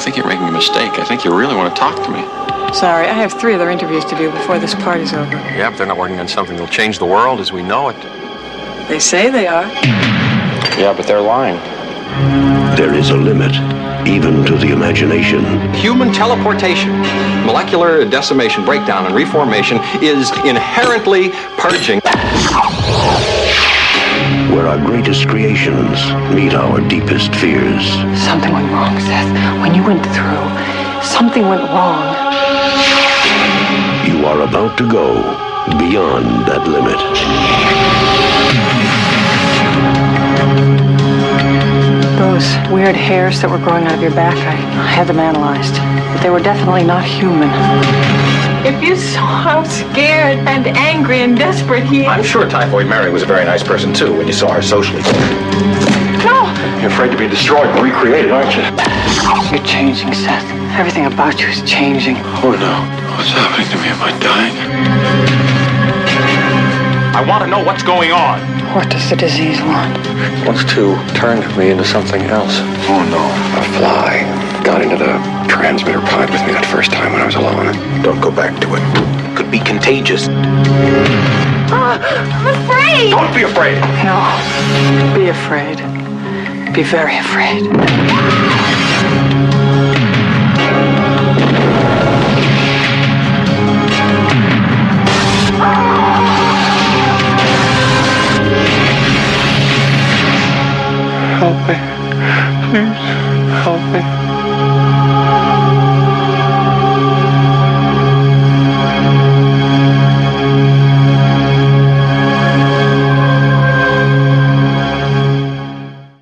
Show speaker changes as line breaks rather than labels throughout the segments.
think you're making a mistake. I think you really want to talk to me.
Sorry, I have three other interviews to do before this party's over.
Yeah, but they're not working on something that'll change the world as we know it.
They say they are.
Yeah, but they're lying.
There is a limit, even to the imagination.
Human teleportation, molecular decimation, breakdown, and reformation is inherently purging.
Where our greatest creations meet our deepest fears.
Something went wrong, Seth. When you went through, something went wrong.
You are about to go beyond that limit.
Those weird hairs that were growing out of your back, I, I had them analyzed. But they were definitely not human.
If you saw how scared and angry and desperate he is.
I'm sure Typhoid Mary was a very nice person, too, when you saw her socially.
No!
You're afraid to be destroyed and recreated, aren't you?
You're changing, Seth. Everything about you is changing.
Oh no. What's happening to me? Am I dying?
I want to know what's going on.
What does the disease want?
wants to turn me into something else.
Oh no.
A fly got into the transmitter pod with me that first time when I was alone. Don't go back to it.
Could be contagious.
Ah, I'm afraid!
Don't be afraid.
No. Be afraid. Be very afraid.
Help me. Please. Help me.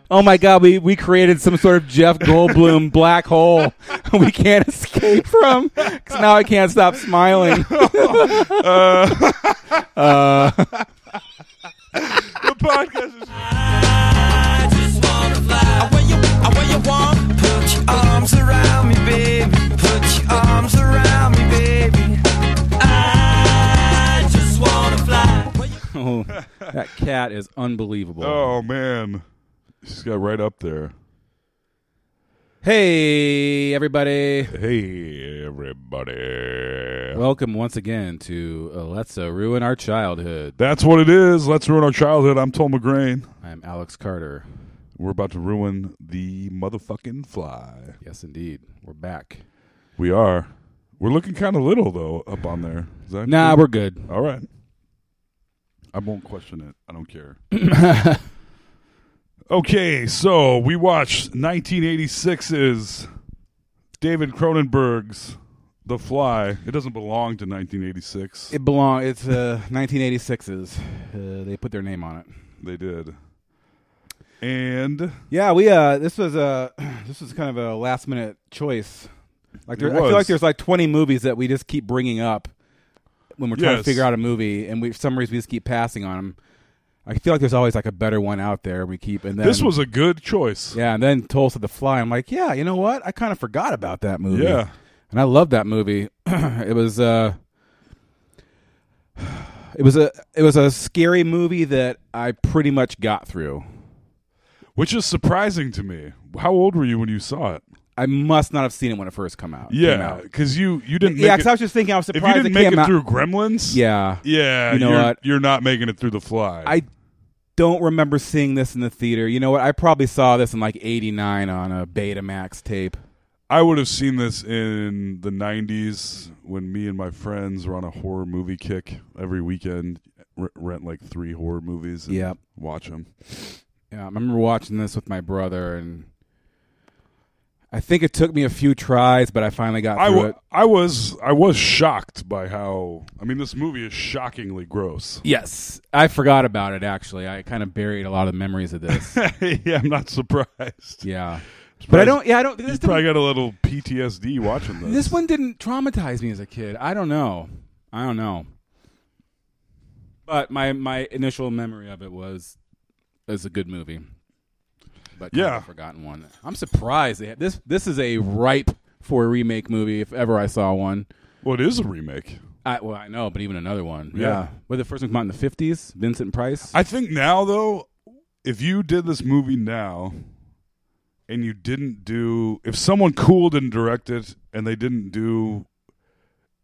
Oh my God, we, we created some sort of Jeff Goldblum black hole we can't escape from. 'Cause now I can't stop smiling.
podcast is. Put your arms around me, baby. Put your arms around me, baby. I just wanna fly.
Oh, that cat is unbelievable.
Oh man, she's got right up there.
Hey, everybody.
Hey everybody.
Welcome once again to uh, Let's uh, Ruin Our Childhood.
That's what it is. Let's ruin our childhood. I'm Tom McGrain.
I'm Alex Carter.
We're about to ruin the motherfucking fly.
Yes, indeed. We're back.
We are. We're looking kind of little though up on there. Is that
Nah,
cool?
we're good.
all right. I won't question it. I don't care. okay, so we watched 1986's David Cronenberg's The Fly. It doesn't belong to 1986.
It belong. It's uh, 1986's. Uh, they put their name on it.
they did. And
Yeah, we uh this was a this was kind of a last minute choice. Like there,
It
I feel
was.
like there's like 20 movies that we just keep bringing up when we're trying to
Yes.
figure out a movie, and we for some reason we just keep passing on them. I feel like there's always like a better one out there. We keep and then
this was a good choice.
yeah, and then Tulsa the Fly. I'm like, yeah, you know what? I kind of forgot about that movie.
Yeah.
and I love that movie. it was uh, it was a it was a scary movie that I pretty much got through.
Which is surprising to me. How old were you when you saw it?
I must not have seen it when it first come out. came
Yeah,
out.
because you you didn't.
Yeah,
make
because
it-
I was just thinking, I was
if you
surprised
didn't
it
make
came
it
out.
through Gremlins,
yeah,
yeah,
You know
are
what?
You're not making it through the fly.
I don't remember seeing this in the theater. You know what? I probably saw this in like '89 on a Betamax tape.
I would have seen this in the '90s when me and my friends were on a horror movie kick every weekend. R- rent like three horror movies. And
Yep.
watch them.
Yeah, I remember watching this with my brother, and I think it took me a few tries, but I finally got
I,
through
w-
it.
I was I was shocked by how I mean this movie is shockingly gross.
Yes, I forgot about it. Actually, I kind of buried a lot of memories of this.
yeah, I'm not surprised.
yeah, but I don't. Yeah, I don't.
You
This,
probably
didn't,
got a little PTSD watching this.
this one didn't traumatize me as a kid. I don't know. I don't know. But my my initial memory of it was is a good movie, but kind of
Yeah.
a forgotten one. I'm surprised they had, this. This is a ripe for a remake movie if ever I saw one.
Well, it is a remake.
I, well, I know, but even another one.
Yeah.
Well, the first one come out in the fifties. Vincent Price.
I think now though, if you did this movie now, and you didn't do if someone cool didn't direct it and they didn't do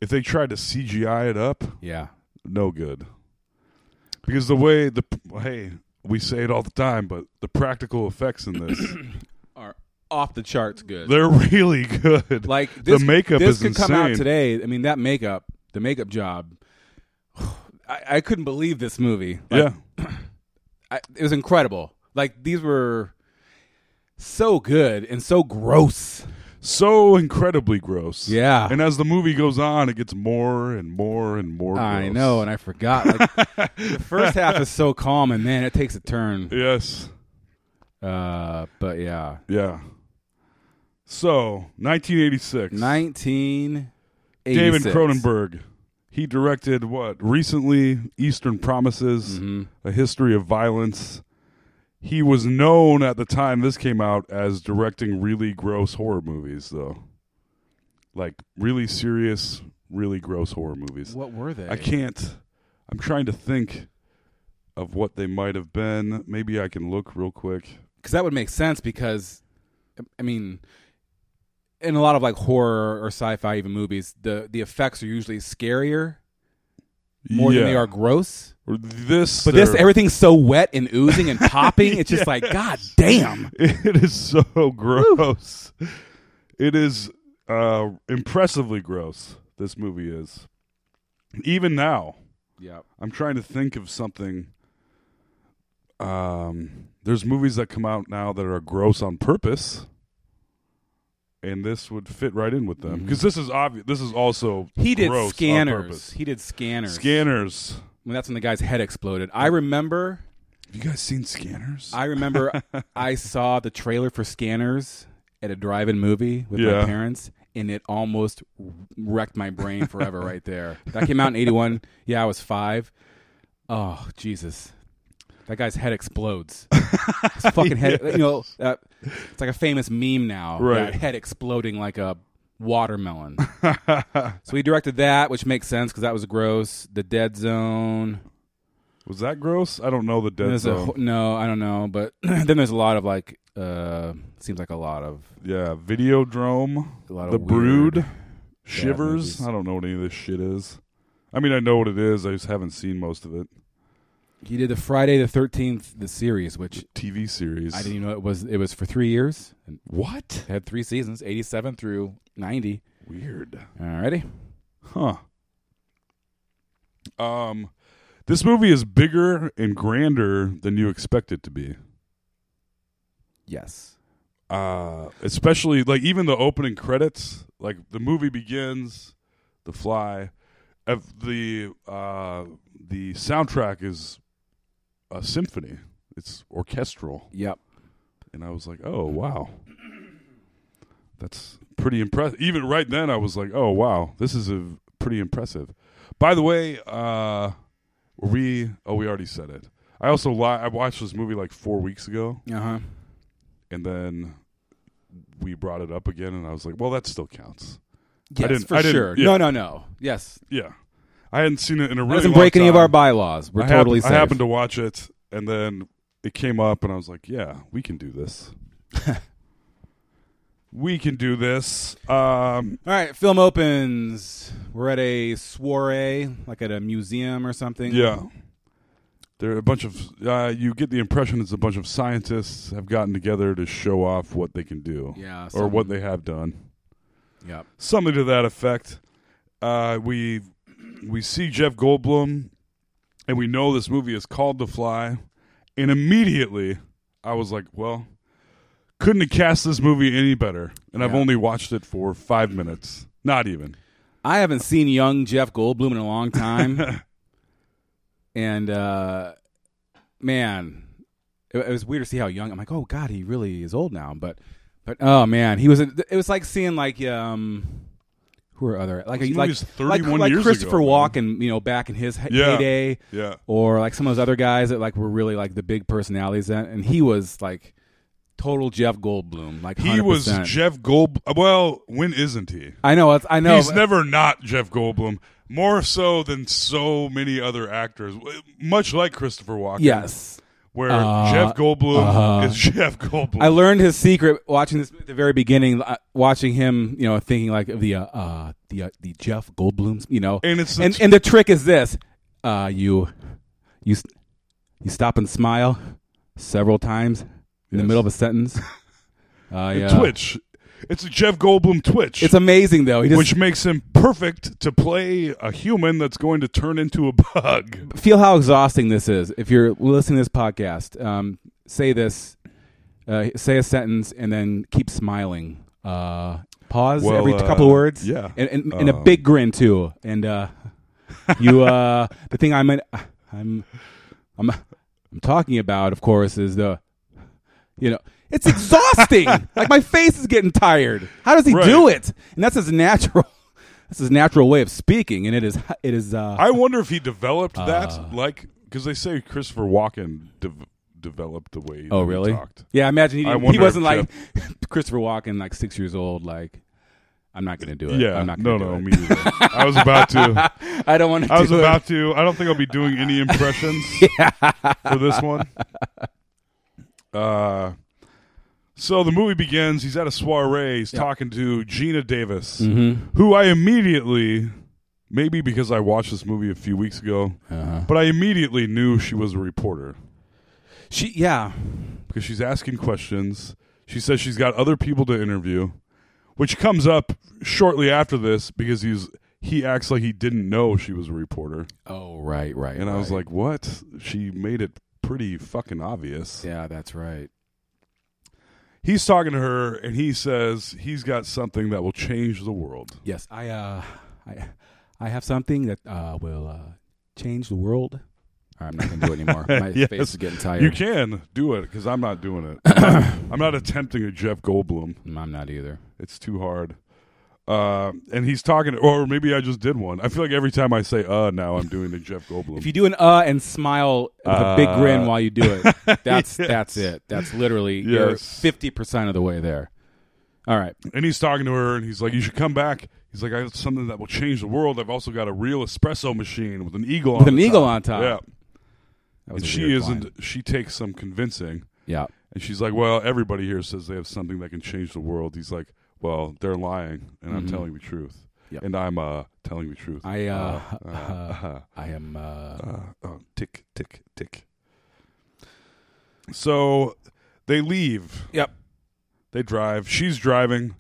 if they tried to CGI it up,
Yeah.
no good. Because the way the hey, we say it all the time, but the practical effects in this,
Are off the charts good.
they're really good.
like this,
the makeup
this
is
could
insane.
come out today. I mean, that makeup, the makeup job. I, I couldn't believe this movie. Like,
yeah.
I, it was incredible. Like these were so good and so gross.
so incredibly gross.
Yeah.
And as the movie goes on, it gets more and more and more.
I
gross.
know, and I forgot. Like, the first half is so calm, and man, it takes a turn.
yes.
Uh, but yeah,
Yeah. So, 1986.
nineteen.
David Cronenberg. He directed what recently Eastern Promises,
Mm-hmm.
A History of Violence. He was known at the time this came out as directing really gross horror movies, though. Like really serious, really gross horror movies.
What were they?
I can't. I'm trying to think of what they might have been. Maybe I can look real quick.
because that would make sense because i mean in a lot of like horror or sci-fi even movies the the effects are usually scarier more than they are gross
Or This,
but this
they're-
everything's so wet and oozing and popping it's just like god damn
It is so gross. It is uh, impressively gross. This movie is. Even now,
yeah
I'm trying to think of something. Um, there's movies that come out now that are gross on purpose, and this would fit right in with them because this is obvious. This is also
Mm-hmm. he did
gross on
scanners
purpose.
he did scanners
Scanners.
when that's when the guy's head exploded i remember
Have you guys seen Scanners?
I remember I saw the trailer for Scanners at a drive-in movie with my
Yeah.
parents, and it almost wrecked my brain forever. right there, that came out in '81. Yeah, I was five. Oh Jesus, that guy's head explodes. His fucking head. You know, uh, it's like a famous meme now.
Right.
that head exploding like a watermelon. so he directed that, which makes sense because that was gross. The Dead Zone.
was that gross? I don't know the
And
dead
there's a
zone.
ho- no, I don't know, but then there's a lot of like uh seems like a lot of
Yeah, Videodrome,
A lot of
The
weird
Brood, Shivers.
movies.
I don't know what any of this shit is. I mean, I know what it is. I just haven't seen most of it.
he did the Friday the 13th the series which
TV series.
I didn't even know it was it was for 3 years and
What?
had 3 seasons 87 through 90.
Weird.
Alrighty.
Huh. Um, this movie is bigger and grander than you expect it to be.
Yes.
Uh, especially like even the opening credits, like the movie begins, The Fly, of the uh, the soundtrack is a symphony. It's orchestral.
Yep.
and I was like, "Oh wow, that's pretty impressive." Even right then, I was like, "Oh wow, this is a pretty impressive." By the way, uh, were we oh we already said it. I also li- I watched this movie like four weeks ago,
Uh-huh.
and then we brought it up again, and I was like, "Well, that still counts."
Yes,
didn't-
for
I didn't-
sure.
yeah.
No, no, no. Yes.
Yeah, I hadn't seen it in a
That
really
doesn't
long
break any of our
time.
bylaws. We're
uh, I hap-
totally safe.
I happened to watch it, and then it came up, and I was like, "Yeah, we can do this. we can do this." Um,
All right, film opens. We're at a soiree, like at a museum or something.
yeah, there are a bunch of. Uh, you get the impression it's a bunch of scientists have gotten together to show off what they can do,
Yeah,
or what
some-
they have done,
Yep.
something to that effect. Uh, we we see Jeff Goldblum, and we know this movie is called The Fly, and immediately I was like, well. couldn't have cast this movie any better. And I've
Yeah.
only watched it for five minutes. Not even.
I haven't seen young Jeff Goldblum in a long time, and uh, man, it, it was weird to see how young. I'm like, oh god, he really is old now. But, but oh man, he was. A, it was like seeing like um, who are other like
This
a, like
movie's
like
31
like
years
Christopher
ago,
Walken, you know, back in his he-
Yeah.
heyday,
Yeah.
or like some of those other guys that like were really like the big personalities, that, and he was like total Jeff Goldblum. Like
He was
100%.
Jeff Gold. Well, when isn't he?
I know. It's, I know.
He's never not Jeff Goldblum. More so than so many other actors, much like Christopher Walken.
yes.
where Jeff Goldblum is Jeff Goldblum.
Uh, uh-huh. I learned his secret watching this at the very beginning, uh, watching him, you know, thinking like of the uh, uh the uh, the Jeff Goldblum's, you know,
And it's the
and,
t-
and the trick is this: uh, you you s- you stop and smile several times in the
Yes.
middle of a sentence. Uh,
And
yeah.
Twitch. It's a Jeff Goldblum Twitch.
It's amazing though. He just
which makes him perfect to play a human that's going to turn into a bug.
feel how exhausting this is. If you're listening to this podcast, um, say this, uh, say a sentence, and then keep smiling. Uh, pause
Well,
every
uh,
couple words.
yeah.
and, and, and a
Uh,
big grin too. And uh, you, uh, the thing I'm, in, I'm, I'm, I'm talking about, of course, is the, you know. It's exhausting. like my face is getting tired. How does he
Right.
do it? And that's his natural. That's his natural way of speaking, and it is. It is. Uh,
I wonder if he developed that, like, because they say Christopher Walken dev developed the way.
Oh,
that
really?
He talked.
Yeah, I imagine he,
I
didn't, he
wonder
wasn't
if
like Christopher Walken, like six years old. Like, I'm not going to do it.
Yeah.
I'm not
no,
going
no,
do
me either. I was about to.
it. I don't want to.
I was
do
about
It.
to. I don't think I'll be doing any impressions for this one. Uh, so the movie begins. He's at a soiree. He's talking to Gina Davis,
Mm-hmm.
who I immediately, maybe because I watched this movie a few weeks ago, but I immediately knew she was a reporter
She, yeah,
because she's asking questions. She says she's got other people to interview, which comes up shortly after this because he's he acts like he didn't know she was a reporter.
Oh, right, right.
And I was
right.
like, what? She made it pretty fucking obvious.
yeah, that's right.
He's talking to her and he says he's got something that will change the world.
Yes, I, uh, I, I have something that uh, will uh, change the world. All right, I'm not going to do it anymore. My
Yes.
face is getting tired.
You can do it because I'm not doing it. I'm not, I'm not attempting a Jeff Goldblum.
Mm, I'm not either.
It's too hard. Uh, and he's talking, or maybe I just did one. I feel like every time I say "uh" now, I'm doing the Jeff Goldblum.
If you do an uh and smile with a big
Uh,
grin while you do it, that's
yes.
that's it. That's literally you're
Yes.
fifty percent of the way there. All right.
And he's talking to her, and he's like, "You should come back." He's like, "I got something that will change the world. I've also got a real espresso machine with an eagle
With
on
an
the
eagle
top.
on top.
Yeah,
That was
and
a
she
weird
isn't.
line.
She takes some convincing,
Yeah.
and she's like, "Well, everybody here says they have something that can change the world." He's like, "Well, they're lying, and I'm telling the truth,
Mm-hmm. Yep.
and I'm uh telling the truth."
I uh, uh,
uh,
I am uh
uh, oh, tick, tick, tick. So they leave.
Yep.
They drive. She's driving.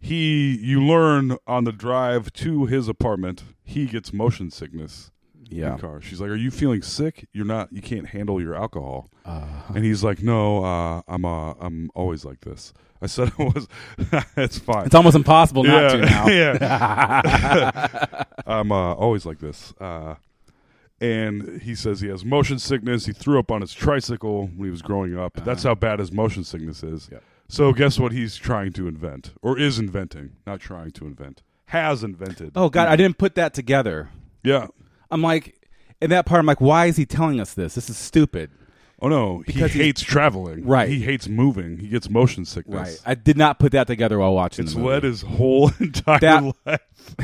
He, you learn on the drive to his apartment, he gets motion sickness in
yeah.
the car. She's like, "Are you feeling sick? You're not. You can't handle your alcohol." and he's like, "No, uh, I'm. Uh, I'm always like this." I said, "I was. it's fine.
It's almost impossible not to
yeah,
now.
yeah. I'm uh, always like this." Uh, and he says he has motion sickness. He threw up on his tricycle when he was growing up. That's how bad his motion sickness is.
Uh-huh. Yep.
So guess what he's trying to invent, or is inventing, not trying to invent, has invented.
Oh god, I didn't put that together.
yeah.
I'm like in that part I'm like why is he telling us this? This is stupid.
Oh no,
Because
he
he's-
hates traveling.
Right.
He hates moving. He gets motion sickness.
Right. I did not put that together while watching
It's
the movie.
led his whole entire
That-
life.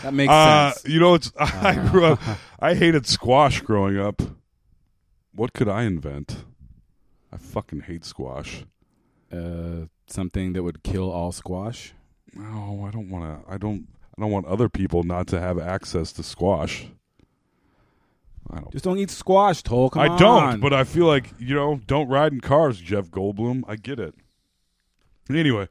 That makes
uh,
sense. Ah.
you know, it's I grew up. I hated squash growing up. What could I invent? I fucking hate squash.
Uh, something that would kill all squash.
No, I don't want to. I don't. I don't want other people not to have access to squash. I don't.
Just don't eat squash, Toll. Come
I
on.
don't, but I feel like, you know, don't ride in cars, Jeff Goldblum. I get it. Anyway,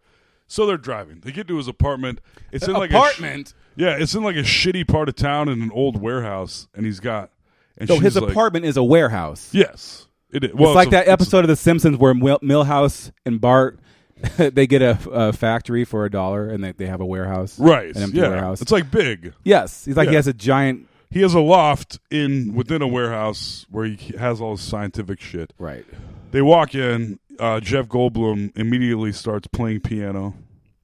so they're driving. They get to his apartment. It's in like
apartment.
A sh- yeah, it's in like a shitty part of town in an old warehouse, and he's got. And
so his
she's like-
apartment is a warehouse.
Yes, it is. Well,
it's like
a-
that episode of The Simpsons where Mil- Milhouse and Bart they get a, a factory for a dollar and they, they have a warehouse,
right?
An empty
yeah,
warehouse.
it's like big.
yes, he's like he
Yeah.
has a giant
He has a loft in within a warehouse where he has all his scientific shit.
right.
They walk in. Uh, Jeff Goldblum immediately starts playing piano.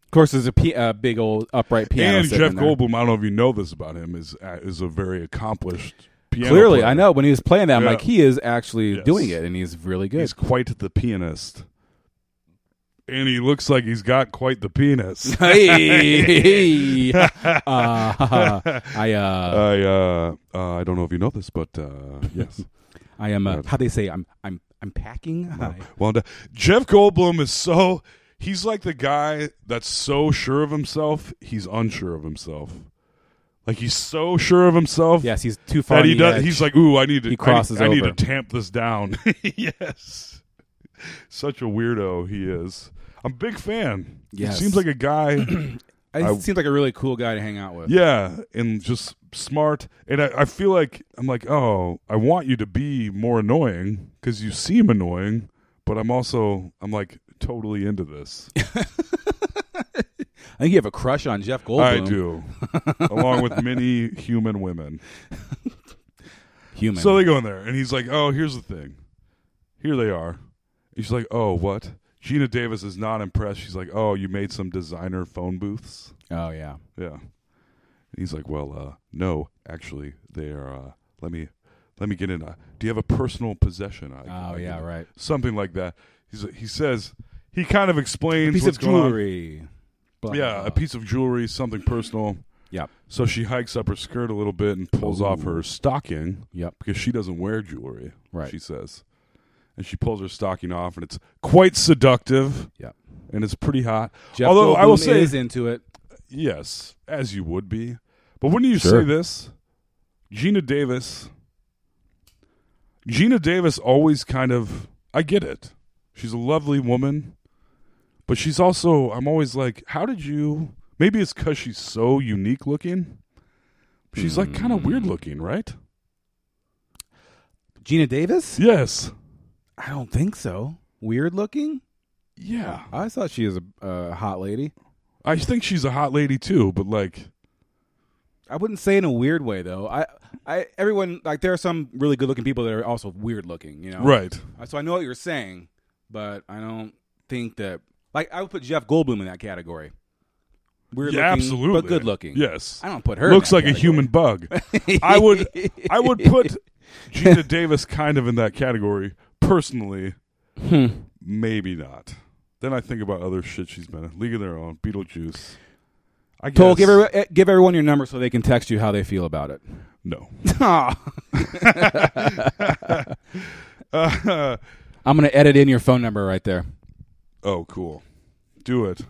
Of course, there's a p- uh, big old upright piano.
and
sitting
Jeff
in there.
Goldblum, I don't know if you know this about him, is uh, is a very accomplished piano.
Clearly,
player.
I know when he was playing that, I'm
Yeah.
like he is actually
Yes.
doing it and he's really good.
he's quite the pianist, and he looks like he's got quite the penis.
hey, uh, I uh,
uh, I uh, uh, I don't know if you know this, but uh, yes,
I am. Uh, how they say? I'm. I'm. I'm packing. I-
Well done. Jeff Goldblum is so he's like the guy that's so sure of himself, he's unsure of himself. Like he's so sure of himself.
Yes, he's too far
that
on
he
the edge.
He's like, ooh, I need to.
He crosses
I need,
over.
I need to tamp this down. yes, such a weirdo he is. I'm a big fan.
Yes.
he seems like a guy.
I, he seems like a really cool guy to hang out with.
yeah, and just smart. And I, I feel like I'm like, oh, I want you to be more annoying because you seem annoying, but I'm also I'm like totally into this.
I think you have a crush on Jeff Goldblum.
I do, along with many human women.
Human.
So they go in there, and he's like, "Oh, here's the thing. Here they are." He's like, "Oh, what?" Gina Davis is not impressed. She's like, "Oh, you made some designer phone booths."
oh yeah.
Yeah. And he's like, "Well, uh, no, actually, they are. Uh, let me, let me get in. Uh, do you have a personal possession?" I,
Oh
I
yeah.
can-
Right.
Something like that. He's, he says he kind of explains
Piece
what's
of
going on.
jewelry. Blah,
Yeah,
blah,
a
blah.
piece of jewelry, something personal.
Yep.
So she hikes up her skirt a little bit and pulls off her stocking.
Yep.
Because she doesn't wear jewelry.
Right.
She says. And she pulls her stocking off, and it's quite seductive,
Yep.
and it's pretty hot.
Jeff
Although I will
Goldblum
say,
is into it.
yes, as you would be. But wouldn't you
Sure.
say this? Gina Davis. Gina Davis always kind of. I get it. She's a lovely woman, but she's also. I'm always like, how did you? Maybe it's because she's so unique looking. She's like kind
Hmm.
of weird looking, right?
Gina Davis?
Yes.
I don't think so. Weird looking.
Yeah.
I thought she was a uh, hot lady.
I think she's a hot lady too, but like,
I wouldn't say in a weird way though. I, I, everyone like there are some really good looking people that are also weird looking. You know,
right.
Uh, So I know what you're saying, but I don't think that like I would put Jeff Goldblum in that category. Weird
Yeah,
looking,
absolutely.
but good looking.
Yes.
I don't put her. in
Looks
that
like a
category.
human bug. I would I would put Gina Davis kind of in that category. Personally, maybe not. Then I think about other shit she's been in. League of Their Own, Beetlejuice. I guess.
Toll, give, every, eh, give everyone your number so they can text you how they feel about it.
no.
Aw.
Uh,
I'm gonna edit in your phone number right there.
oh, cool. Do it.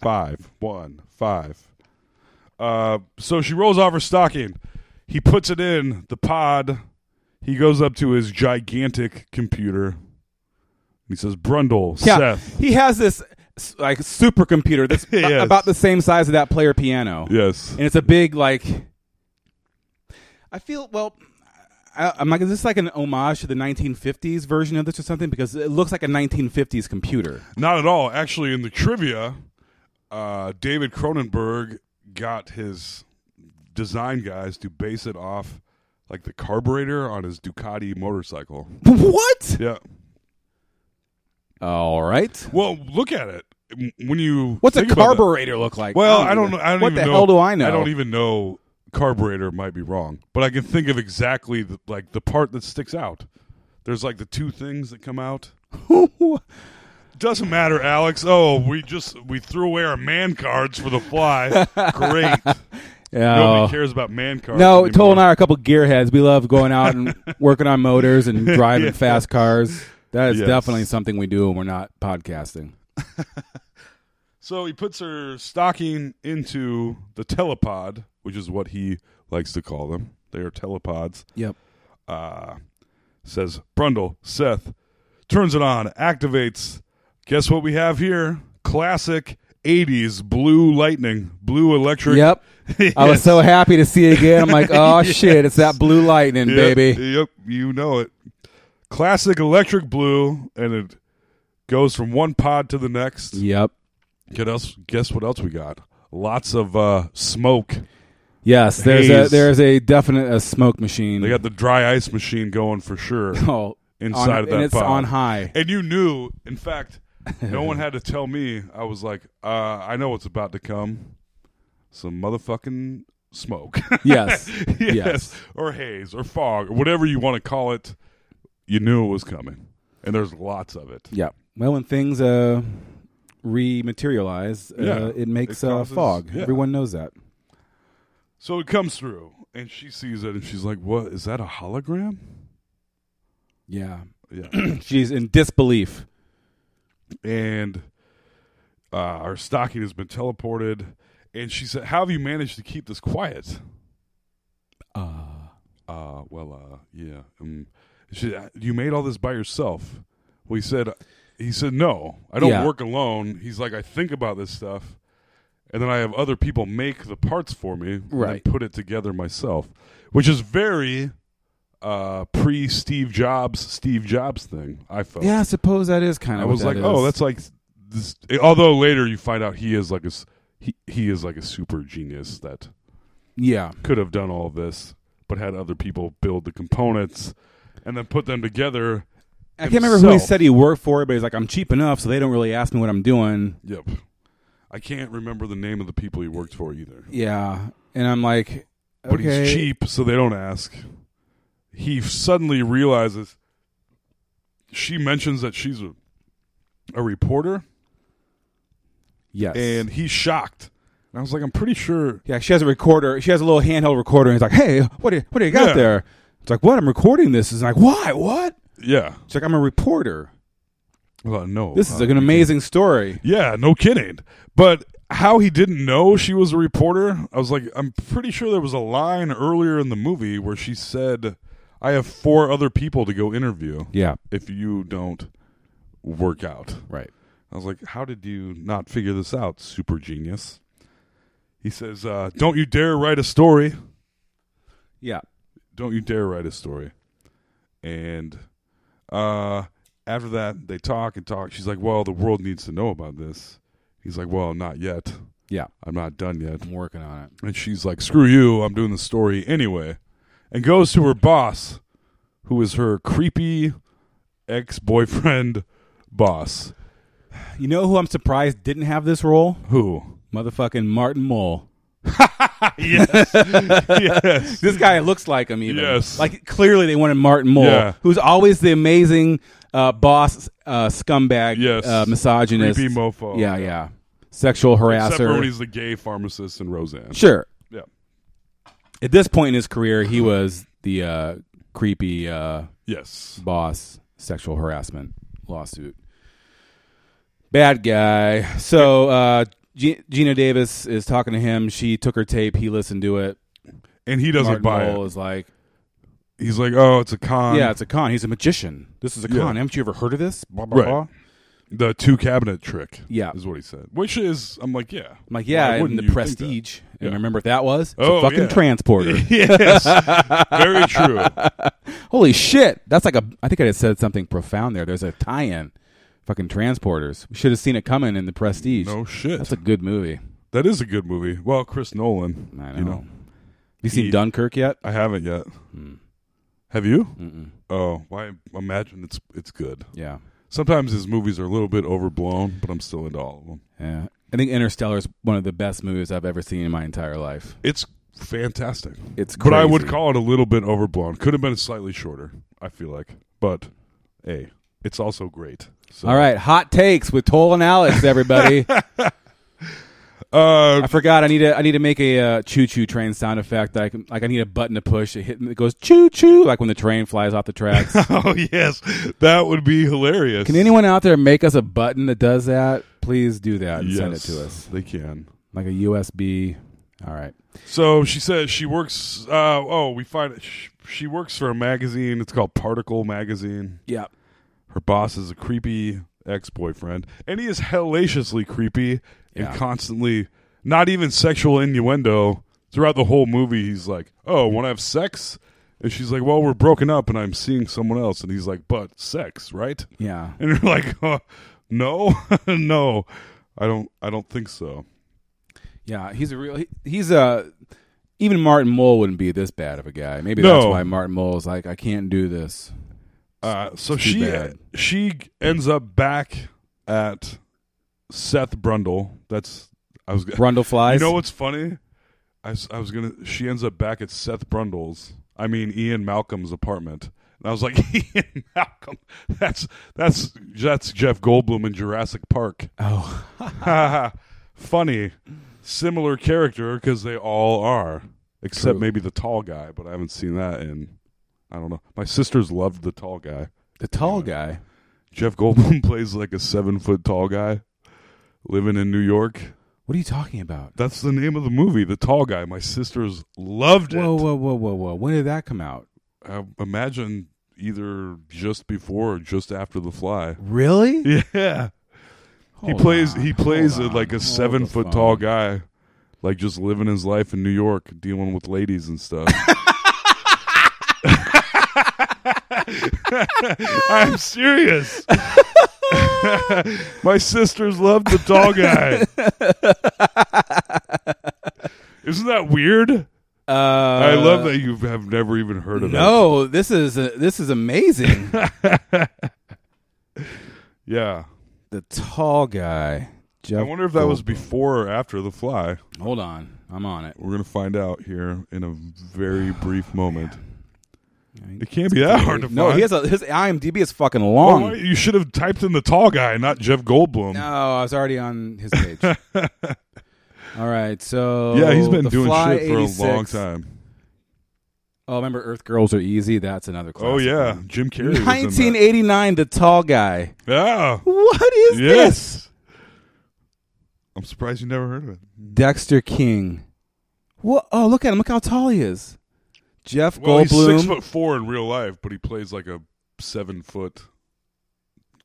five, one, five. Uh, so she rolls off her stocking. He puts it in the pod. He goes up to his gigantic computer. He says, "Brundle, Seth."
he has this s- like supercomputer that's a-
Yes.
about the same size as that player piano.
Yes.
and it's a big like. I feel well. I, I'm like, is this like an homage to the 1950s version of this or something? Because it looks like a 1950s computer.
Not at all. Actually, in the trivia, uh, David Cronenberg got his design guys to base it off like the carburetor on his Ducati motorcycle.
what?
Yeah.
All right.
Well, look at it. M- When you
What's a
think about that-
carburetor look like?
Well, I don't know. I don't
what
even
the
know.
hell do I know?
I don't even know. Carburetor might be wrong, but I can think of exactly the, like the part that sticks out. There's like the two things that come out.
even.
Doesn't matter, Alex. Oh, we just we threw away our man cards for the fly. Great.
Oh.
Nobody cares about man cards.
No,
anymore.
Toll and I are a couple gearheads. We love going out and working on motors and driving
Yeah.
fast cars. That is
Yes.
definitely something we do when we're not podcasting.
So he puts her stocking into the telepod, which is what he likes to call them. They are telepods.
Yep.
Uh, says Brundle, Seth, turns it on, activates. Guess what we have here? Classic 80s blue lightning, blue electric.
Yep. I was
Yes.
so happy to see it again. I'm like, oh shit, it's that blue lightning,
Yep,
baby.
Yep, you know it. Classic electric blue, and it goes from one pod to the next.
Yep.
Get else, guess what else we got? Lots of uh, smoke.
Yes, there's a
Haze.
there's a definite a smoke machine.
They got the dry ice machine going for sure.
oh,
inside
on,
of that
and it's
pod.
on high.
And you knew, in fact, no one had to tell me. I was like, uh, I know what's about to come. Some motherfucking smoke.
Yes.
yes.
Yes.
Or haze or fog or whatever you want to call it. You knew it was coming. And there's lots of it.
Yeah. Well, when things uh, rematerialize,
Yeah.
uh, it makes
It
uh,
causes-
fog.
yeah.
Everyone knows that.
So it comes through and she sees it and she's like, What? Is that a hologram?
Yeah.
Yeah.
She's in disbelief.
and uh, our stocking has been teleported. And she said, "How have you managed to keep this quiet?" Uh, uh, well, uh, yeah. Um, she, said, you made all this by yourself. We said, he said, no, I don't
Yeah.
work alone. He's like, I think about this stuff, and then I have other people make the parts for me, and then
Right.
put it together myself, which is very uh, pre Steve Jobs, Steve Jobs thing. I felt.
Yeah, I suppose that is kind of.
I was like, oh, that's like this. Although later you find out he is like a s- he he is like a super genius that
yeah,
could have done all of this, but had other people build the components and then put them together.
I can't remember who he
himself.
said he worked for, but he's like, I'm cheap enough, so they don't really ask me what I'm doing.
Yep, I can't remember the name of the people he worked for either.
Yeah, and I'm like,
But
okay.
he's cheap, so they don't ask. He suddenly realizes. She mentions that she's a, a reporter,
Yes,
and he's shocked. And I was like, I'm pretty sure
yeah, she has a recorder. She has a little handheld recorder, and he's like, hey, what do you, what do you got
Yeah.
there? It's like, what? I'm recording this. It's like, why? What?
Yeah.
It's like I'm a reporter.
Well, no.
This is
uh,
like an amazing story.
Yeah, no kidding. But how he didn't know she was a reporter, I was like, I'm pretty sure there was a line earlier in the movie where she said, I have four other people to go interview
Yeah,
if you don't work out.
right.
I was like, how did you not figure this out, super genius? He says, uh, don't you dare write a story.
Yeah,
Don't you dare write a story. And uh, after that, they talk and talk. She's like, well, the world needs to know about this. He's like, well, not yet.
yeah.
I'm not done yet.
I'm working on it.
And she's like, screw you. I'm doing the story anyway. And goes to her boss, who is her creepy ex boyfriend boss.
You know who I'm surprised didn't have this role?
Who?
Motherfucking Martin Mull.
Yes. yes.
This guy looks like him, even.
Yes.
Like, clearly they wanted Martin Mull,
Yeah.
who's always the amazing uh, boss, uh, scumbag,
Yes.
uh, misogynist.
Creepy mofo.
Yeah, yeah. Sexual
Except for when
harasser.
he's the gay pharmacist in Roseanne.
Sure.
Yeah.
At this point in his career, he was the uh, creepy uh,
Yes.
boss sexual harassment lawsuit. Bad guy. So uh, G- Gina Davis is talking to him. She took her tape. He listened to it.
And he
Martin
doesn't buy
Mull
it.
is like,
He's like, oh, it's a con.
yeah, it's a con. He's a magician. This is a
Yeah.
con. Haven't you ever heard of this? Blah, blah,
Right.
blah.
the two cabinet trick.
Yeah.
Is what he said. Which is, I'm like, yeah.
I'm like, yeah,
Why
and
wouldn't
the
you think that?
prestige.
Yeah.
And remember what that was? It's a
Oh,
fucking
yeah.
transporter.
yes. Very true.
Holy shit. That's like a, I think I had said something profound there. There's a tie in. Fucking transporters. We should have seen it coming in the prestige.
No shit.
That's a good movie.
That is a good movie. Well, Chris Nolan.
I know. Hmm.
You know,
You seen
He-
Dunkirk yet?
I haven't yet. Have you? Oh, well, I imagine it's it's good.
Yeah.
Sometimes his movies are a little bit overblown, but I'm still into all of them.
Yeah. I think Interstellar is one of the best movies I've ever seen in my entire life.
It's fantastic.
It's
But I would
crazy.
call it a little bit overblown. Could have been slightly shorter. I feel like, but hey, it's also great. So,
All right, hot takes with Toll and Alex, everybody.
Uh,
I forgot I need to I need to make a uh, choo choo train sound effect. I can, like I need a button to push. It hit it goes choo choo like when the train flies off the tracks.
oh yes, that would be hilarious.
can anyone out there make us a button that does that? Please do that and
yes,
send it to us
They can.
like a USB. All right.
So she says she works. Uh, oh, we find sh she works for a magazine. It's called Particle Magazine.
Yeah.
Her boss is a creepy ex boyfriend, and he is hellaciously creepy
Yeah.
and constantly not even sexual innuendo throughout the whole movie. He's like, "Oh, want to have sex?" And she's like, "Well, we're broken up, and I'm seeing someone else." And he's like, "But sex, right?"
Yeah.
And you're like, "Uh, "No, no, I don't. I don't think so."
Yeah, he's a real. He, he's a. Even Martin Mull wouldn't be this bad of a guy. Maybe
No.
that's why Martin Mull is like, I can't do this.
Uh, so
It's too
she
bad.
she ends up back at Seth Brundle. That's I was. gonna-
Brundle flies.
You know what's funny? I, s- I was gonna. She ends up back at Seth Brundle's. I mean Ian Malcolm's apartment, and I was like, Ian Malcolm. That's that's that's Jeff Goldblum in Jurassic Park.
Oh,
funny, similar character because they all are, except
True.
maybe the tall guy. But I haven't seen that in. I don't know. My sisters loved the tall guy.
The tall guy.
Jeff Goldblum plays like a seven foot tall guy living in New York.
What are you talking about?
That's the name of the movie, The Tall Guy. My sisters loved it.
Whoa, whoa, whoa, whoa, whoa. When did that come out?
I imagine either just before or just after The Fly.
Really?
Yeah. he
Hold
plays
on,
he plays
hold Oh,
a,
on,
like a
hold the
7 foot tall
phone.
guy like just living his life in New York dealing with ladies and stuff. I'm serious. My sisters loved the tall guy. Isn't that weird?
Uh,
I love that you have never even heard of it.
No, this is uh, this is amazing.
Yeah.
the tall guy. Jeff
I wonder if that was
Goldblum.
before or after The Fly.
Hold on, I'm on it.
We're going to find out here in a very brief moment.
I mean,
It can't be that hard to
no,
find.
he has a, his IMDb is fucking
Oh,
long.
why- you should have typed in the tall guy, not Jeff Goldblum.
no, I was already on his page. All right, so
yeah, he's been
The
doing
Fly
shit for a
86.
long time.
Oh, remember Earth Girls Are Easy? That's another classic.
Oh yeah,
one.
Jim Carrey. was in that.
1989, The Tall Guy.
Yeah.
What is this?
Yes. I'm surprised you never heard of it.
Dexter King. What? Oh, look at him! Look how tall he is. Jeff
Well, he's
Goldblum.
six foot four in real life, but he plays like a seven foot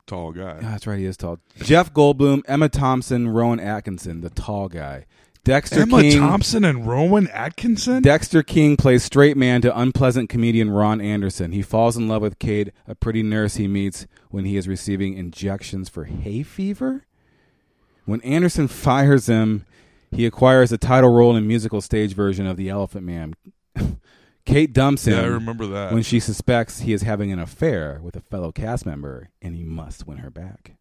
tall guy.
Yeah, that's right. He is tall. Jeff Goldblum, Emma Thompson, Rowan Atkinson, the tall guy. Dexter
Emma
King.
Thompson and Rowan Atkinson.
Dexter King plays straight man to unpleasant comedian Ron Anderson. He falls in love with Cade, a pretty nurse he meets when he is receiving injections for hay fever. When Anderson fires him, he acquires a title role in a musical stage version of The Elephant Man. Kate dumps him
yeah, I remember that.
when she suspects he is having an affair with a fellow cast member, and he must win her back.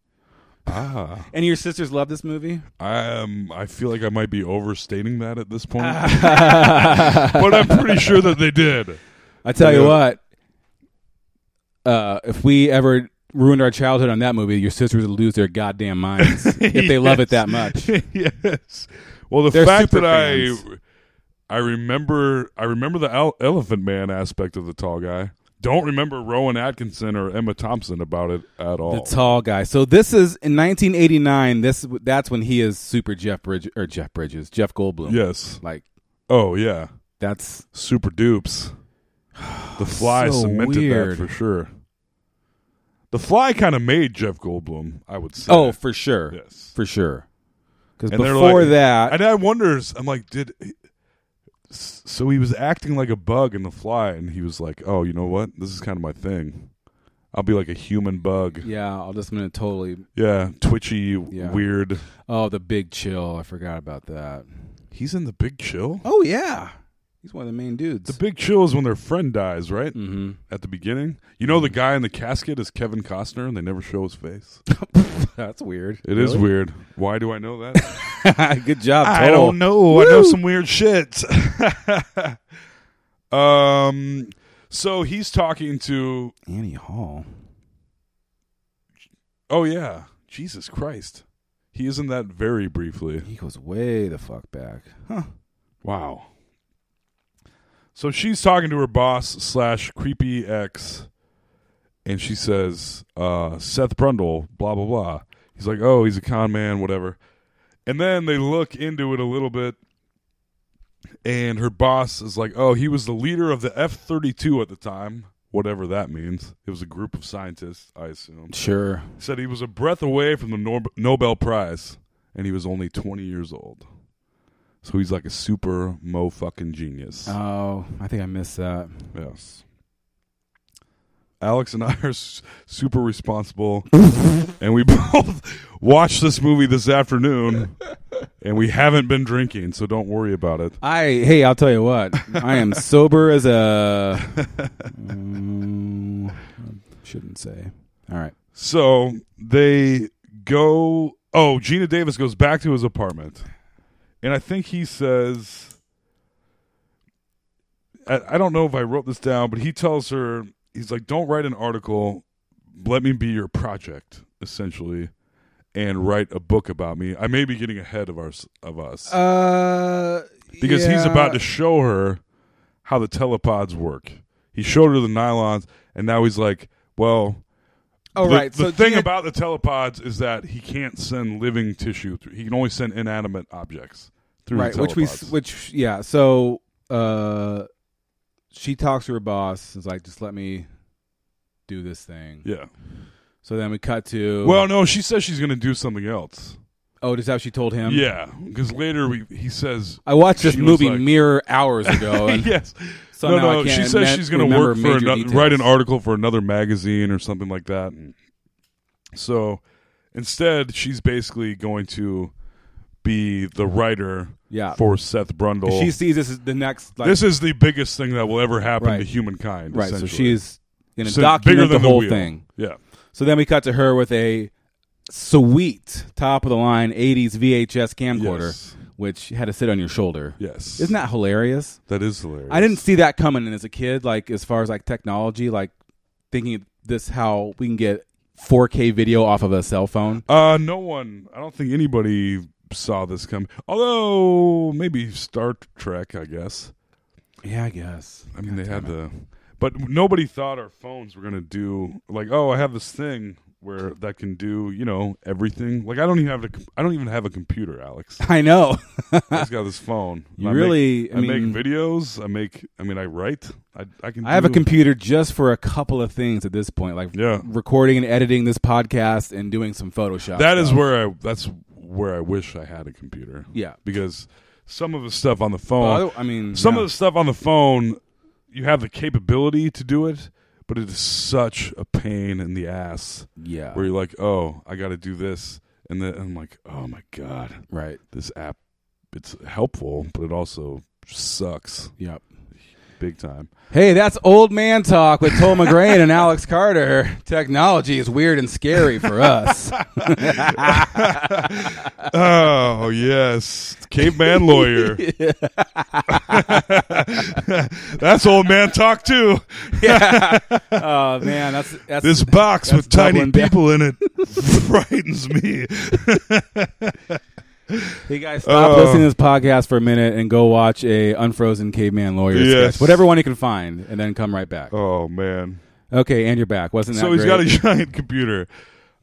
ah,
Any of your sisters love this movie?
I am. Um, I feel like I might be overstating that at this point, but I'm pretty sure that they did.
I tell you
Yeah.
what, uh, if we ever ruined our childhood on that movie, your sisters would lose their goddamn minds if they love it that much.
yes. Well, the
They're
fact
super
that
fans.
I I remember I remember the el- Elephant Man aspect of the tall guy. Don't remember Rowan Atkinson or Emma Thompson about it at all.
The tall guy. So this is in 1989. This that's when he is super Jeff Bridges or Jeff Bridges, Jeff Goldblum.
yes.
like
Oh yeah.
that's
Super dupes. The Fly
So
cemented
weird.
that for sure. The Fly kind of made Jeff Goldblum, I would say.
oh for sure,
Yes.
for sure. Because
And they're
before
like-
that,
and I wonders. I'm like, did so he was acting like a bug in the fly, and he was like, oh, you know what? This is kind of my thing. I'll be like a human bug. Yeah,
yeah, I'll just I'm gonna totally.
twitchy,
Yeah.
weird.
Oh, the Big Chill. I forgot about that.
He's in the Big Chill.
Oh yeah, he's one of the main dudes.
The Big Chill is when their friend dies, right?
mm-hmm.
At the beginning, you know, the guy in the casket is Kevin Costner, and they never show his face.
That's weird.
It is weird. Why do I know that?
Good job.
I
Toll.
don't know. I know some weird shit. um, so he's talking to.
Annie Hall.
Oh yeah, Jesus Christ. He is in that very briefly.
He goes way the fuck back. Huh.
Wow. So she's talking to her boss slash creepy ex, and she says, uh, "Seth Brundle, blah blah blah." He's like, "Oh, he's a con man, whatever." And then they look into it a little bit, and her boss is like, "Oh, he was the leader of the F thirty two at the time, whatever that means. It was a group of scientists, I assume."
Sure.
Said he was a breath away from the Nor- Nobel Prize, and he was only twenty years old. So he's like a super mo fucking genius.
Oh, I think I missed that.
Yes. Alex and I are s- super responsible, and we both watched this movie this afternoon, and we haven't been drinking, so don't worry about it.
I hey, I'll tell you what. I am sober as a. Mm, I shouldn't say. All right.
So they go. Oh, Gina Davis goes back to his apartment, and I think he says, I, "I don't know if I wrote this down, but he tells her he's like, don't write an article, let me be your project, essentially, and write a book about me. I may be getting ahead of ours of us
Uh,
because he's about to show her how the telepods work. He showed her the nylons, and now he's like, well."
Oh,
the,
right.
The
So
thing
Gina-
about the telepods is that he can't send living tissue. Through, he can only send inanimate objects through
right,
the
which we,
telepods.
which yeah. So uh, she talks to her boss. Is like, just let me do this thing.
yeah.
So then we cut to
Well, no, she says she's going to do something else.
Oh, just how she told him.
Yeah, because later we he says
I watched this
she was
movie
like-
Mirror hours ago. oh, And
yes.
somehow I
no, no. She
can't
says
me-
she's going to
remember
work for
major
another,
details.
write an article for another magazine or something like that. And so instead, she's basically going to be the writer
Yeah.
for Seth Brundle.
She sees this as the next. Like,
this is the biggest thing that will ever happen
Right.
to humankind.
right. So
essentially.
she's going to
So bigger
document
than
the whole
wheel.
thing.
Yeah.
So then we cut to her with a sweet top of the line '80s VHS camcorder,
Yes.
which had to sit on your shoulder.
Yes.
Isn't that hilarious?
That is hilarious.
I didn't see that coming as a kid. Like as far as like technology, like thinking this how we can get 4K video off of a cell phone.
Uh, no one. I don't think anybody saw this come. Although maybe Star Trek, I guess.
Yeah, I guess.
I mean, they had the, but nobody thought our phones were gonna do like, oh, I have this thing where that can do, you know, everything. Like, I don't even have a, com- I don't even have a computer, Alex.
I know.
I just got this phone.
You
I make-
really- I
I,
mean-
make videos. I make. I mean, I write. I, I can.
I have a
do-
computer just for a couple of things at this point, like
Yeah.
recording and editing this podcast and doing some Photoshop.
That is
stuff.
where I. That's where I wish I had a computer.
Yeah.
because some of the stuff on the
Well,
phone.
I- I mean,
Oh. some
yeah.
of the stuff on the phone, you have the capability to do it, but it is such a pain in the ass.
Yeah.
where you're like, oh, I got to do this, and then I'm like, oh my god,
right.
this app, it's helpful, but it also sucks
Yep.
big time.
Hey, that's old man talk with Tom McGrain and Alex Carter. Technology is weird and scary for us.
Oh yes, caveman lawyer. That's old man talk too.
oh man, that's that's
This box with tiny
doubling down.
people in it frightens me.
You guys stop
Oh.
listening to this podcast for a minute and go watch a Unfrozen Caveman Lawyer
Yes.
sketch, whatever one you can find, and then come right back.
Oh man.
Okay, and you're back. Wasn't that
So he's
great?
got a giant computer.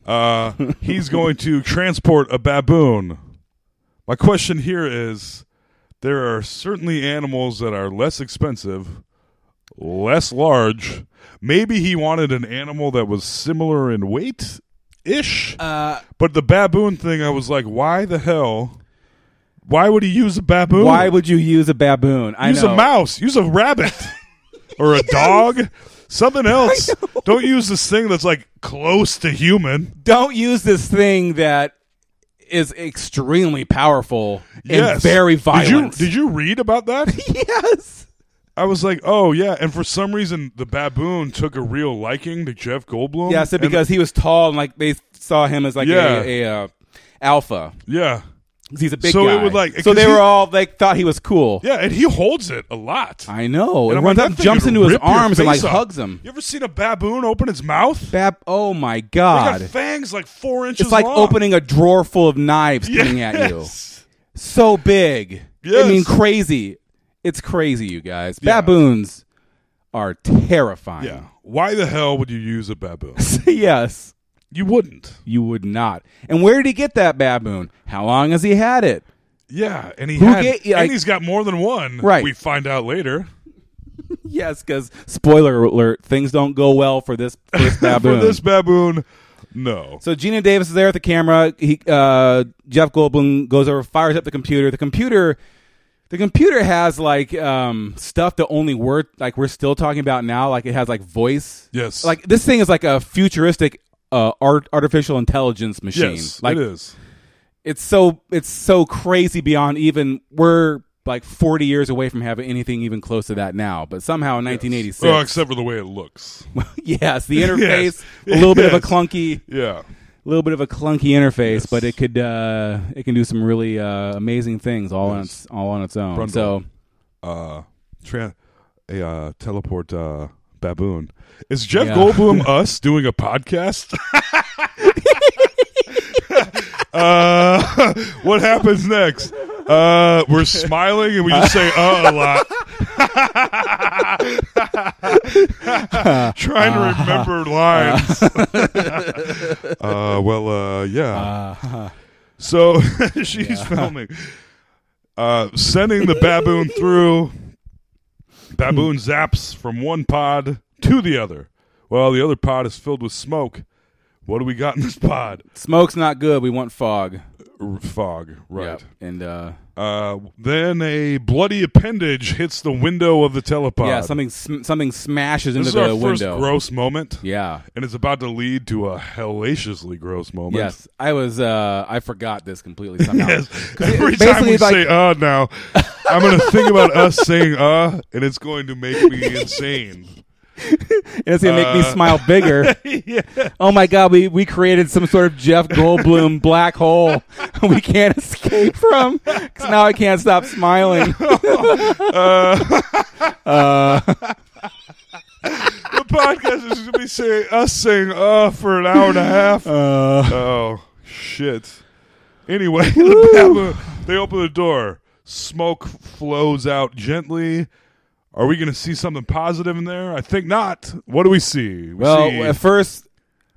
Uh, he's going to transport a baboon. My question here is there are certainly animals that are less expensive, less large. Maybe he wanted an animal that was similar in weight ish.
Uh,
but the baboon thing, I was like, why the hell? Why would he use a baboon?
Why would you use a baboon? I
use
know.
a mouse use a rabbit or a dog something else don't use this thing that's like close to human
Don't use this thing that is extremely powerful and
yes
very
Did you-
violent.
did you read about that
yes.
i was like oh yeah and for some reason the baboon took a real liking to jeff goldblum
Yeah, I said
And-
because he was tall and like they saw him as like
Yeah.
a, a uh, alpha.
yeah
'Cause He's a big
So
guy.
it would, like-
so they
'cause he-
were all like thought he was cool.
yeah and he holds it a lot
I know. And,
And I'm
one
like,
time
that thing
jumps
could
into his
rip your
arms and like
face off.
hugs him.
you ever seen a baboon open its mouth
Bab- oh my
They
god!
got fangs like four inches
It's like
long.
opening a drawer full of knives coming at you.
Yes.
So big. I
Yes.
mean, crazy. It's crazy, you guys.
Yeah.
Baboons are terrifying.
yeah why the hell would you use a baboon
yes,
you wouldn't
you would not. And where did he get that baboon? How long has he had it?
Yeah, and he
Who
had,
get-
and
like-
he's got more than one.
Right.
we find out later
Yes, because spoiler alert, things don't go well for this for this baboon.
for this baboon. No,
so Gina Davis is there at the camera. He uh, Jeff Goldblum goes over, fires up the computer. The computer, the computer has like um, stuff that only we're like we're still talking about now. Like it has like voice.
Yes.
Like this thing is like a futuristic uh, art artificial intelligence machine.
yes,
like
it is.
it's so it's so crazy beyond even we're like 40 years away from having anything even close to that now but somehow in 1986
Well, except for the way it looks.
yes, the interface,
Oh, Yes.
a little bit of a
Yes.
clunky,
Yeah,
a little bit of a clunky interface,
Yes.
but it could uh, it can do some really uh, amazing things all on
Yes.
its all on its own.
Brundle.
So
uh, tra- a uh, teleport uh, baboon. Is Jeff
Yeah.
Goldblum us doing a podcast? uh, what happens next? Uh, we're smiling and we just say "uh" a lot. Trying to remember lines. uh, well, uh, yeah. So she's filming, uh, sending the baboon through. Baboon
Hmm.
zaps from one pod to the other. Well, the other pod is filled with smoke. What do we got in this pod?
Smoke's not good. We want fog.
R- fog, right?
Yep. And uh,
Uh, then a bloody appendage hits the window of the telepod.
yeah, something sm- something smashes into
This is
the
our first
window.
gross moment.
yeah.
and it's about to lead to a hellaciously gross moment.
Yes, I was. Uh, I forgot this completely somehow.
Yes. Every time
basically
we
it's like-
say uh now, I'm going to think about us saying uh, and it's going to make me insane.
And it's gonna make me
Uh,
smile bigger. Oh my god, we we created some sort of Jeff Goldblum black hole we can't escape from. 'Cause now I can't stop smiling.
The podcast is going to be saying us saying uh for an hour and a half.
Uh.
oh, shit. Anyway, the baboon, they open the door. Smoke flows out gently. Are we going to see something positive in there? I think not. What do we see? We
Well,
see-
at first,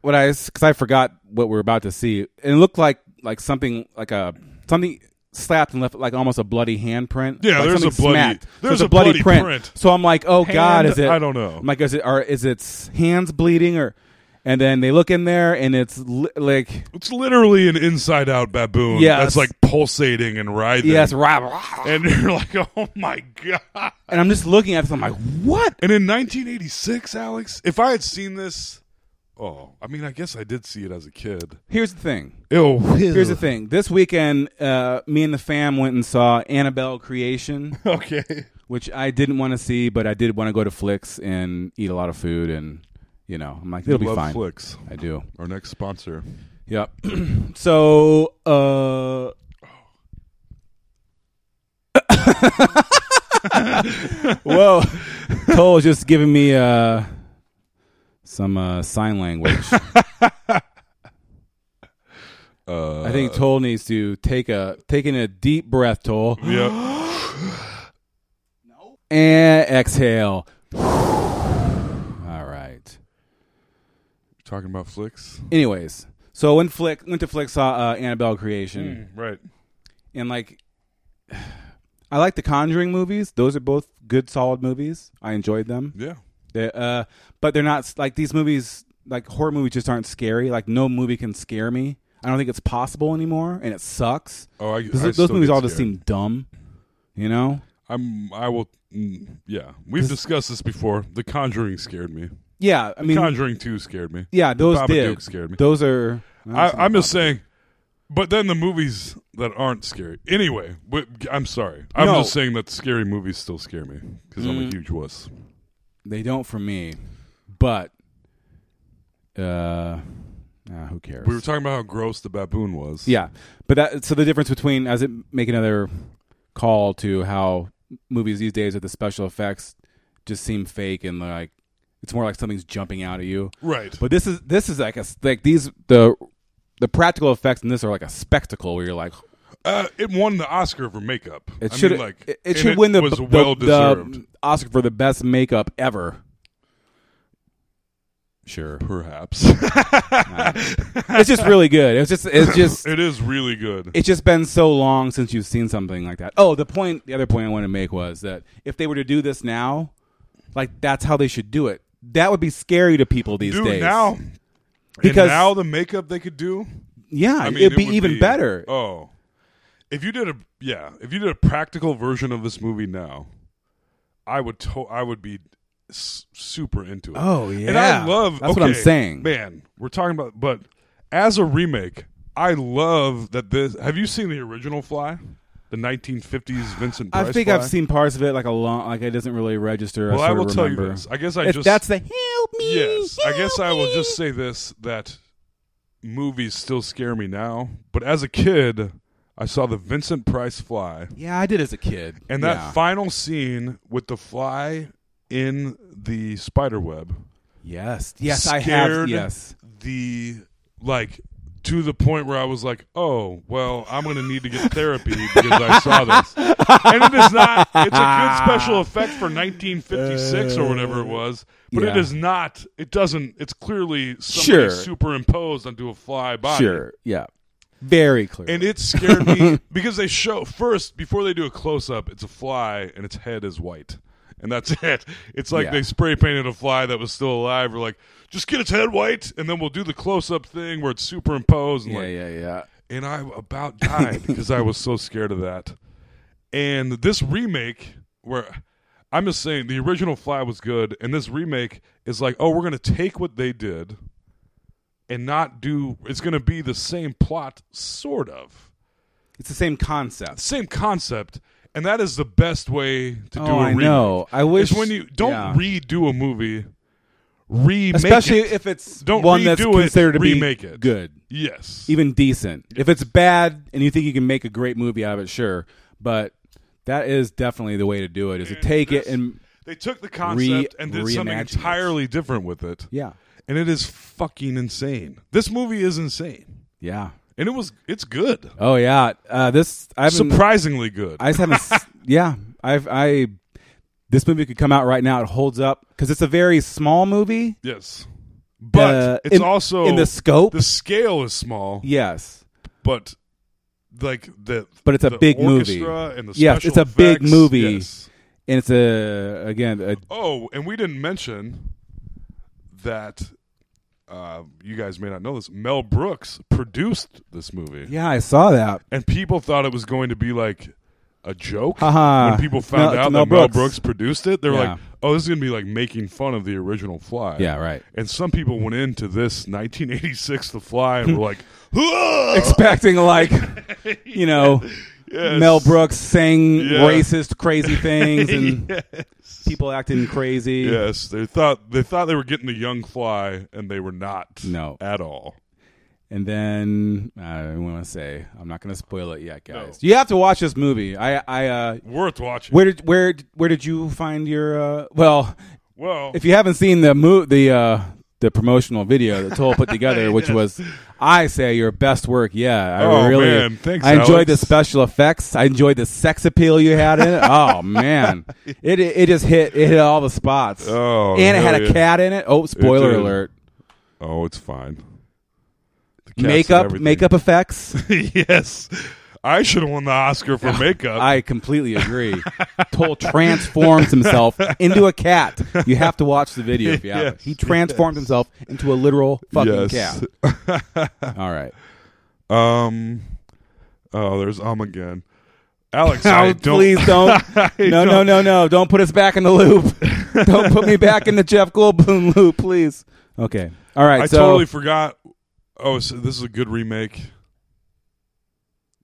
what I because I forgot what we are about to see, and it looked like like something like a something slapped and left like almost a bloody handprint.
Yeah,
Like
there's
something
a bloody-
smacked. So
there's
it's a,
a
bloody,
bloody
print.
print.
So I'm like, oh god, is it?
I don't know.
I'm like, is it are is its hands bleeding or? And then they look in there, and it's li- like
It's literally an inside out baboon
Yes.
that's like pulsating and writhing.
yes, rah, rah.
And you're like, oh my God.
and I'm just looking at this. I'm like, what?
And in 1986, Alex, if I had seen this, oh, I mean, I guess I did see it as a kid.
Here's the thing.
Ew.
Here's the thing. This weekend, uh, me and the fam went and saw Annabelle Creation.
Okay.
which I didn't want to see, but I did want to go to Flicks and eat a lot of food, and you know, I'm like, it'll be
Love
fine.
Flicks,
I do.
our next sponsor.
Yep. so, uh, whoa, Cole's just giving me uh some uh, sign language.
Uh,
I think Toll needs to take a taking a deep breath, Toll,
Yeah.
and exhale. All right.
Talking about flicks.
Anyways, so when Flick went to Flick saw uh, Annabelle Creation
Mm, Right.
and like I like the Conjuring movies. Those are both good, solid movies. I enjoyed them.
Yeah.
They, uh, but they're not like these movies. Like horror movies just aren't scary. Like no movie can scare me. I don't think it's possible anymore, and it sucks.
Oh, I-
Those-
I
those
still
movies
get
all just
scared.
seem dumb. You know?
I'm, I will, mm, yeah. We've discussed this before. The Conjuring scared me.
Yeah, I mean,
Conjuring 2 scared me.
yeah, those
Babadook
did.
scared me.
Those are.
I, I'm just saying. But then the movies that aren't scary. Anyway, but I'm sorry. I'm
No. Mm.
just saying that scary movies still scare me because I'm a huge wuss.
They don't for me, but uh, ah, who cares?
We were talking about how gross the baboon was.
yeah, but that so the difference between as it make another call to how movies these days with the special effects just seem fake and like it's more like something's jumping out at you.
Right.
But this is this is like a like these the the practical effects in this are like a spectacle where you're like
uh, it won the Oscar for makeup.
it
I
should
mean, like
it, it
and
should win the,
was
the- um,
well
the
deserved.
Oscar for the best makeup ever. Sure.
Perhaps
it's just really good. It's just it's just
it is really good.
it's just been so long since you've seen something like that. Oh, the point the other point I want to make was that if they were to do this now, like that's how they should do it. That would be scary to people these
Dude,
days.
now
Because-
and now the makeup they could do.
yeah,
I mean,
it'd
it
be
would
even better.
Oh, if you did a yeah, if you did a practical version of this movie now, I would to- I would be s- super into it.
Oh,
and I
yeah.
love
That's what I'm
okay,
saying.
Man, we're talking about but as a remake, I love that this. Have you seen the original Fly? The 1950s Vincent. Price
I think
Fly?
I've seen parts of it like a long like it doesn't really register.
Well, I
sort of
will tell you
remember.
this. I guess I
If
just-
that's the help me.
Yes, I guess
help
I will
me.
just say this that movies still scare me now, but as a kid, I saw the Vincent Price Fly.
Yeah, I did as a kid.
And that
yeah.
final scene with the fly in the spider web
yes, yes, I
scared
have. Yes,
the like to the point where I was like, "Oh, well, I'm going to need to get therapy because I saw this." And it is not. It's a good special effect for 1956 or whatever it was, but it
yeah.
is not. It doesn't. It's clearly
Sure.
somebody superimposed onto a fly body.
Sure. Yeah. Very clear.
And it scared me because they show first before they do a close up, it's a fly and its head is white. And that's it. It's like
Yeah.
they spray painted a fly that was still alive. We're like, just get its head white, and then we'll do the close up thing where it's superimposed. And
yeah,
like,
yeah, yeah.
and I about died because I was so scared of that. And this remake, where I'm just saying the original Fly was good, and this remake is like, oh, we're gonna take what they did and not do. It's gonna be the same plot, sort of,
It's the same concept.
same concept, and that is the best way to do.
Oh,
a
I
remake.
know. I
Is
wish-
when you don't
yeah.
redo a movie, remake,
Especially
it.
if it's
don't
one
redo
that's
it,
considered to be
remake it.
good.
Yes,
even decent. If it's bad and you think you can make a great movie out of it, sure. But that is definitely the way to do it: is to
And
take it
this-
and
they took the concept and did something
reimagined it.
entirely different with it.
yeah,
and it is fucking insane. This movie is insane,
yeah.
and it was it's good,
Oh yeah. Uh, this I haven't.
surprisingly good.
I just haven't. s- yeah, I've. I this movie could come out right now. It holds up because it's a very small movie.
yes, but
Uh,
it's
in-
also
in the scope.
The scale is small,
Yes,
but like the
But it's a
the
big movie.
orchestra and the
Yes,
special
it's a big
effects,
movie.
yes.
and it's a again a
Oh, and we didn't mention that. Uh, you guys may not know this. Mel Brooks produced this movie.
yeah. I saw that.
and people thought it was going to be like a joke.
Haha.
When people
No,
found
it's
out
Mel
that Mel
Brooks.
Brooks produced it, they were
Yeah.
like, "Oh, this is going to be like making fun of the original Fly."
Yeah, right.
And some people went into this 1986 The Fly and were like, "Whoa!"
Expecting like you know
Yes.
Mel Brooks sang
Yeah.
racist, crazy things, and people acting crazy.
Yes, they thought they thought they were getting the young Fly, and they were not.
No.
at all.
And then uh, I don't want to say I'm not going to spoil it yet, guys. You have to watch this movie. I, I, uh,
Worth watching.
where did where where did you find your? Uh, well,
well,
if you haven't seen the mo- the uh, the promotional video that Toll put together, which was I say your best work yet. I
Oh,
really,
man. Thanks,
I enjoyed
Alex.
the special effects. I enjoyed the sex appeal you had in it. oh man, it it just hit it hit all the spots.
Oh,
and it had
hell yeah.
a cat in it. Oh, spoiler
did.
alert.
oh, it's fine. The cats and
Makeup,
everything.
makeup effects.
yes, I should have won the Oscar for makeup.
I completely agree. Toll transforms himself into a cat. You have to watch the video if you have
Yes,
it. He transformed himself into a literal fucking
yes.
cat. All right.
Um. Oh, there's um again. Alex, I
Oh,
don't.
Please don't.
I
No, no,
don't-
no, no. Don't put us back in the loop. don't put me back in the Jeff Goldblum loop, please. Okay. All right.
I
so
totally forgot. Oh, so this is a good remake.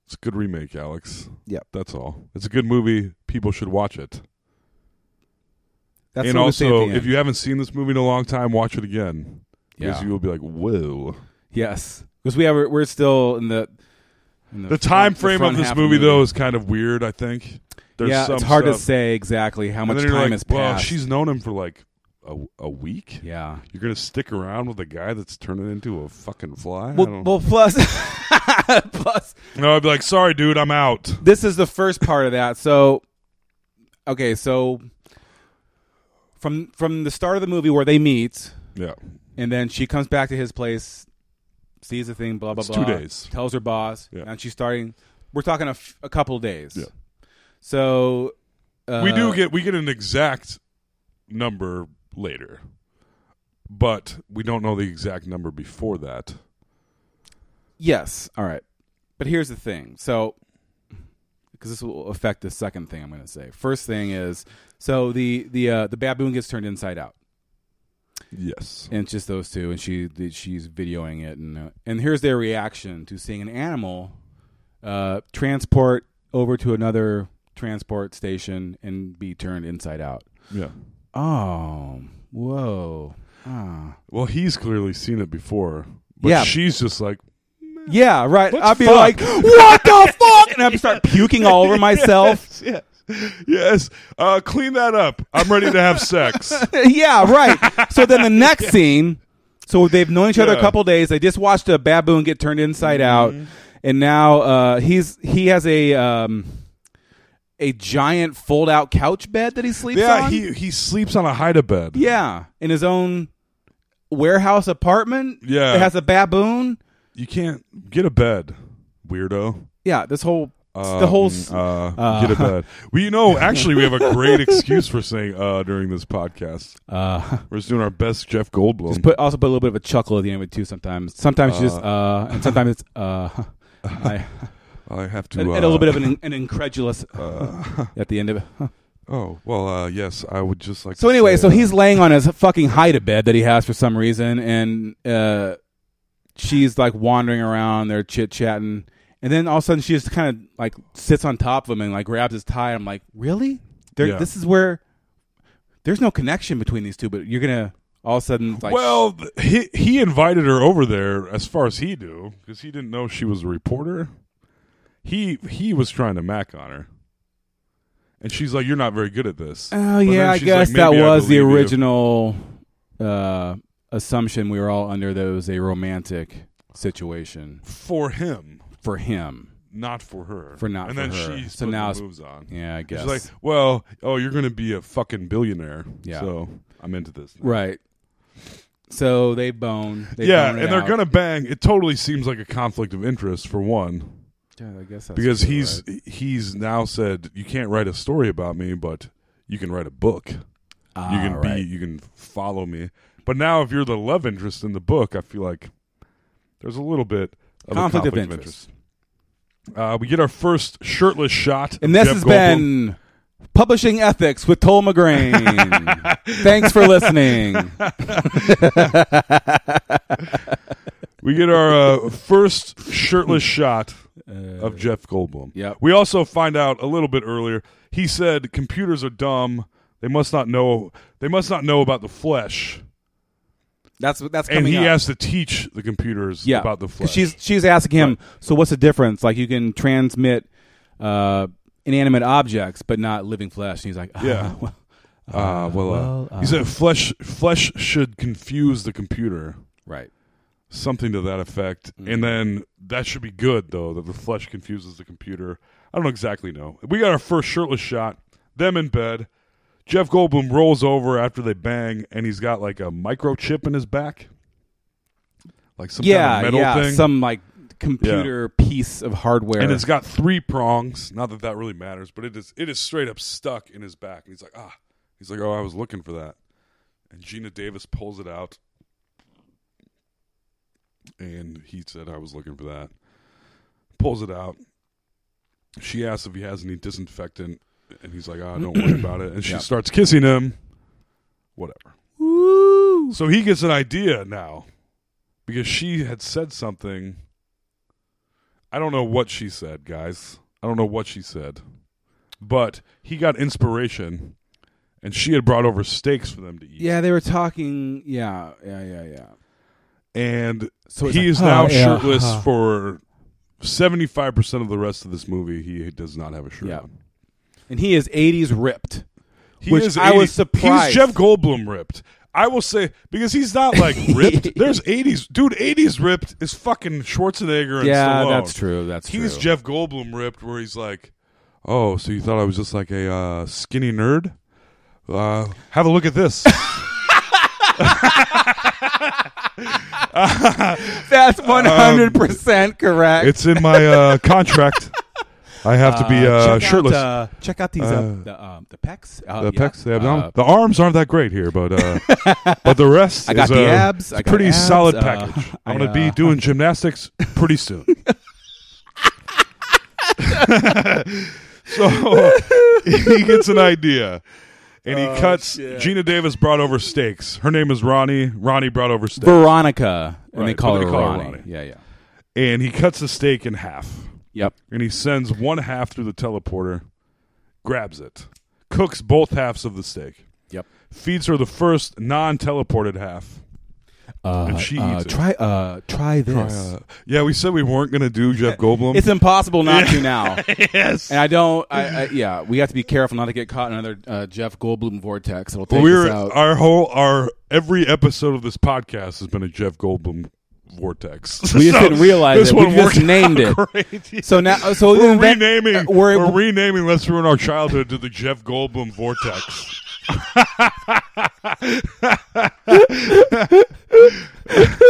It's a good remake, Alex.
Yep.
That's all. It's a good movie. People should watch it.
that's
and
what we say at
also,
the
if
end.
you haven't seen this movie in a long time, watch it again. Because
Yeah.
you will be like, whoa.
yes, because we have we're still in the in
The time
front-
frame
front
of this
half of the
movie, though, is kind of weird, I think. There's
yeah,
some
it's hard to
stuff-
say exactly how
And
much
then you're
time
like,
has passed.
Well, she's known him for like a, a week.
yeah.
You're gonna stick around with a guy that's turning into a fucking fly? I
Well,
don't-
well plus, plus,
no, I'd be like, sorry, dude, I'm out.
this is the first part of that. So, okay, so from from the start of the movie where they meet,
Yeah,
and then she comes back to his place, sees the thing, blah blah
It's two
blah.
days.
Tells her boss,
Yeah.
and she's starting. We're talking a, f- a couple of days.
Yeah.
So uh,
we do get we get an exact number later, but we don't know the exact number before that.
yes. All right, but here's the thing. So because this will affect the second thing I'm going to say. First thing is so the the uh, the baboon gets turned inside out.
Yes,
and it's just those two and she the- she's videoing it and uh, and here's their reaction to seeing an animal uh transport over to another transport station and be turned inside out
yeah.
oh whoa ah.
Well, he's clearly seen it before, but
Yeah.
she's just like,
yeah right
Let's
i'd be
fuck.
like what the fuck and i'd start puking all over myself
yes, yes. Uh, clean that up. I'm ready to have sex.
yeah right so then the next scene So they've known each other
Yeah. Mm-hmm.
a couple days. They just watched a baboon get turned inside out, and now uh, he's he has a um, a giant fold out couch bed that he sleeps
Yeah,
on.
he he sleeps on a hide bed.
yeah, in his own warehouse apartment.
Yeah.
it has a baboon.
You can't get a bed, weirdo.
Yeah, this whole
Um,
the whole s-
uh, get a bed. We know actually we have a great excuse for saying uh during this podcast.
uh,
We're just doing our best Jeff Goldblum.
just put also put a little bit of a chuckle at the end of it too. Sometimes, sometimes just uh, and sometimes it's uh, I,
I have to
and,
uh,
and a little bit of an, an incredulous uh, at the end of it.
Oh, well uh yes, I would just like
So
to
anyway,
say,
so
uh,
he's laying on his fucking hide a bed that he has for some reason, and uh, she's like wandering around, they're chit chatting, and then all of a sudden she just kind of like sits on top of him and like grabs his tie. I'm like, really? There,
Yeah.
This is where there's no connection between these two, but you're gonna all of a sudden like
well, th- he he invited her over there as far as he knew because he didn't know she was a reporter. He he was trying to mac on her, and she's like, "You're not very good at this."
Oh
But then
yeah, I
she's like,
guess that
"Maybe I
was the
believe you."
original uh, assumption we were all under. That it was a romantic situation
for him,
for him.
not for her.
For not
and
for
then
her.
she
So
so
now
now
it's-
moves on.
Yeah, I guess.
She's like, "Well, oh, you're going to be a fucking billionaire."
Yeah.
So I'm into this. now."
Right. So they bone. They
yeah,
bone
and
it
they're
out.
gonna bang. It totally seems like a conflict of interest for one.
Yeah, I guess that's
because
true,
he's
right?
he's now said you can't write a story about me, but you can write a book. you
Ah,
can be
right.
you can follow me. But now if you're the love interest in the book, I feel like there's a little bit of
Conflict
a
of
conflict of
interest.
interest. Uh, we get our first shirtless shot, of
and this
Jeff
has
Goldblum.
been publishing ethics with Toll McGrain. Thanks for listening.
We get our uh, first shirtless shot of Jeff Goldblum.
yep.
We also find out a little bit earlier. He said computers are dumb. They must not know. They must not know about the flesh.
That's what that's
and
coming
he
up.
has to teach the computers
yeah,
about the
'Cause
flesh.
She's she's asking him. So what's the difference? Like you can transmit uh, inanimate objects, but not living flesh. And he's like, "Oh,
Yeah.
well,
uh, well, uh,
well, uh,
he said flesh flesh should confuse the computer,
right.
something to that effect.
Mm.
And then that should be good though that the flesh confuses the computer. I don't exactly know. We got our first shirtless shot. Them in bed. Jeff Goldblum rolls over after they bang, and he's got like a microchip in his back, like some
Yeah,
kind of metal
yeah.
thing.
Some like computer piece of hardware.
and it's got three prongs. Not that that really matters, but it is it is straight up stuck in his back. And he's like, ah, he's like, oh, I was looking for that. And Gina Davis pulls it out, and he said, I was looking for that. Pulls it out. She asks if he has any disinfectant, and he's like, ah, don't worry about it. And she
Yeah.
starts kissing him. Whatever. So he gets an idea now because she had said something. I don't know what she said, guys. I don't know what she said. But he got inspiration and she had brought over steaks for them to eat.
yeah, they were talking. Yeah, yeah, yeah, yeah.
And
So it's
he
like,
is now
"Oh, yeah,
shirtless
huh."
for 75% of the rest of this movie. He does not have a shirt
Yeah.
on.
and he is 80s ripped.
He
Which
is
I was surprised.
He's Jeff Goldblum ripped. I will say because he's not like ripped. There's 80s dude. 80s ripped is fucking Schwarzenegger and
Yeah,
Stallone.
that's true, that's
he's
true.
Jeff Goldblum ripped, where he's like, oh, so you thought I was just like a uh, skinny nerd? Uh, have a look at this.
That's 100% correct.
um, it's in my uh, contract. I have to be uh, shirtless.
Out, uh, check out these uh,
Uh,
the um, the pecs. Uh,
the
yeah.
pecs, the abdomen.
Uh,
the arms aren't that great here, but uh, but the rest
I got
is
the
a
abs, I got
pretty
abs,
solid
uh,
package.
I,
I'm gonna be
uh,
doing gymnastics pretty soon. so he gets an idea, and
Oh,
he cuts. Gina Davis brought over steaks. Her name is Ronnie. Ronnie brought over steaks,
Veronica, and they
Right,
call,
but
her,
they call her
Ronnie.
Ronnie.
Yeah, yeah.
and he cuts the steak in half.
Yep.
and he sends one half through the teleporter, grabs it, cooks both halves of the steak,
Yep.
feeds her the first non teleported half.
uh,
And she
uh,
eats it.
try uh, try this.
Uh, yeah, we said we weren't going to do Jeff Goldblum.
It's impossible not to now.
yes.
And I don't. I, I, yeah, we have to be careful not to get caught in another uh, Jeff Goldblum vortex. It'll take
We're
us out.
our whole our every episode of this podcast has been a Jeff Goldblum vortex.
we just
So
didn't realize
this
it.
one
We just
worked
named it.
out great.
So now, so
we're
then that-
renaming.
uh,
we're,
we're-
renaming. Let's ruin our childhood to the Jeff Goldblum vortex.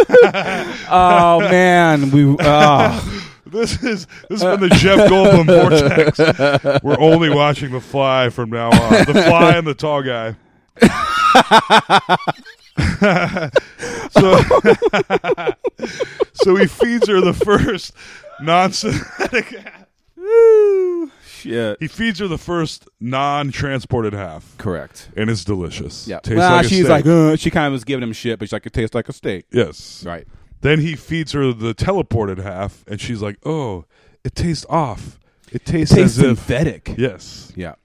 oh man, we. Oh.
This is this has
Uh,
been the Jeff Goldblum vortex. We're only watching The Fly from now on. The Fly and the Tall Guy. so, so he feeds her the first non-synthetic.
shit.
He feeds her the first non-transported half,
Correct.
and it's delicious.
Yeah.
tastes
Well,
like a
she's
steak.
like, uh, she kind of was giving him shit, but she's like, it tastes like a steak.
yes,
Right.
Then he feeds her the teleported half, and she's like, "Oh, it tastes off. It tastes, as if
synthetic. Yeah.
yes."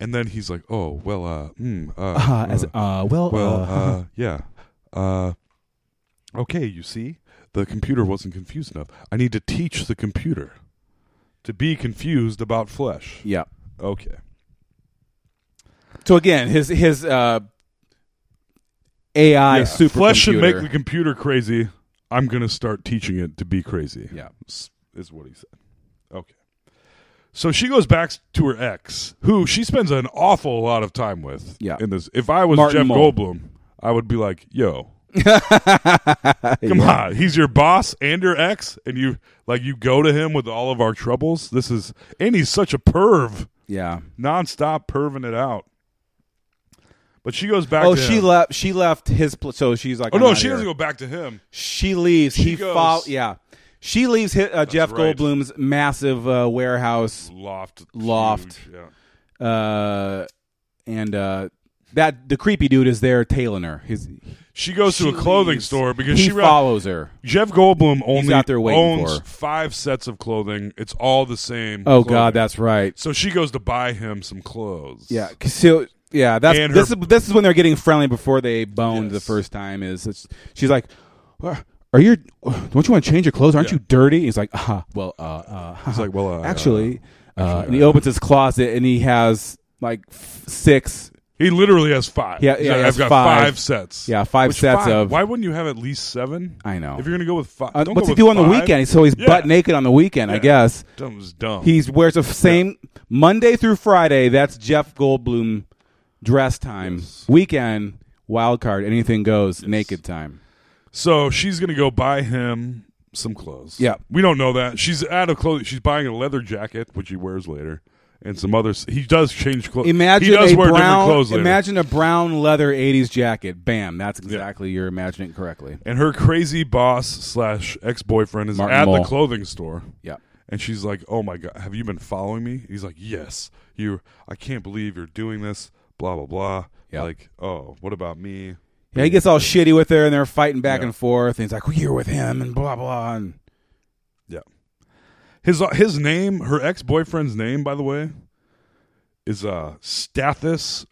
And then he's like, "Oh, well, uh, mm, uh,
Uh,
uh,
as, uh, well,
well,
uh,
uh, yeah, uh, okay. You see, the computer wasn't confused enough. I need to teach the computer to be confused about flesh.
yeah.
Okay,
So again, his his uh, AI
Yeah,
supercomputer.
flesh should make the computer crazy. I'm gonna start teaching it to be crazy.
yeah.
s- is what he said. Okay. So she goes back to her ex, who she spends an awful lot of time with.
Yeah.
In this, if I was
Martin
Jeff
Mull.
Goldblum, I would be like, "Yo, come on, he's your boss and your ex, and you like you go to him with all of our troubles. This is, and he's such a perv,
Yeah.
nonstop perving it out." But she goes back.
Oh,
to
she
him.
left. She left his. Pl- so she's like,
Oh
I'm
no,
outta
she
here.
doesn't go back to him.
She leaves.
She
he
goes.
follow. Yeah. She leaves hi uh, Jeff
right.
Goldblum's massive uh, warehouse,
Loft,
Loft.
huge, yeah.
uh, and uh, that the creepy dude is there tailing her. His,
She goes to a clothing
leaves.
store because
he
she ra-
follows her.
Jeff Goldblum only
out there waiting
owns
for her.
five sets of clothing. It's all the same.
Oh
clothing.
God, that's right.
so she goes to buy him some clothes.
Yeah, 'cause so yeah, that's
And
this
her-
is this is when they're getting friendly before they boned the
Yes.
first time. Is it's, she's like, "Are you? Don't you want to change your clothes? Aren't
Yeah.
you dirty?" He's like, "Ah, well, uh, uh."
He's like, well, uh,
actually, uh,
actually,
and he
uh,
opens his closet and he has like f- six,
he literally has five.
Yeah, yeah,
He's
he
like,
has
I've got
five.
five, sets.
yeah, five
Which
sets
five-
of.
Why wouldn't you have at least seven?
I know.
If you're gonna go with five,
Uh,
don't
what's
go
he
with
do on the
five.
weekend? So he's
Yeah.
butt naked on the weekend, I
Yeah.
guess.
Dumb is dumb.
He wears the same Monday through Friday. That's Jeff Goldblum dress time. Weekend wild card, anything goes. Naked time.
so she's gonna go buy him some clothes.
Yeah.
we don't know that she's out of clothes. She's buying a leather jacket, which he wears later, and some other. s- He does change clothes.
Imagine
he does
a
wear different
brown.
clothes later.
Imagine a brown leather '80s jacket. Bam! That's exactly you're imagining it correctly.
and her crazy boss slash ex boyfriend is
Martin
at
Mull.
the clothing store.
Yeah.
And she's like, "Oh my god, have you been following me?" He's like, "Yes, you. I can't believe you're doing this." Blah blah blah.
Yeah.
Like, oh, what about me?
Yeah, he gets all shitty with her, and they're fighting back
Yeah.
and forth. And he's like, well, "You're with him," and blah blah. And
Yeah. His uh, his name, her ex boyfriend's name, by the way, is uh Stathis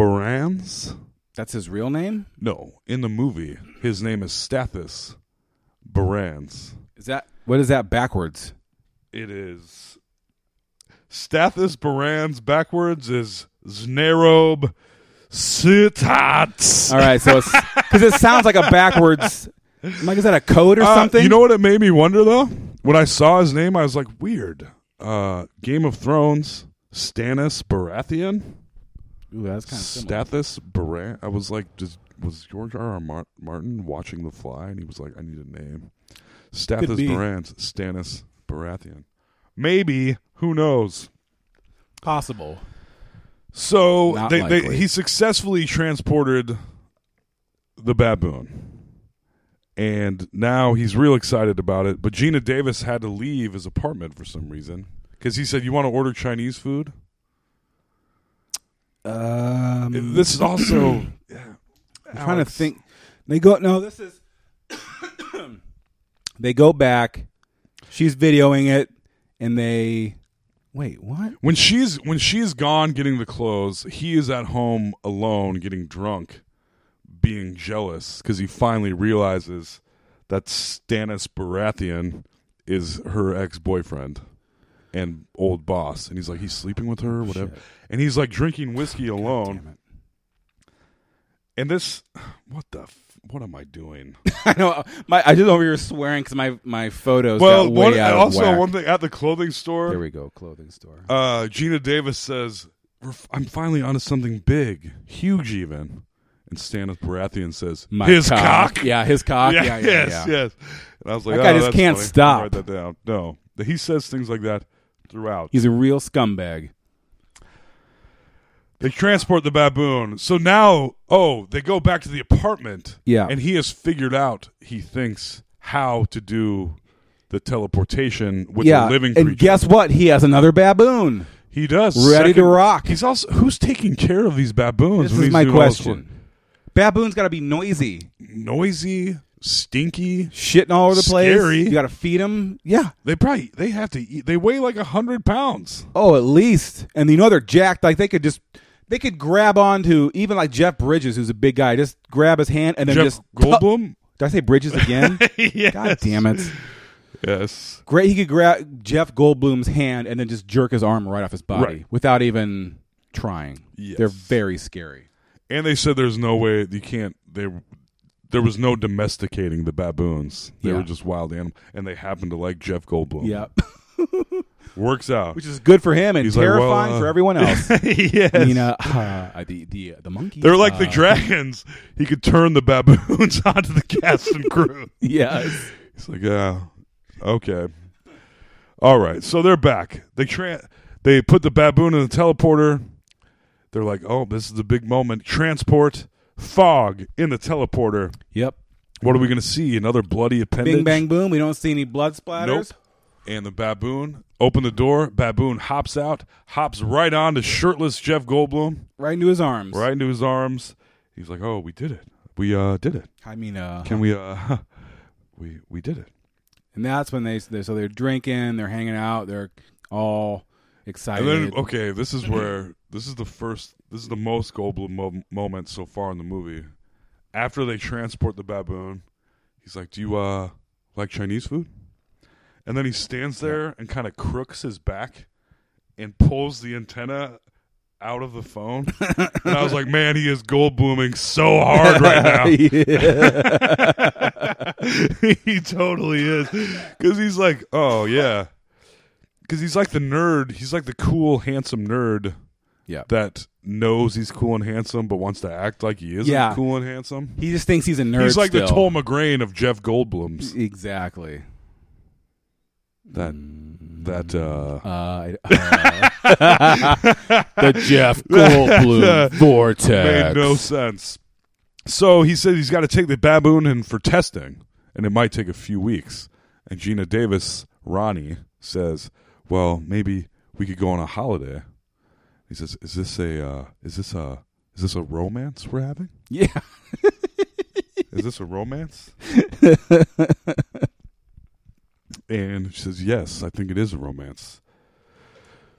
Barans.
that's his real name.
No, in the movie, his name is Stathis Barans.
Is that what is that backwards?
It is Stathis Barans backwards is Znerob Sitats.
All right, so it's because it sounds like a backwards. I'm like, is that a code or
Uh,
something?
you know what it made me wonder though? When I saw his name, I was like, weird. Uh, Game of Thrones, Stannis Baratheon,
Ooh, that's kind of similar.
Stathis Baran. I was like, does, was George R. R. Mar- Martin watching The Fly, and he was like, I need a name. Stathis
be.
Barans, Stannis Baratheon. Maybe who knows?
possible.
So
Not
they, they,
likely.
he successfully transported the baboon. And now he's real excited about it. But Gina Davis had to leave his apartment for some reason. Because he said, You want to order Chinese food?
Um,
This is also.
I'm trying to think. They go. No, this is. they go back. She's videoing it, and they. Wait, what?
When she's when she's gone getting the clothes, he is at home alone getting drunk, being jealous because he finally realizes that Stannis Baratheon is her ex boyfriend and old boss, and he's like he's sleeping with her, whatever, and he's like drinking whiskey alone. And this, what the, f- what am I doing?
I know. My I just over here swearing because my my photos got way
one,
out of
also
whack.
one thing at the clothing store.
There we go. Clothing store.
Uh, Gina Davis says, We're f- "I'm finally onto something big, huge, even." And Stannis Baratheon says,
My
"His cock."
Yeah, his cock. Yeah, yeah, yeah.
yes, yes. And I was like,
That guy
"Oh,
just
that's
can't
funny. I'll
stop."
Write that down. No, That he says things like that throughout.
He's a real scumbag.
they transport the baboon. So now, oh, they go back to the apartment.
Yeah.
and he has figured out. He thinks how to do the teleportation with
yeah,
the living
and
creature.
guess what? He has another baboon.
He does.
Ready to rock.
He's also who's taking care of these baboons?
This
when
is
he's
my
doing all this work?
question. Baboon's got to be noisy,
Noisy, stinky.
shitting all over the place.
Scary.
You got to feed him. Yeah.
They probably they have to eat. They weigh like a hundred pounds.
Oh, at least. And you know they're jacked. Like they could just they could grab onto even like Jeff Bridges, who's a big guy. Just grab his hand and then
Jeff
just
Goldblum.
Did I say Bridges again?
yes.
God damn it.
Yes.
Great. He could grab Jeff Goldblum's hand and then just jerk his arm right off his body
Right.
without even trying.
Yes.
They're very scary.
And they said there's no way you can't. They there was no domesticating the baboons. They
Yeah.
were just wild animals, and they happened to like Jeff Goldblum.
Yep.
Works out.
Which is good for him and
He's like, well,
terrifying
uh,
for everyone else.
yes.
I mean, uh, uh, the the the monkeys.
They're like the
uh,
dragons. He could turn the baboons onto the cast and crew.
Yes.
He's like, yeah, okay, all right. So they're back. They tra- they put the baboon in the teleporter. They're like, oh, this is the big moment. Transport fog in the teleporter.
Yep.
What are we going to see? Another bloody appendage.
Bing bang boom. We don't see any blood splatters.
Nope. And the baboon open the door. Baboon hops out. Hops right on to shirtless Jeff Goldblum.
Right into his arms.
Right into his arms. He's like, oh, we did it. We uh did it.
I mean, uh,
Can we uh we we did it.
and that's when they they so they're drinking, they're hanging out, they're all excited.
And then, okay, this is where this is the first, this is the most Goldblum mo- moment so far in the movie. After they transport the baboon, he's like, "Do you uh like Chinese food?" And then he stands there and kind of crooks his back and pulls the antenna out of the phone. and I was like, "Man, he is Goldbluming so hard right now." he totally is because he's like oh yeah because he's like the nerd he's like the cool handsome nerd
yeah.
that knows he's cool and handsome but wants to act like he isn't
Yeah.
cool and handsome
he just thinks he's a nerd.
he's like the
still. Mm.
Tom McGrain of Jeff Goldblum's
Exactly.
that that uh
Uh, I- uh, the Jeff Goldblum vortex.
made no sense so he said he's got to take the baboon in for testing and it might take a few weeks and Gina Davis Ronnie says well maybe we could go on a holiday He says, "Is this a uh, is this a is this a romance we're having?
Yeah.
Is this a romance?" and she says, "Yes, I think it is a romance."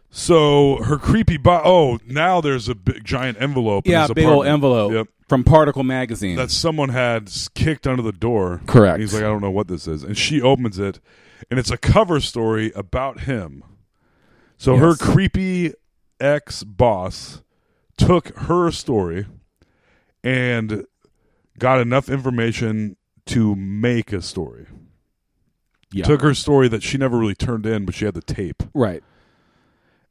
So her creepy bo- oh now there's a big giant envelope. in
Yeah.
his
Big old
apartment.
envelope
Yep.
from Particle Magazine.
That someone had s- kicked under the door.
Correct.
He's like, I don't know what this is, and she opens it, and it's a cover story about him. So her
Yes.
creepy ex boss took her story and got enough information to make a story.
yeah.
Took her story that she never really turned in, but she had the tape.
right.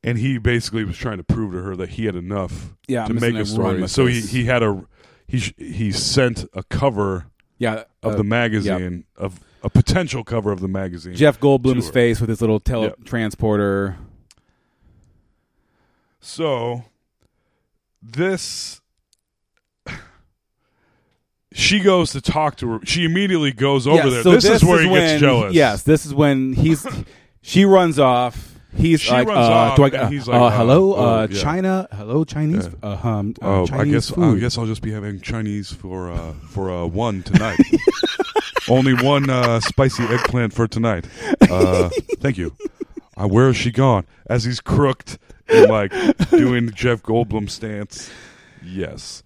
And he basically was trying to prove to her that he had enough
Yeah,
to
I'm just
make
gonna
a
run
story.
with
So he,
this.
he had a he sh- he sent a cover
Yeah.
of
uh,
the magazine of a potential cover of the magazine.
Jeff Goldblum's
Sure.
face with his little tele-
Yep.
transporter.
So this she goes to talk to her. She immediately goes over
Yeah,
there.
so
this, is where he
when-
gets jealous.
Yes, this is when he's she runs off. He's
She
like,
runs
uh,
off,
do I,
and
uh,
he's like,
uh,
uh,
hello,
oh,
uh,
yeah.
China, hello, Chinese, uh, um, uh,
Oh,
Chinese
I guess
food.
I guess I'll just be having Chinese for uh, for uh, one tonight. Only one uh, spicy eggplant for tonight. Uh, thank you. Uh, where is she gone? As he's crooked and like doing Jeff Goldblum stance, Yes.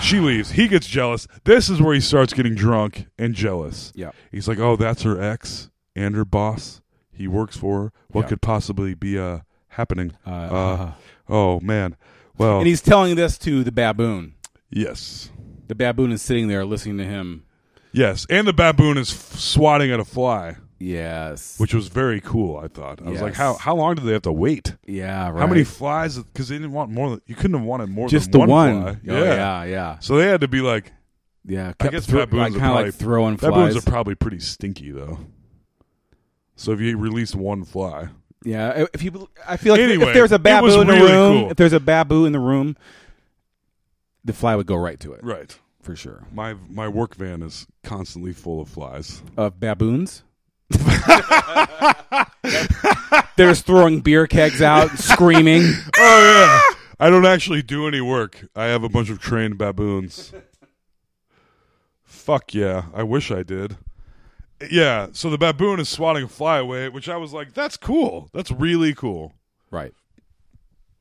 she leaves. He gets jealous. This is where he starts getting drunk and jealous.
Yeah.
He's like, oh, that's her ex and her boss. He works for her. What
Yeah.
could possibly be uh, happening?
Uh,
Uh,
uh-huh.
oh, man. Well,
And he's telling this to the baboon.
yes.
The baboon is sitting there listening to him.
Yes. And the baboon is f- swatting at a fly,
Yes.
which was very cool, I thought. I was like,
Yes.
how, how long did they have to wait?
yeah, right.
How many flies? Because they didn't want more than, you couldn't have wanted more
Just the
than
one.
one. Fly.
Oh, yeah, yeah.
So they had to be like,
Yeah,
I
kept
guess
thro-
baboons
like,
are
kinda
probably
like throwing
baboons
flies.
are probably pretty stinky though. So if you release one fly,
yeah, if you, I feel like
Anyway,
if there's a
it was
baboon in the
really
room,
cool.
if there's a baboon in the room, the fly would go right to it
right?
for sure.
My my work van is constantly full of flies.
Of baboons, they're just throwing beer kegs out, screaming.
Oh yeah. I don't actually do any work. I have a bunch of trained baboons. Fuck yeah. I wish I did. Yeah, so the baboon is swatting a fly away, which I was like, that's cool. That's really cool.
Right.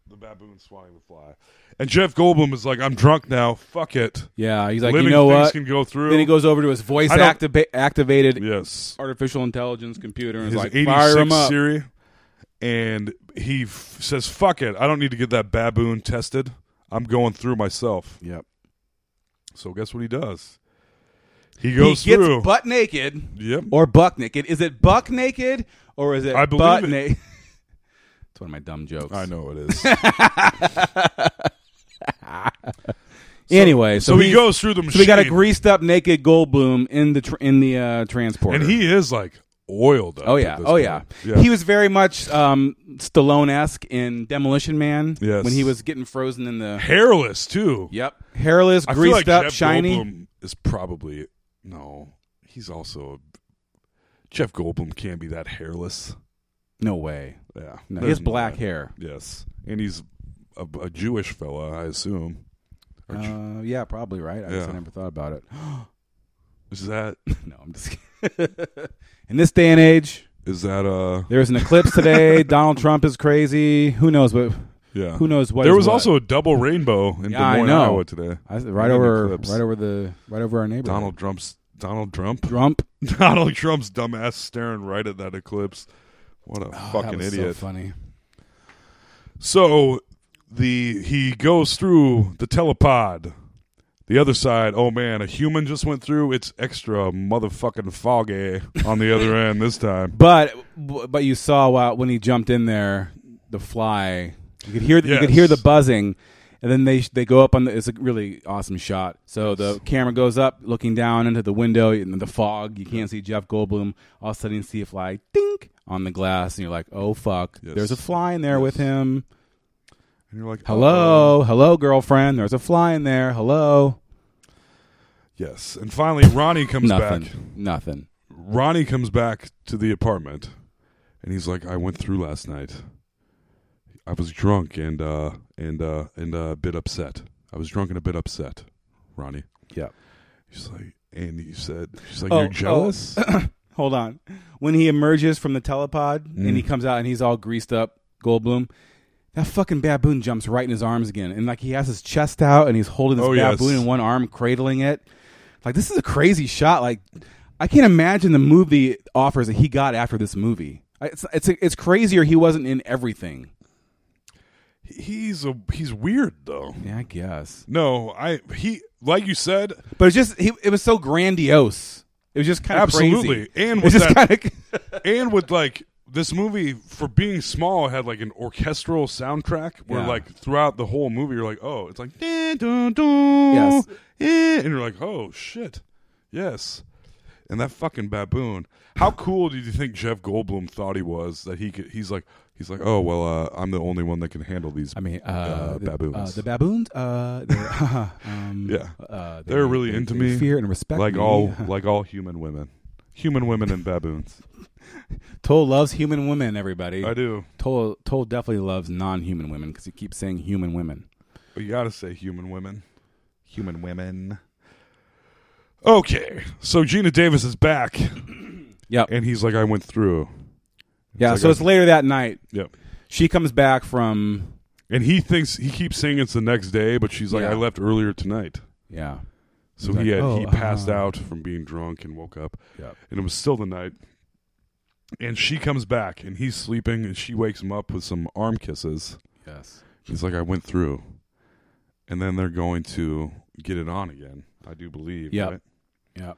The baboon swatting the fly. And Jeff Goldblum is like, I'm drunk now. Fuck it.
Yeah, he's like,
Living
you know
things
what?
can go through.
Then he goes over to his voice
I don't-
activa- activated
Yes.
artificial intelligence computer and
His
is like,
86
fire him up.
Siri. And he f- says, fuck it. I don't need to get that baboon tested. I'm going through myself.
Yep.
So guess what he does? He
He
goes
gets
through.
butt naked
yep.
or buck naked. Is it buck naked or is it
I believe
butt
it.
naked? it's one of my dumb jokes.
I know it is.
anyway, so,
so he
he's-
goes through the machine.
So we got a greased up naked Goldblum in the tr- in the uh, transporter,
And he is like oiled up.
Oh
at
yeah,
this
oh yeah.
point. yeah.
He was very much um, Stallone esque in Demolition Man
Yes.
when he was getting frozen in the.
hairless too.
Yep, hairless,
I feel
greased
like
up,
Jeff
shiny.
Goldblum is probably no. He's also Jeff Goldblum can't be that hairless.
No way.
Yeah,
No, he
There's
has black
way.
hair.
Yes, and he's a, a Jewish fella, I assume. Or Ju-
Uh, yeah, probably right. I, guess I
Yeah.
never thought about it.
is that
no, I'm just kidding. in this day and age,
is that uh
there's an eclipse today. Donald Trump is crazy. Who knows what?
yeah?
Who knows what?
There
is
was
what.
also a double rainbow in
Yeah,
Des
I
Moines,
know.
Iowa today.
I, right
An
over,
eclipse.
right over the, right over our neighborhood.
Donald Trump's Donald Trump.
Trump.
Donald Trump's dumbass staring right at that eclipse. What
Oh,
a fucking idiot.
funny.
So the he goes through the telepod. The other side, oh man, a human just went through. It's extra motherfucking foggy on the other end this time.
But but you saw uh, when he jumped in there, the fly. You could hear the, you could hear the
Yes.
buzzing, and then they they go up on the. It's a really awesome shot. So the camera goes up, looking down into the window and the fog. You can't see Jeff Goldblum. All of a sudden, you see a fly, dink on the glass, and you're like, oh fuck,
Yes.
there's a fly in there with
Yes.
him.
And you're like, uh-oh.
Hello, hello, girlfriend. There's a fly in there. Hello.
Yes. And finally Ronnie comes
Nothing.
back.
Nothing.
Ronnie comes back to the apartment and he's like, I went through last night. I was drunk and uh and uh and uh, a bit upset. I was drunk and a bit upset, Ronnie.
Yeah.
She's like and you said she's like,
Oh,
You're jealous?
Hold on. When he emerges from the telepod and he
Mm.
comes out and he's all greased up, Goldblum, that fucking baboon jumps right in his arms again. And like he has his chest out and he's holding this
Oh, yes.
baboon in one arm, cradling it. Like this is a crazy shot. Like I can't imagine the movie offers that he got after this movie. I- It's it's it's crazier he wasn't in everything.
he's a he's weird though.
Yeah, I guess.
No, I he like you said,
But it's just he, it was so grandiose. It was just kind of
Absolutely.
crazy.
And
It
with
just
that-
kinda-
and with like this movie for being small had like an orchestral soundtrack where
Yeah.
like throughout the whole movie you're like, oh, it's like dun, dun, dun,
Yes.
eh, and you're like, oh shit, yes, and that fucking baboon. How cool did you think Jeff Goldblum thought he was that he could? He's like, he's like, oh well, uh, I'm the only one that can handle these.
I mean, uh, the,
baboons.
Uh, the baboons. Uh, they're, um,
Yeah.
uh,
They're really into
they
me,
Fear and respect.
like
me.
all like all human women, human women and baboons.
Toll loves human women. Everybody.
I do.
Toll Toll definitely loves non-human women because he keeps saying human women.
But you gotta say human women. Human women. Okay, so Gina Davis is back,
Yep.
and he's like, "I went through."
yeah.
like
so
a-
it's later that night.
Yep.
She comes back from
And he thinks he keeps saying it's the next day, but she's like,
Yeah.
"I left earlier tonight."
Yeah.
So
He's
he
like,
had,
"Oh,
he passed
uh-huh."
out from being drunk and woke up,
Yep.
and it was still the night. And she comes back, and he's sleeping, and she wakes him up with some arm kisses.
Yes.
He's like, "I went through," and then they're going to get it on again. I do believe.
Yep.
right?
Yep.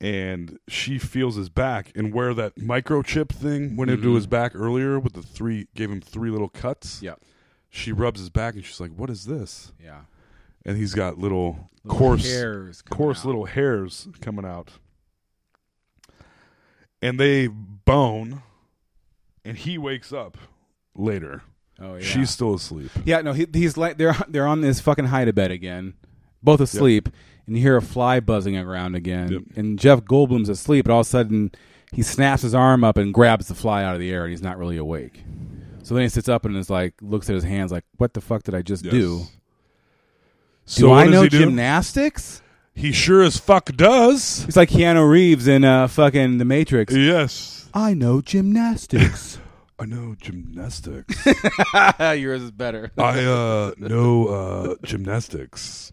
and she feels his back and where that microchip thing went
Mm-hmm.
into his back earlier with the three gave him three little cuts
Yep.
she rubs his back and she's like what is this
Yeah.
and he's got little,
Little
coarse
hairs coming
coarse
out.
little hairs coming out and they bone and he wakes up later
Oh yeah.
she's still asleep
Yeah, no, he, he's like they're they're on this fucking hide a bed again, both asleep, and you hear a fly buzzing around again.
Yep.
And Jeff Goldblum's asleep, and all of a sudden he snaps his arm up and grabs the fly out of the air, and he's not really awake. So then he sits up and is like, looks at his hands, like, "What the fuck did I just do?
Yes.
Do
so
I
what does
know
he do?
gymnastics?"
he sure as fuck does
He's like Keanu Reeves in uh, fucking The Matrix.
yes
I know gymnastics.
i know gymnastics
Yours is better.
I uh know uh gymnastics.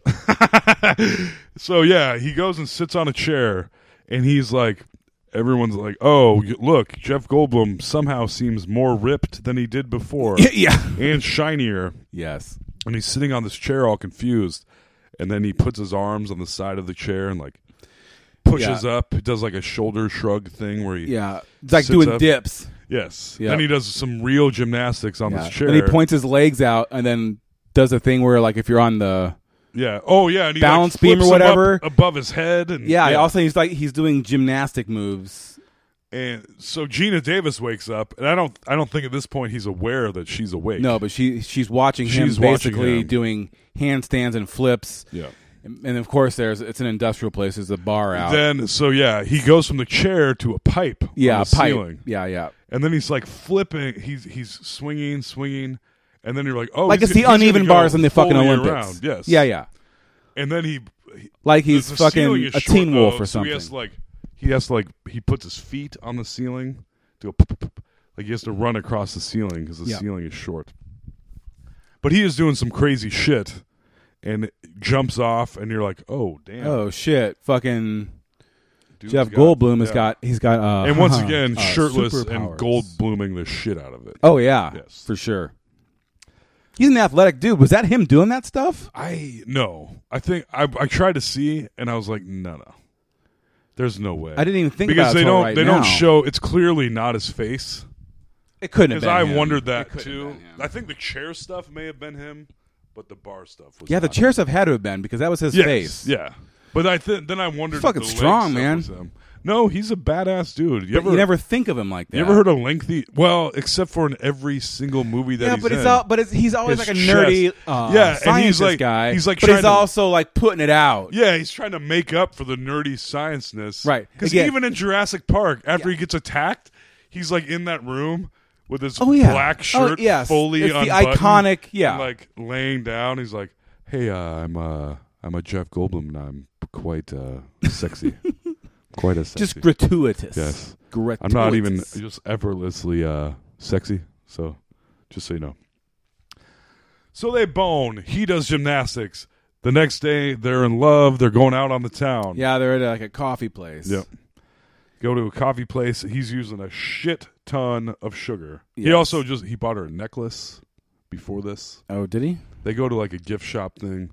so yeah, he goes and sits on a chair and he's like everyone's like, "Oh, y- look, Jeff Goldblum somehow seems more ripped than he did before
yeah.
and shinier."
Yes.
And he's sitting on this chair all confused. And then he puts his arms on the side of the chair and like pushes
Yeah.
up, does like a shoulder shrug thing where he
Yeah. It's like
Sits
doing
up.
dips.
Yes.
Yeah.
Then he does some real gymnastics on
Yeah.
this chair.
Then he points his legs out and then does a thing where like if you're on the
Yeah. Oh yeah. And he
Balance
like,
beam
flips
or
him up
whatever.
above his head. And,
yeah, all of a sudden he's like he's doing gymnastic moves.
and so Gina Davis wakes up, and I don't. I don't think at this point he's aware that she's awake.
No, but she she's watching him
She's watching
basically
him.
doing handstands and flips.
Yeah.
And and of course there's it's an industrial place, there's a bar out.
Then so yeah, he goes from the chair to a pipe.
yeah,
on
a
the
pipe.
Ceiling,
Yeah, yeah.
And then he's like flipping. He's he's swinging, swinging, and then you're like, oh,
Like
he's
it's the
gonna- he's
uneven
gonna go
bars in the fucking
fully
Olympics.
around. Yes.
Yeah, yeah.
And then he, he
Like he's
the ceiling
fucking
is
a
short,
teen wolf
though,
or
so he
something.
has to, like he has to like he puts his feet on the ceiling to go pop, pop, pop. like he has to run across the ceiling because the
Yeah.
ceiling is short. But he is doing some crazy shit and jumps off, and you're like, oh damn!
oh shit. Fucking
dude's
Jeff
got-
Goldblum has
yeah.
got he's got uh
and once again
uh,
shirtless and
superpowers.
gold blooming the shit out of it.
Oh yeah,
Yes.
for sure. He's an athletic dude. Was that him doing that stuff?
I no, I think I I tried to see, and I was like, no, no. There's no way.
I didn't even think about
because
it
they
till
don't
right
they
now.
don't show. It's clearly not his face.
It couldn't have
Because
been.
I
him.
wondered
It
that
couldn't
too.
have been him.
I think the chair stuff may have been him, but the bar stuff was.
yeah, the
not.
chair stuff had to have been because that was his
Yes,
face.
Yeah, but I th- then I wondered. if
Fucking
the leg
strong,
stuff
man.
was him. No, he's a badass dude. You
But
ever
you never think of him like that.
you ever heard of lengthy? Well, except for in every single movie that
Yeah,
he's
but it's
in.
all. But it's, he's always
His
like a nerdy,
chest.
uh,
Yeah, and he's
scientist
like-
guy.
he's like
but he's
trying to-
also like putting it out.
yeah, he's trying to make up for the nerdy scienceness,
Right.
Because
Again-
even in Jurassic Park, after he gets attacked, he's like in that room with his
Oh, yeah.
black
Oh,
shirt
yes.
fully
It's the
unbuttoned
iconic- yeah.
and, like laying down. He's like, "Hey, uh, I'm uh, I'm a Jeff Goldblum, and I'm quite uh, sexy, quite a sexy.
Just gratuitous.
Yes.
gratuitous.
I'm not even just effortlessly uh, sexy. So, just so you know. So they bone. He does gymnastics. The next day, they're in love. They're going out on the town.
Yeah, they're at like a coffee place.
Yep. Go to a coffee place. He's using a shit ton of sugar. He
Yes.
also just he bought her a necklace before this.
Oh, did he?
They go to like a gift shop thing.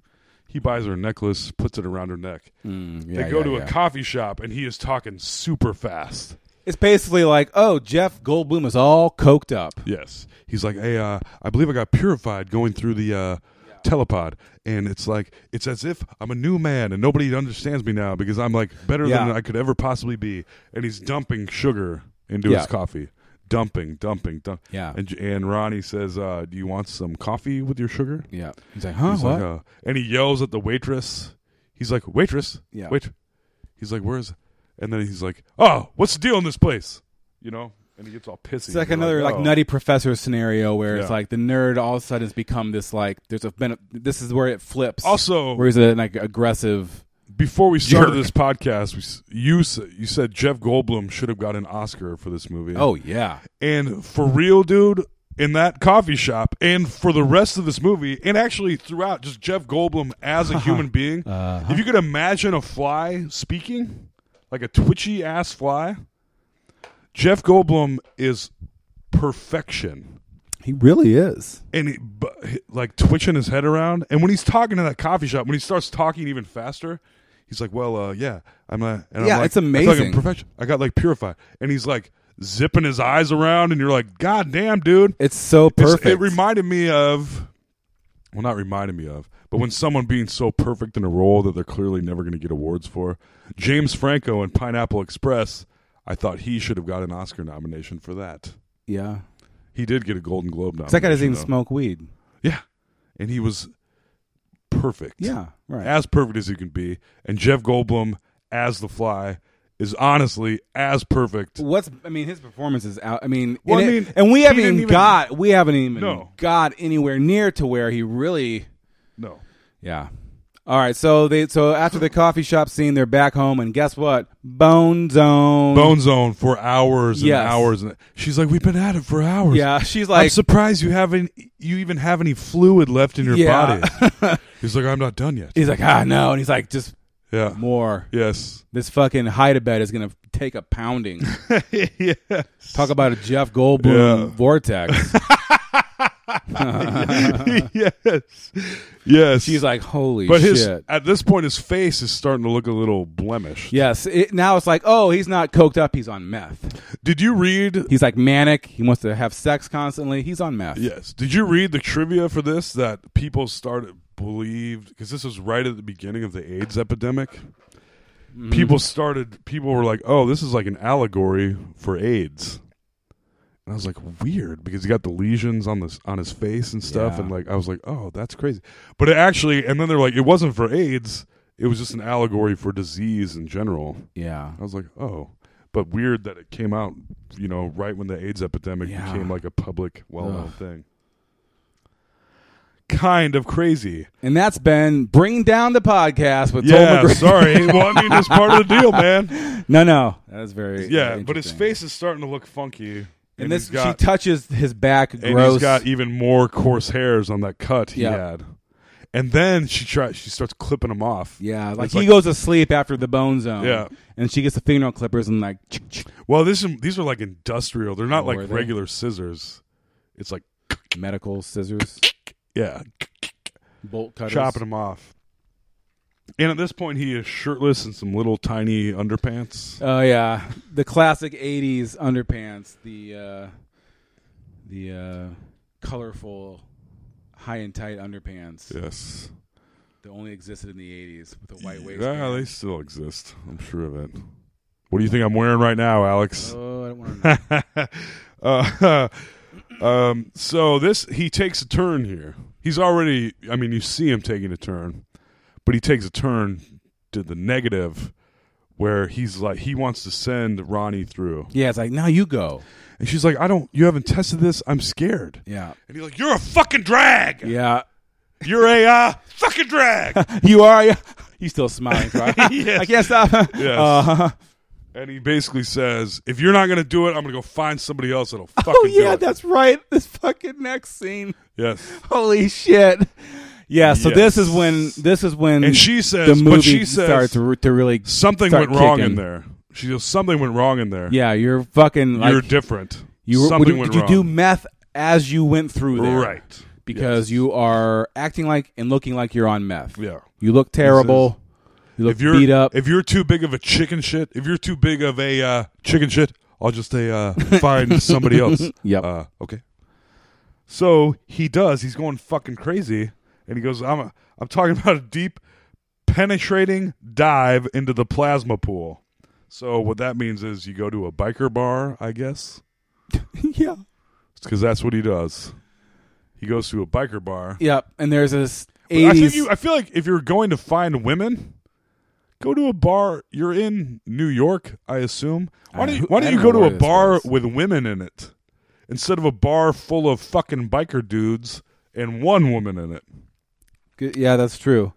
He buys her a necklace, puts it around her neck.
Mm,
they
yeah,
go
yeah,
to
yeah.
a coffee shop and he is talking super fast.
It's basically like, oh, Jeff Goldblum is all coked up.
Yes. He's like, "Hey, uh, I believe I got purified going through the uh telepod and it's like it's as if I'm a new man and nobody understands me now because I'm like better
Yeah.
than I could ever possibly be." And he's dumping sugar into
Yeah.
his coffee. Dumping, dumping, dumping.
Yeah.
And and Ronnie says, uh, "Do you want some coffee with your sugar?"
Yeah, he's like, huh?
He's
what?
like, uh, and he yells at the waitress. He's like, waitress,
Yeah.
wait. He's like, where's? And then he's like, oh, what's the deal in this place? You know, and he gets all pissy.
It's like another like,
oh.
nutty professor scenario where it's
Yeah.
like the nerd all of a sudden has become this like there's a been a, this is where it flips.
Also-
where he's a like aggressive.
Before we started
Jerk.
this podcast, we, s- you s- you said Jeff Goldblum should have got an Oscar for this movie.
Oh yeah,
and for real, dude, in that coffee shop and for the rest of this movie and actually throughout just Jeff Goldblum as a human being. If you could imagine a fly speaking, like a twitchy ass fly, Jeff Goldblum is perfection
He really is.
and he, bu- he- like twitching his head around. And when he's talking in that coffee shop, when he starts talking even faster, he's like, "Well, uh, yeah, I'm not." And
Yeah,
I'm like,
it's
I feel like I'm
amazing.
perfection. I got like purified, and he's like zipping his eyes around, and you're like, "God damn, dude!"
It's so
It's-
perfect.
it reminded me of, well, not reminded me of, but when someone being so perfect in a role that they're clearly never going to get awards for, James Franco in Pineapple Express. I thought he should have got an Oscar nomination for that.
yeah.
He did get a Golden Globe nomination.
'Cause that guy doesn't even
though.
smoke weed.
Yeah. And he was perfect.
Yeah, right.
As perfect as he can be. And Jeff Goldblum as the fly is honestly as perfect.
What's I mean, his performance is out. I mean,
Well,
and,
I
it-
mean,
and we
he
haven't
didn't
even,
even-
got we haven't even
No.
got anywhere near to where he really.
No.
Yeah. All right. So they so after the coffee shop scene, they're back home, and guess what? Bone zone.
Bone Zone for hours and
Yes.
hours and she's like, We've been at it for hours.
Yeah, she's
I'm
like-
surprised you haven't you even have any fluid left in your
Yeah.
body. He's like, I'm not done yet.
He's like, ah, no, and he's like, just
yeah.
more.
Yes.
This fucking hide bed is gonna take a pounding.
yeah.
Talk about a Jeff Goldblum
Yeah.
vortex.
yes. Yes.
She's like, holy
But
shit.
his at this point his face is starting to look a little blemished.
yes. It, now it's like, oh, he's not coked up. He's on meth.
Did you read
He's like manic. He wants to have sex constantly. He's on meth.
Yes. Did you read the trivia for this that people started believed because this was right at the beginning of the AIDS epidemic? People started people were like, "Oh, this is like an allegory for AIDS." And I was like, "Weird," because he got the lesions on this on his face and stuff
Yeah.
and like I was like, "Oh, that's crazy." But it actually and then they're like, "It wasn't for AIDS, it was just an allegory for disease in general."
Yeah.
I was like, "Oh, but weird that it came out, you know, right when the AIDS epidemic
Yeah.
became like a public well-known
Ugh.
thing." Kind of crazy.
And that's been bringing down the podcast with
yeah,
Tom McGrath.
sorry. Well, I mean, it's part of the deal, man.
No, no, that was very
Yeah, but his
interesting.
face is starting to look funky,
And this
he's got,
she touches his back.
and
Gross.
he's got even more coarse hairs on that cut he
Yeah.
had. And then she tries. She starts clipping him off.
yeah, like
It's
he goes to sleep after the bone zone.
Yeah.
and she gets the fingernail clippers and like, chick, chick,
Well, this is, these are like industrial. They're not
Oh,
like
are they?
regular scissors. It's like
medical scissors,
yeah,
bolt cutters,
chopping him off. And at this point, he is shirtless in some little tiny underpants.
Oh yeah, the classic '80s underpants. The uh, the uh, colorful, high and tight underpants
yes.
that only existed in the '80s with a white waistband.
Yeah, they still exist. I'm sure of it. What do you think I'm wearing right now, Alex?
oh, I don't want to.
uh, um, so this he takes a turn here. He's already. I mean, you see him taking a turn, but he takes a turn to the negative, where he's like he wants to send Ronnie through,
yeah, it's like now you go.
and she's like, "I don't. You haven't tested this. I'm scared."
Yeah,
And he's like, "You're a fucking drag.
yeah.
You're a uh, fucking drag."
You are. yeah. You still smiling? Right?
Yes.
I can't stop.
Yes.
Uh,
and he basically says, "If you're not gonna do it, I'm gonna go find somebody else that'll fucking
oh
do
yeah,
it."
that's Hmm. right. This fucking next scene.
yes.
Holy shit. Yeah, so
Yes.
this is when this is when
And she says-
the
but
movie
she says
starts to, re- to really
Something
start
went wrong
kicking.
in there. She goes, "Something went wrong in there.
Yeah, you're fucking like
you're different.
you were-
Something
did,
went
did
wrong.
you do meth as you went through there?
right
Because
Yes.
you are acting like and looking like you're on meth.
Yeah.
You look terrible. you look
if you're
beat up.
if you're too big of a chicken shit, if you're too big of a uh, chicken shit, I'll just say uh, find somebody else.
Yep.
Uh, okay. So he does. He's going fucking crazy, and he goes, "I'm a, I'm talking about a deep, penetrating dive into the plasma pool." So what that means is you go to a biker bar, I guess,
yeah.
because that's what he does. He goes to a biker bar.
Yep. And there's this
But I think
eighties
you. I feel like if you're going to find women, go to a bar. You're in New York, I assume. Why don't you, why
I
don't
don't know
you go to
where
a
this
bar
was.
with women in it instead of a bar full of fucking biker dudes and one woman in it?
yeah, that's true.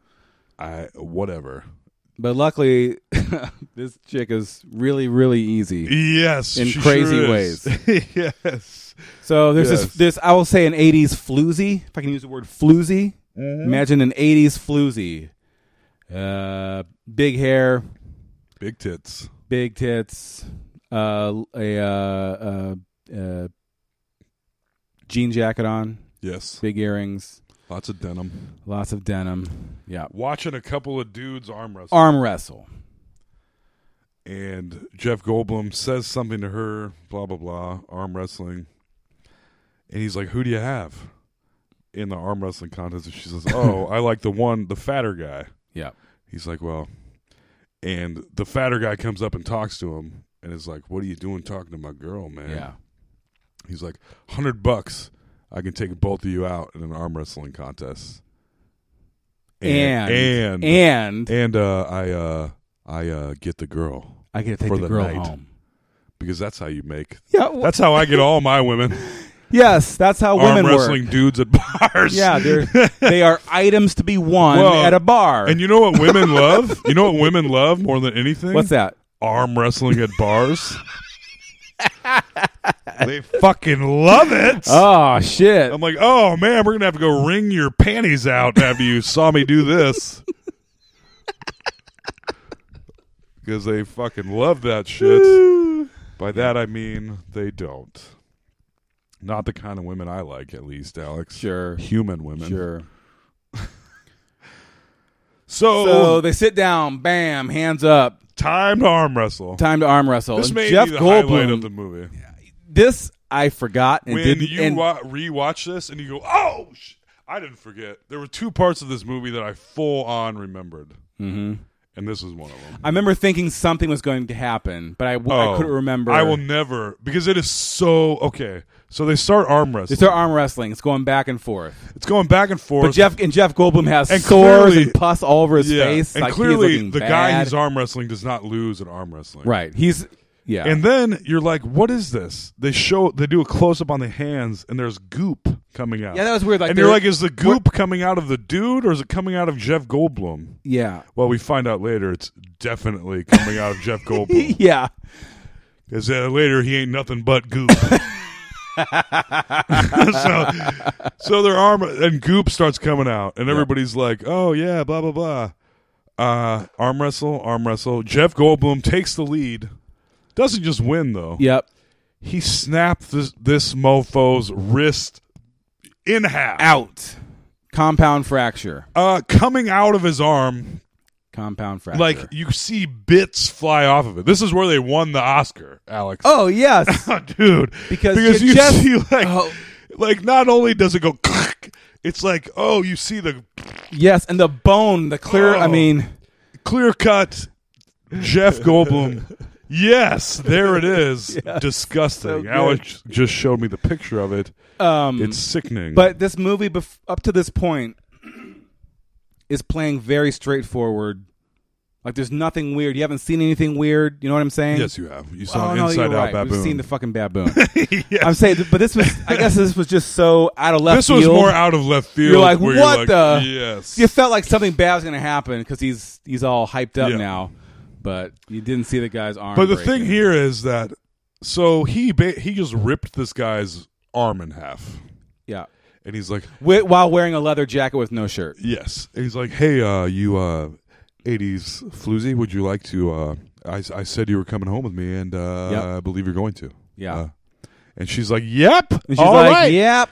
I whatever.
But luckily, this chick is really, really easy.
Yes,
In
she
crazy
sure is. yes,
So there's
Yes.
this, this I will say an '80s floozy, if I can use the word floozy. Imagine an '80s floozy, uh, big hair,
big tits.
big tits, uh, a uh, uh, uh, jean jacket on,
Yes,
big earrings,
lots of denim.
lots of denim. Yeah,
Watching a couple of dudes arm wrestle,
arm wrestle.
and Jeff Goldblum says something to her. Blah blah blah. Arm wrestling, and he's like, "Who do you have?" In the arm wrestling contest, and she says, "Oh, I like the one, the fatter guy."
Yeah,
He's like, well, and the fatter guy comes up and talks to him and is like, what are you doing talking to my girl, man?
yeah.
He's like, hundred bucks, I can take both of you out in an arm wrestling contest.
And
and and,
and,
and, uh, I uh, I uh, get the girl
I get to take
for
the
the
girl
night.
home.
because that's how you make.
Yeah. wh-
That's how I get all my women
yes, that's how
arm
women
wrestling
work.
dudes at bars.
Yeah, they're, they are items to be won
Well,
at a bar.
And you know what women love? You know what women love more than anything?
What's that?
arm wrestling at bars. they fucking love it.
Oh shit!
I'm like, oh man, we're gonna have to go wring your panties out after you saw me do this. Because they fucking love that shit. By that I mean they don't. Not the kind of women I like, at least, Alex.
Sure.
Human women.
Sure.
So,
So they sit down. Bam. Hands up.
time to arm wrestle.
Time to arm wrestle.
this
And
may
Jeff
be the highlight
Goldblum.
of the movie.
this I forgot and
when
didn't.
you
and-
wa- rewatch this and you go, "Oh, sh-. I didn't forget." There were two parts of this movie that I full on remembered, mm-hmm. and this was one of them.
I remember thinking something was going to happen, but I, w- I
Oh,
couldn't remember.
I will never because it is so okay. So they start arm wrestling.
It's their arm wrestling. It's going back and forth.
It's going back and forth.
But Jeff and Jeff Goldblum has
And
sores
clearly-
and pus all over his
yeah,
face.
and
like, he is
clearly
looking
the guy
bad.
who's arm wrestling does not lose at arm wrestling.
right. He's yeah.
And then you're like, "What is this?" They show they do a close up on the hands, and there's goop coming out.
Yeah, that was weird, like,
and you're
they're-
like, "Is the goop coming out of the dude, or is it coming out of Jeff Goldblum?"
yeah.
Well, we find out later it's definitely coming out of Jeff Goldblum.
Yeah.
Because uh, later he ain't nothing but goop. so, so their arm and goop starts coming out, and everybody's like, "Oh yeah, blah blah blah." Uh, arm wrestle, arm wrestle. Jeff Goldblum takes the lead. Doesn't just win though.
Yep.
He snapped this this mofo's wrist in half.
Out. Compound fracture.
Uh, coming out of his arm
Compound fracture.
Like you see bits fly off of it. This is where they won the Oscar, Alex.
oh yes.
dude,
Because you
you
just-
see like,
Oh.
like not only does it go, it's like oh, you see the
Yes, and the bone, the clear. I
Oh.
mean,
clear cut Jeff Goldblum. yes, there it is. Disgusting. Alex just showed me the picture of it.
um,
It's sickening.
but this movie, bef- up to this point, is playing very straightforward. Like, there's nothing weird. You haven't seen anything weird. You know what I'm saying?
yes, you have. You saw
Oh
an
no,
Inside
you're
Out
right.
baboon.
We've seen the fucking baboon.
Yes.
I'm saying, but this was. I guess this was just so out of left.
this was
field.
more out of left field.
You're like,
where
what the?
Yes.
You felt like something bad was going to happen because he's he's all hyped up
Yeah.
now, but you didn't see the guy's arm.
But the
breaking.
thing here is that so he ba- he just ripped this guy's arm in half,
yeah,
and he's like,
Wi- while wearing a leather jacket with no shirt.
"Yes," and he's like, "Hey, uh, you uh, '80s floozy, would you like to?" Uh, I s- I said you were coming home with me, and uh,
Yep.
I believe you're going to.
Yeah.
Uh, and she's like, "Yep,
And she's
all
like,
right."
"Yep."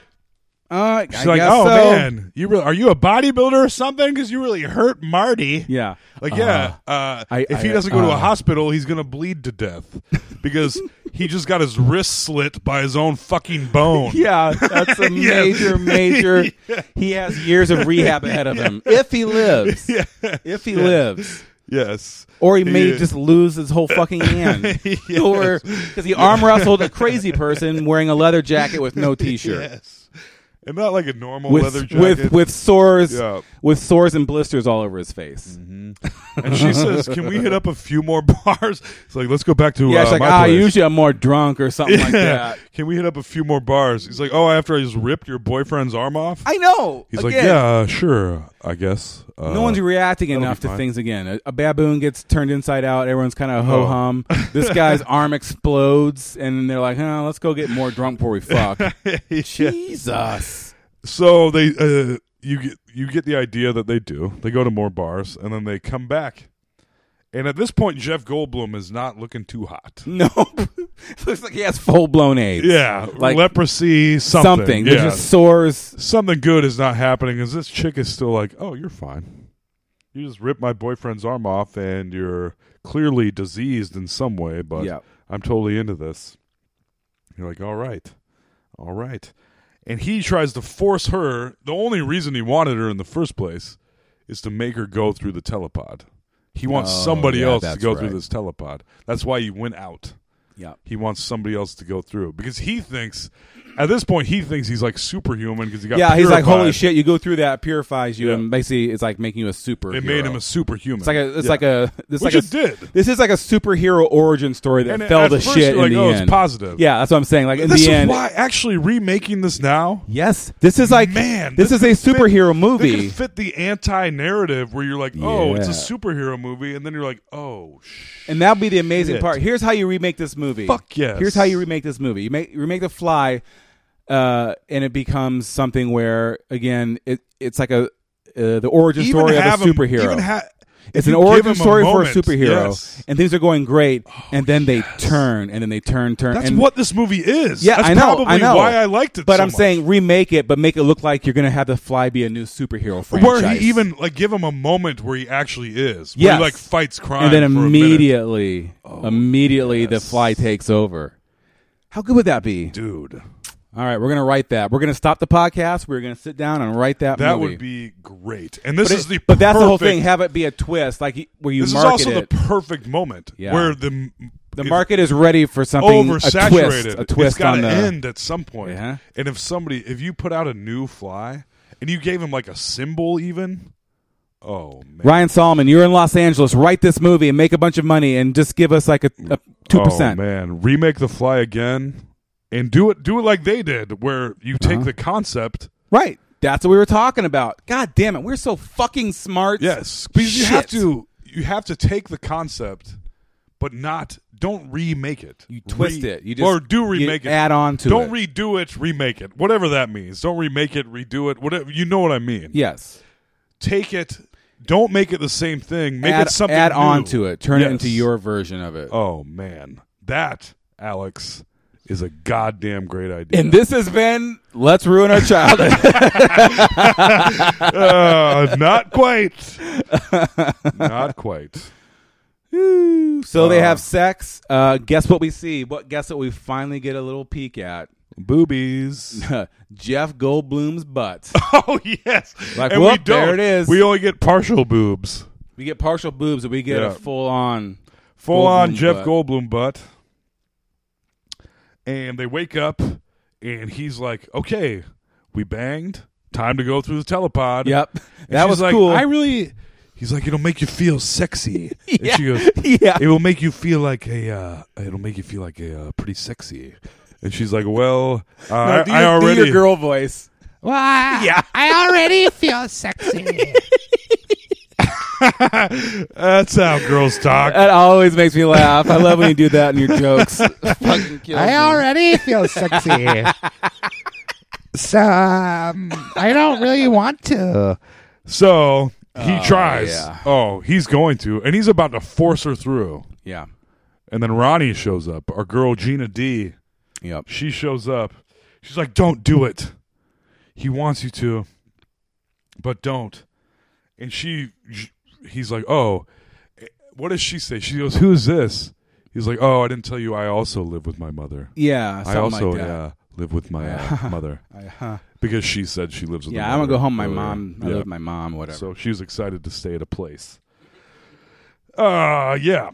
Uh,
She's
I
like,
guess
"Oh
so."
man, you really, are you a bodybuilder or something? Because you really hurt Marty."
Yeah.
Like, yeah, uh,
Uh-huh. I-
if he
I-
doesn't go to
uh,
a hospital, he's going to bleed to death because he just got his wrist slit by his own fucking bone.
Yeah, that's a major, major. He has years of rehab ahead of him if he lives. If he lives,
Yes.
or he may
Yeah.
just lose his whole fucking hand, or because he arm wrestled a crazy person wearing a leather jacket with no t-shirt,
Yes. And not like a normal
with
leather jacket.
with with sores,
Yeah. Mm-hmm.
with sores and blisters all over his face.
and she says, "Can we hit up a few more bars?" It's like, "Let's go back to
Yeah,
uh,
it's like
my
ah,
place."
usually I'm more drunk or something like
Yeah.
that.
Can we hit up a few more bars? He's like, "Oh, after I just ripped your boyfriend's arm off."
I know.
He's
Again,
like, "Yeah, sure. I guess. Uh,
no one's reacting
that'll
enough
be
to
fine. Oh.
things again. A, a baboon gets turned inside out. Everyone's kind of ho hum. This guy's arm explodes, and they're like, "Huh, let's go get more drunk before we fuck." Jesus.
So they uh, you get you get the idea that they do. They go to more bars and then they come back. And at this point, Jeff Goldblum is not looking too hot.
No, looks like he has full blown AIDS.
Yeah,
like
leprosy, something.
something. There's
Yeah.
just sores.
something good is not happening because this chick is still like, oh, you're fine. You just ripped my boyfriend's arm off and you're clearly diseased in some way, but
Yep.
I'm totally into this. You're like, all right, all right. And he tries to force her. The only reason he wanted her in the first place is to make her go through the telepod. He wants
Oh,
somebody
yeah,
else to
that's
go
right.
through this telepod. That's why he went out
Yep.
he wants somebody else to go through because he thinks at this point he thinks he's like superhuman because he got
yeah, he's like, holy
purified.
shit! You go through that, purifies you,
Yeah.
and basically, it's like making you a super.
It made him a superhuman.
It's like a. It's
Yeah.
like a. This
Which
like a,
it did.
This is like a superhero origin story that
And
fell
at
to
first
shit
you're
in
like,
the
"Oh, it's
end.
positive.
Yeah, that's what I'm saying. Like in
This is
the end.
why actually remaking this now.
Yes, this is like
man,
This,
could
is a
fit-
superhero
They
movie.
could fit the anti-narrative where you're like, oh, it's a
Yeah.
superhero movie, and then you're like, oh, sh-
And that'd be the amazing
Shit.
part. Here's how you remake this movie.
Fuck yes.
Here's how you remake this movie. You make you remake the fly, uh, and it becomes something where again it it's like a uh, the origin story of a
have him-
superhero.
even ha-
it's
if
an
you give
origin
him a
story
moment,
for a superhero,
yes. Oh,
and things are going great, and then they turn, and then they turn, turn.
That's
and,
what this movie is.
Yeah,
That's
I know.
Probably
I know
why I liked it.
But
so
I'm
much.
saying remake it, but make it look like you're going to have the fly be a new superhero franchise.
Where he even like give him a moment where he actually is. Where
Yes.
he like fights crime.
and then
for a minute. Oh,
immediately, immediately the fly takes over. How good would that be?
dude.
All right, we're gonna write that. We're gonna stop the podcast. We're gonna sit down and write that.
That
movie.
would be great. And this
But,
is
it-
the
but that's the whole
perfect-
thing. Have it be a twist, like y- where you
this is
market
also
it.
the perfect moment
Yeah.
where the
the
if
market is ready for something. A twist.
oversaturated.
A twist
it's got
on
to
the
end at some point.
Yeah.
And if somebody, if you put out a new fly and you gave him like a symbol, even. Oh man.
Ryan Solomon, you're in Los Angeles. Write this movie and make a bunch of money, and just give us like a two percent.
Oh man, remake the fly again, and do it. Do it like they did, where you take
Uh-huh.
the concept.
right? That's what we were talking about. God damn it, we're so fucking smart.
Yes, because you have
Shit.
to you have to take the concept, but not don't remake it.
You twist it. You just-
or do
you
remake it.
add on to
Don't
it.
redo it. Remake it. Whatever that means. Don't remake it. Redo it. Whatever you know what I mean.
Yes.
Take it. Don't make it the same thing. Make
add,
it something.
Add
new.
on to it. Turn
Yes.
it into your version of it.
Oh man, that Alex is a goddamn great idea.
And this has been let's ruin our childhood.
Uh, not quite. not quite.
So they have sex. Uh, guess what we see? What guess what we finally get a little peek at?
Boobies.
Jeff Goldblum's butt.
Oh yes,
Like,
and we
whoop, there it
don't.
is.
We only get partial boobs.
we get partial boobs, but we get
Yeah.
a full on.
Full on
Goldblum
Jeff
butt.
Goldblum butt. And they wake up, and he's like, "Okay, we banged. Time to go through the telepod."
Yep,
And
that
she's
was
like,
cool.
I really. He's like, "It'll make you feel sexy." And she goes,
Yeah.
"It will make you feel like a. Uh, it'll make you feel like a uh, pretty sexy." And she's like, "Well, uh, I,
do
I
your- do
already
your girl voice. yeah,
That's how girls talk.
that always makes me laugh. I love when you do that in your jokes. Fucking kills me.
already feel sexy. so um, I don't really want to.
So he tries.
yeah.
Oh, he's going to, and he's about to force her through.
Yeah,
And then Ronnie shows up. Our girl Gina D.
yep.
She shows up. She's like, "Don't do it." He wants you to, but don't. And she, sh- he's like, "Oh, eh, what does she say?" She goes, "Who's this?" He's like, "Oh, I didn't tell you. I also live with my mother.
Yeah,
I
something
also
like that.
uh, live with my uh, mother because she said she lives with."
Yeah,
her
I'm gonna
mother
go home. My
earlier.
mom. I
Oh, Yeah.
live with my mom. Whatever.
So she was excited to stay at a place. Uh yeah.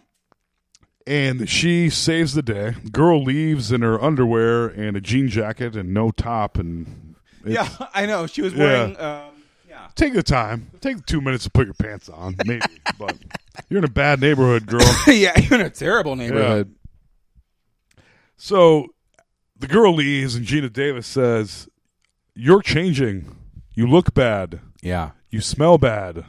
And she saves the day. Girl leaves in her underwear and a jean jacket and no top and it's-
yeah, I know. She was
Yeah.
wearing. Um, yeah.
Take the time. Take the two minutes to put your pants on, maybe. but you're in a bad neighborhood, girl.
yeah, you're in a terrible neighborhood.
So the girl leaves and Gina Davis says, You're changing. You look bad.
Yeah.
you smell bad,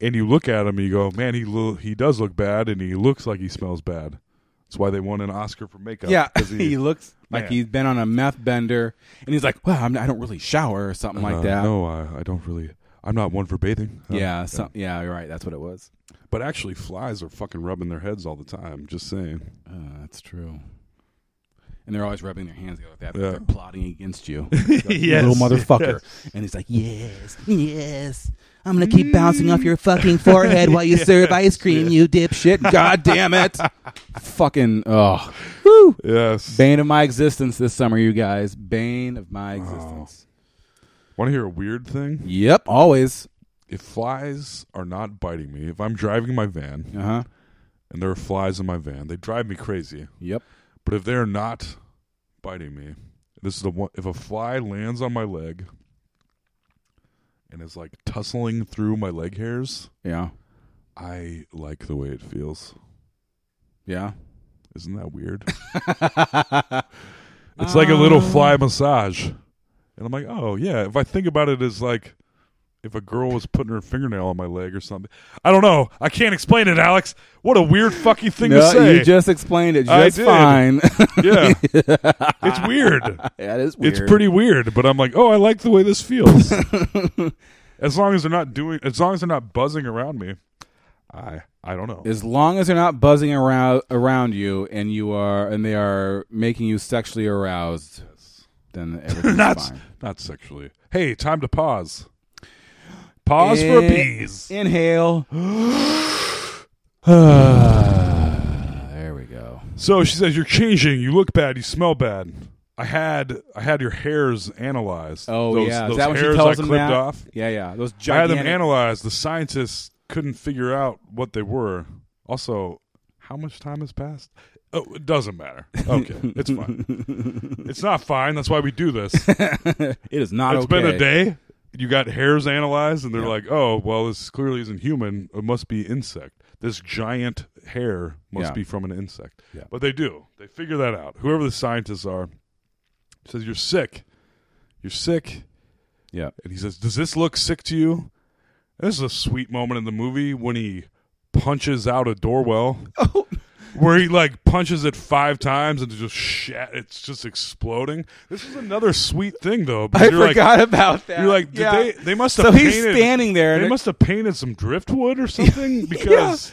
and you look at him and you go, man, he lo- he does look bad, and he looks like he smells bad. That's why they won an Oscar for makeup.
Yeah,
'cause
he, looks like
Man.
he's been on a meth bender, and he's like, "Well, I'm, I don't really shower or something
Uh,
like that."
No, I, I don't really. I'm not one for bathing. Uh,
yeah, some, yeah, you're right. That's what it was.
But actually, flies are fucking rubbing their heads all the time. Just saying.
Uh, that's true. And they're always rubbing their hands together like that.
Yeah.
They're plotting against you,
Yes,
little motherfucker.
yes.
And he's like, "Yeah."
Yes. I'm going to keep bouncing
Mm.
off your fucking forehead while you
Yes.
serve ice cream, you dipshit.
God damn it. Fucking oh. Woo.
Yes.
Bane of my existence this summer, you guys. Bane of my existence.
Want to hear a weird thing?
Yep, always.
If flies are not biting me, if I'm driving my van,
Uh-huh.
and there are flies in my van, they drive me crazy.
Yep.
But if they're not biting me, this is the one. If a fly lands on my leg and is like tussling through my leg hairs,
Yeah.
I like the way it feels.
Yeah.
Isn't that weird? it's like a little fly massage. And I'm like, oh, yeah. If I think about it as like if a girl was putting her fingernail on my leg or something. I don't know. I can't explain it, Alex. What a weird fucking thing to
No,
say.
you just explained it
I
just
did.
fine.
yeah. It's weird.
Yeah, it is
It's
weird.
pretty weird, but I'm like, oh, I like the way this feels. as long as they're not doing, as long as they're not buzzing around me, I I don't know.
As long as they're not buzzing around around you and you are and they are making you sexually aroused, then everything's
not
fine.
not sexually. Hey, time to pause. Pause for a
In-
peas.
Inhale. there we go.
So she says you're changing. You look bad. You smell bad. I had I had your hairs analyzed.
Oh
those,
yeah,
those
is that when
hairs
she tells
I
them
clipped
that?
off.
Yeah, yeah. Those gigantic.
I had them analyzed. The scientists couldn't figure out what they were. Also, how much time has passed? Oh, it doesn't matter. Okay, it's fine. It's not fine. That's why we do this.
it is not.
It's been a day. You got hairs analyzed, and they're like, "Oh, well, this clearly isn't human. It must be insect. This giant hair must
Yeah.
be from an insect."
Yeah.
But they do. They figure that out. Whoever the scientists are says, "You're sick. You're sick."
Yeah.
And he says, "Does this look sick to you?" And this is a sweet moment in the movie when he punches out a doorwell. Where he like punches it five times and it just shat, it's just exploding. This is another sweet thing though. because
I forgot about that.
You're like, did
Yeah.
they? They must have.
So he's
painted-
standing there and
They
it-
must have painted some driftwood or something because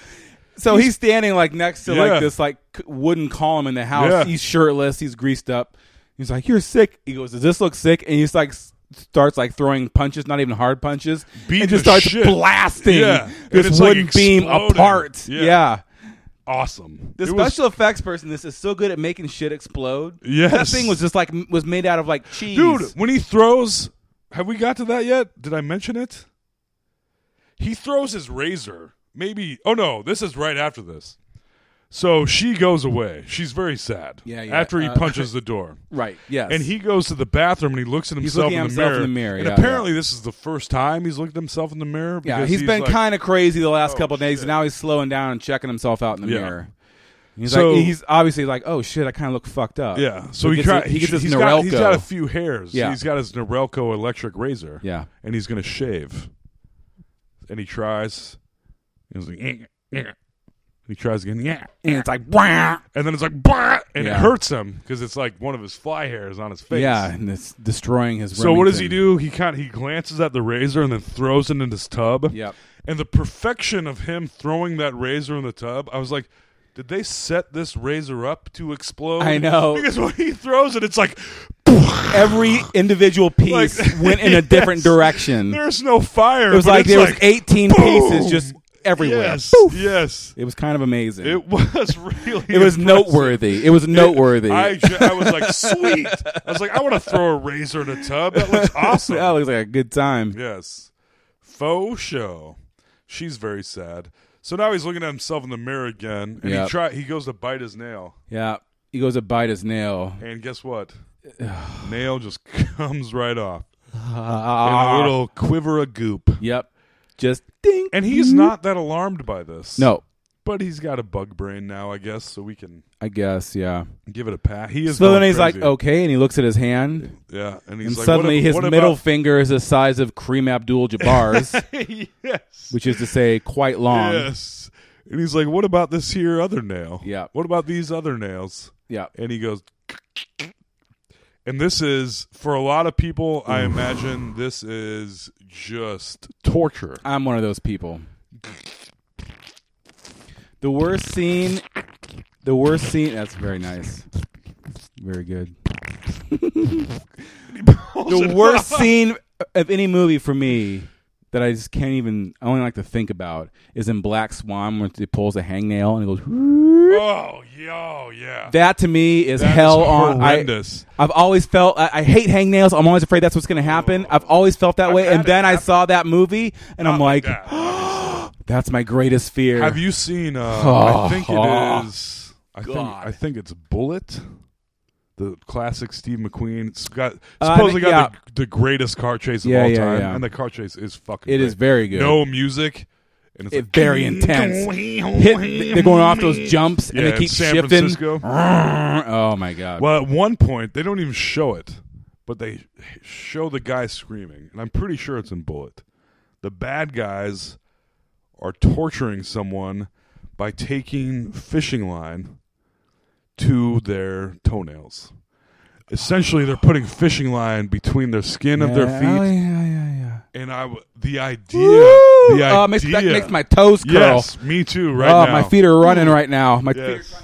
So he's, standing like next to
Yeah.
like this like c- wooden column in the house.
Yeah.
He's shirtless. He's greased up. He's like, "You're sick." He goes, "Does this look sick?" And he's like, s- starts like throwing punches, not even hard punches,
Beat
and just
the
starts
shit.
blasting
Yeah. And
this
it's, like,
wooden beam
exploding.
apart.
Yeah.
Yeah.
awesome.
The
It was-
special effects person, this is so good at making shit explode.
Yes.
that thing was just like m- was made out of like cheese.
dude, when he throws, have we got to that yet? Did I mention it? He throws his razor. Maybe. Oh no, this is right after this. So she goes away. She's very sad.
Yeah, yeah,
After he
uh,
punches the door.
right? Yes,
And he goes to the bathroom and he looks at
He's
himself,
looking
in,
at
the
himself
mirror.
in the mirror,
And
yeah,
apparently, this is the first time he's looked at himself in the mirror.
yeah,
because
he's been
like,
kind of crazy the last
"Oh,
couple of days.
shit."
Now he's slowing down and checking himself out in the
Yeah.
mirror. He's
So-
like he's obviously like, oh shit, I kind of look fucked up.
Yeah. So
Uh, he
he,
gets,
try,
he, gets his
he's
Norelco.
got, he's got a few hairs.
Yeah.
He's got his Norelco electric razor.
Yeah.
And he's going to shave. And he tries. He's like, "Eh, eh." he tries again. Yeah.
and it's like, "Wah!"
And then it's like, "Bah!" and it
Yeah.
hurts him because it's like one of his fly hairs on his face.
yeah, and it's destroying his.
So what does he
Remington.
do? He kind of, he glances at the razor and then throws it in his tub.
Yep.
And the perfection of him throwing that razor in the tub, I was like, did they set this razor up to explode?
I know.
Because when he throws it, it's like
Every individual
Like-
piece went in a different
Yes.
direction. It
There's no fire.
was
but
like
it's
there was eighteen pieces
boom.
just everywhere.
Yes.
Poof.
Yes.
It was kind of amazing.
It was really.
It was
impressive.
noteworthy. It was noteworthy.
I, ju- I was like, sweet. I was like, I want to throw a razor in a tub. That looks awesome.
that looks like a good time.
Yes. Faux show. She's very sad. So now he's looking at himself in the mirror again, and
Yep.
he try he goes to bite his nail,
Yeah. He goes to bite his nail.
and guess what? nail just comes right off in
Ah. Uh,
a little quiver of goop.
Yep. Just ding.
And he's not that alarmed by this.
Mm-hmm. No.
But he's got a bug brain now, I guess, so we can
I guess, yeah.
give it a pass. He is.
so then
going
he's like,
crazy.
okay, and he looks at his hand.
Yeah, and he's like, what
suddenly
ab-
his
what about-
middle finger is the size of Kareem Abdul-Jabbar's,
Yes.
which is to say, quite long.
Yes. And he's like, what about this here other nail?
Yeah.
What about these other nails?
Yeah.
And he goes, and this is, for a lot of people, I imagine this is just torture.
I'm one of those people. The worst scene. The worst scene. That's very nice. Very good. the worst scene of any movie for me that I just can't even. I only like to think about is in Black Swan when he pulls a hangnail and it goes.
Oh, yo, yeah.
That to me is
That is
hell on. I,
horrendous.
I've always felt I, I hate hangnails. I'm always afraid that's what's going to happen.
Oh.
I've always felt that way, and then I saw that movie, and I'm like, that's my greatest fear.
Have you seen, uh, I think
Oh.
it is, I think, I think it's Bullet. The classic Steve McQueen. It's got
Uh,
supposedly got
yeah.
the, the greatest car chase of
Yeah,
all
yeah,
time,
yeah.
and the car chase is fucking.
It
great.
is very good.
No music, and it's
It-
like-
very intense. Hit, they're going off those jumps, and
Yeah,
they
in
keep
San
shifting.
Francisco.
Oh my god!
Well, at one point they don't even show it, but they show the guy screaming, and I'm pretty sure it's in Bullet. The bad guys are torturing someone by taking fishing line to their toenails. Essentially, they're putting fishing line between their skin of their
Yeah,
feet.
oh, yeah, yeah, yeah.
And I, w- the idea, the idea
Oh, it makes, that makes my toes curl.
Yes, me too. Right
oh,
now,
my feet are running right now. My feet.
Yes.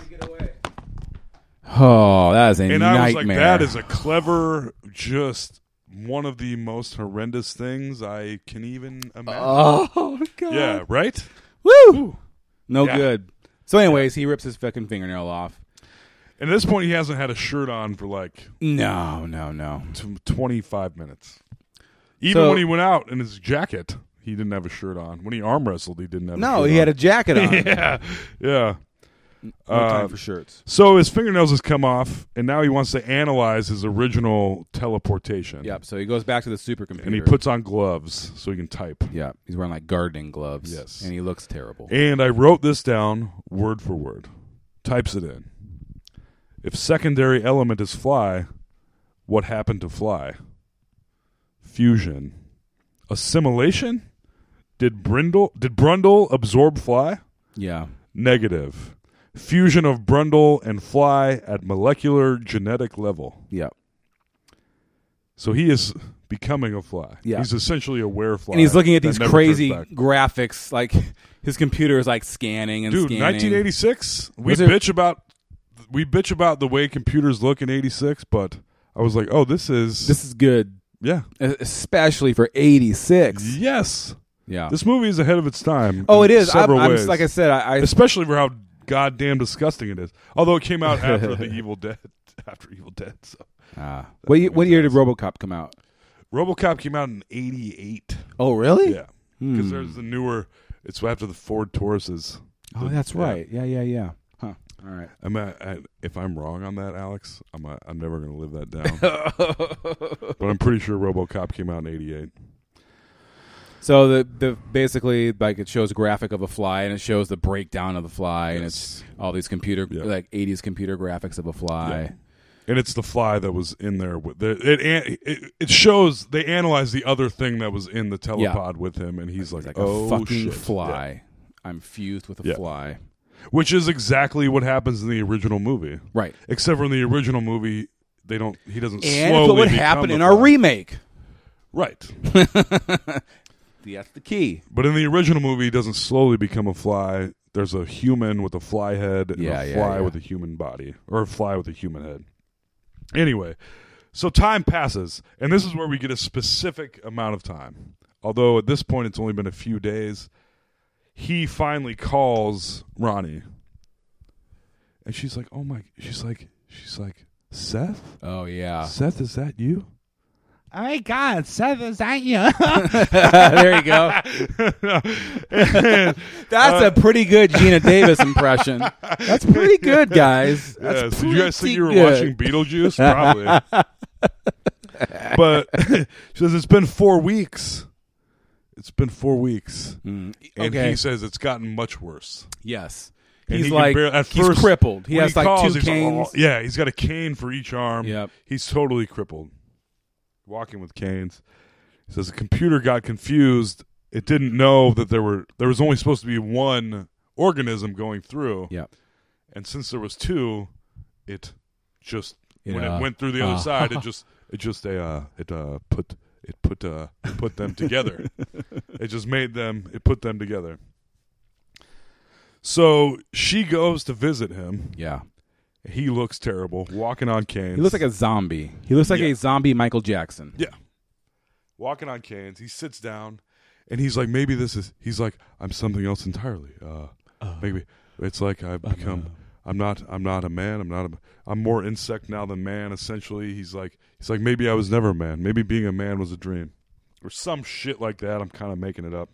Oh, that is a
and
nightmare.
I was like, that is a clever, just one of the most horrendous things I can even imagine.
Oh, God.
Yeah, right?
Woo! No
Yeah.
good. So, anyways, he rips his fucking fingernail off.
And at this point, he hasn't had a shirt on for like
No, no, no.
t- 25 minutes. Even
So-
when he went out in his jacket, he didn't have a shirt on. When he arm wrestled, he didn't have a
No,
shirt
he had
on.
a jacket on.
yeah. Yeah. Uh,
No time for shirts.
So his fingernails has come off, and now he wants to analyze his original teleportation.
Yep. So he goes back to the supercomputer.
And he puts on gloves so he can type.
Yeah. He's wearing like gardening gloves.
Yes.
And he looks terrible.
And I wrote this down word for word. Types it in. If secondary element is fly, what happened to fly? Fusion. Assimilation? Did Brindle did Brundle absorb fly?
Yeah.
Negative. Fusion of Brundle and fly at molecular genetic level.
Yeah.
So he is becoming a fly.
Yeah.
He's essentially a werefly.
And he's looking at
that
these
never turns
crazy
back.
graphics. Like his computer is like scanning and
Dude,
scanning.
1986. We
Was it-
bitch about we bitch about the way computers look in 86, but I was like, "Oh, this is
This is good.
yeah.
E- Especially for 86.
Yes.
Yeah.
This movie is ahead of its time.
Oh,
in
it is. I'm-
Several
I'm
ways.
just- like I said, I- I-
especially for how goddamn disgusting it is. Although it came out after the Evil Dead, after Evil Dead. So
Ah. what, ye- what year did RoboCop come out?
RoboCop came out in 88.
Oh, really?
Yeah. Cuz there's the newer it's after the Ford Tauruses.
Oh,
The-
that's
yeah.
right. Yeah, yeah, yeah. Huh. All right.
I'm a, I, if I'm wrong on that, Alex, I'm a, I'm never going to live that down. but I'm pretty sure RoboCop came out in '88.
So the the basically like it shows a graphic of a fly and it shows the breakdown of the fly and it's all these computer like 80s computer graphics of a fly.
And it's the fly that was in there. With the, it, an- it it shows they analyze the other thing that was in the
Yeah.
telepod with him, and he's like,
Like
"Oh
a fucking
shit.
fly. I'm fused with a
Yeah.
fly.
Yeah. Which is exactly what happens in the original movie,
Right.
Except for in the original movie, they don't. He doesn't.
And
slowly
it's what would
become
happen
the
in our
fly.
remake.
right?
That's the key.
But in the original movie, he doesn't slowly become a fly. There's a human with a fly head and
Yeah,
a
yeah,
fly
yeah.
with a human body, or a fly with a human head. Anyway, so time passes, and this is where we get a specific amount of time. Although at this point, it's only been a few days. He finally calls Ronnie, and she's like, "Oh my!" She's like, "She's like, Seth,
Oh yeah.
Seth, is that you?"
Oh my God, Seth, is that you?
there you go.
And,
That's
uh,
a pretty good Gina Davis impression. That's pretty good, guys. That's
Yeah, so you guys think
pretty
you were
good.
watching Beetlejuice? Probably. but she says it's been four weeks. It's been four weeks, and
Mm, okay.
he says it's gotten much worse.
Yes.
And
He's
he can
like-
barely- at
he's
first,
crippled. He
when
has, like, two
calls, he's
canes.
"Oh." yeah, he's got a cane for each arm. Yep. He's totally crippled. Walking with canes. He says the computer got confused. It didn't know that there were there was only supposed to be one organism going through.
Yep.
And since there was two, it just
It,
when
uh,
it went through the other
uh,
side, it just it just uh it uh put it put uh it put them together. it just made them it put them together. So she goes to visit him.
Yeah.
He looks terrible, walking on canes.
He looks like a zombie. He looks like
Yeah.
a zombie Michael Jackson.
Yeah. walking on canes. He sits down and he's like, maybe this is. He's like, I'm something else entirely. Uh,
Oh.
maybe it's like I've become. I'm not. I'm not a man. I'm not. A, I'm more insect now than man. Essentially, he's like. He's like, maybe I was never a man. Maybe being a man was a dream, or some shit like that. I'm kind of making it up,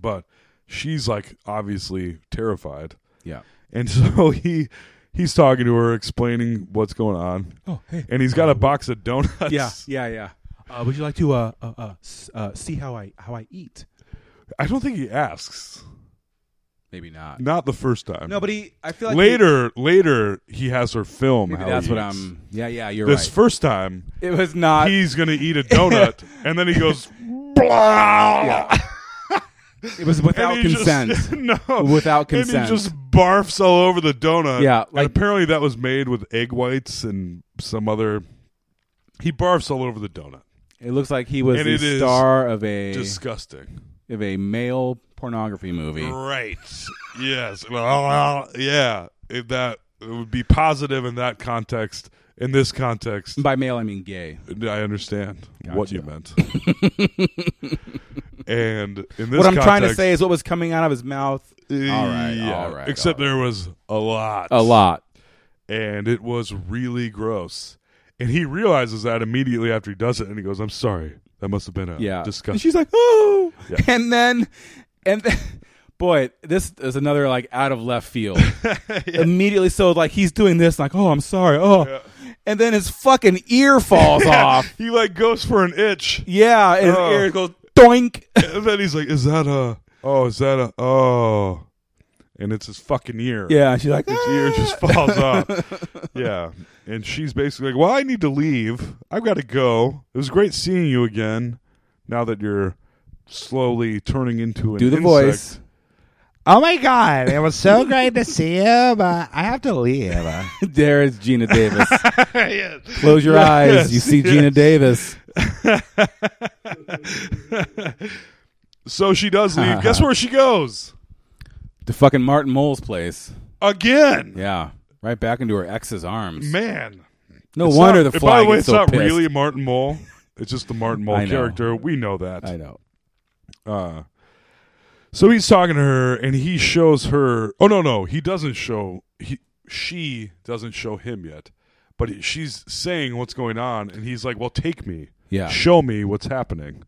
but she's like obviously terrified.
Yeah.
And so he he's talking to her, explaining what's going on.
Oh, hey.
And he's got a box of donuts.
Yeah, yeah, yeah. Uh, would you like to uh, uh, uh, s- uh, see how I how I eat?
I don't think he asks.
Maybe not.
Not the first time.
No, but he- I feel like
later, later he has her film.
Maybe
how
that's
he
what
eats.
I'm- yeah, yeah, you're
This
right. Uh,
first time,
It was not.
He's gonna eat a donut, and then he goes, blah.
It was without
And he just-
consent.
no,
without
And
consent.
he just barfs all over the donut.
Yeah,
like apparently that was made with egg whites and some other. He barfs all over the donut.
It looks like he was
And
the
it is
star of a
disgusting
of a male pornography movie.
Right. yes. Well, well, yeah. If that it would be positive in that context. In this context,
by male I mean gay.
I understand what you meant. and in this,
What I'm trying to
context- eh,
say is what was coming out of his mouth. all right,
Yeah,
all right.
Except there was a lot,
A lot.
and it was really gross. And he realizes that immediately after he does it, and he goes, "I'm sorry, that must have been a
yeah.
disgusting."
And she's like, oh,
Yeah.
and then, and then, boy, this is another like out of left field. Immediately, so like he's doing this, like, oh, I'm sorry, oh, and then his fucking ear falls off.
He like goes for an itch.
Yeah, and his
Oh.
ear goes doink.
And then he's like, "Is that a? Oh, is that a? Oh." And it's his fucking ear.
Yeah, she's like,
his ear just
"Ah."
falls off. yeah, and she's basically like, "Well, I need to leave. I've got to go. It was great seeing you again. Now that you're slowly turning into an
Do the
insect.
voice.
Oh my God! It was so great to see you, but I have to leave.
there is Gina Davis. Close your eyes. You
Yes,
see Gina
yes.
Davis.
So she does leave. Guess where she goes
To fucking Martin Mole's place.
again?
Yeah. Right back into her ex's arms.
Man,
No
It's
wonder
not-
the
and By
fly
the way,
gets
it's
so
not
pissed.
really Martin Mole. It's just the Martin Mole
I know.
character. We know that.
I know.
Uh, so he's talking to her, and he shows her. Oh no, no, he doesn't show. He she doesn't show him yet, but he- she's saying what's going on, and he's like, "Well, take me.
Yeah.
show me what's happening."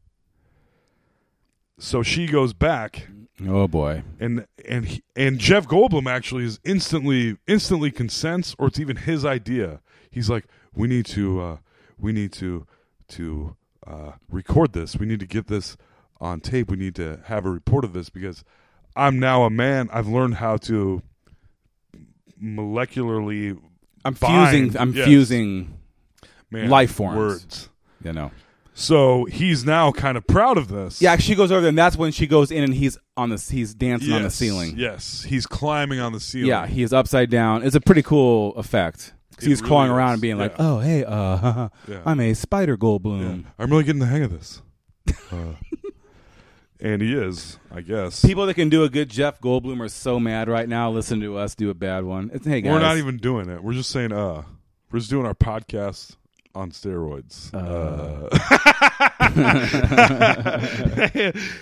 So she goes back,
Oh boy.
and and he, and Jeff Goldblum actually is instantly instantly consents, or it's even his idea. He's like, we need to uh, we need to to uh, record this. We need to get this on tape. We need to have a report of this because I'm now a man. I've learned how to molecularly.
I'm
bind."
fusing. I'm
Yes.
fusing
Man,
life forms.
words.
You know.
So he's now kind of proud of this.
Yeah, she goes over there, and that's when she goes in, and he's on the he's dancing on the
Yes,
ceiling.
Yes, he's climbing on the ceiling.
Yeah, he is upside down. It's a pretty cool effect. 'Cause
It
he was crawling
really is,
around and being like,
yeah.
"Oh, hey, uh,
Yeah.
I'm a spider Goldblum."
I'm really getting the hang of this. Uh, and he is, I guess.
People that can do a good Jeff Goldblum are so mad right now. Listen to us do a bad one. It's, hey guys,
We're not even doing it. We're just saying, uh, we're just doing our podcast on steroids. Uh.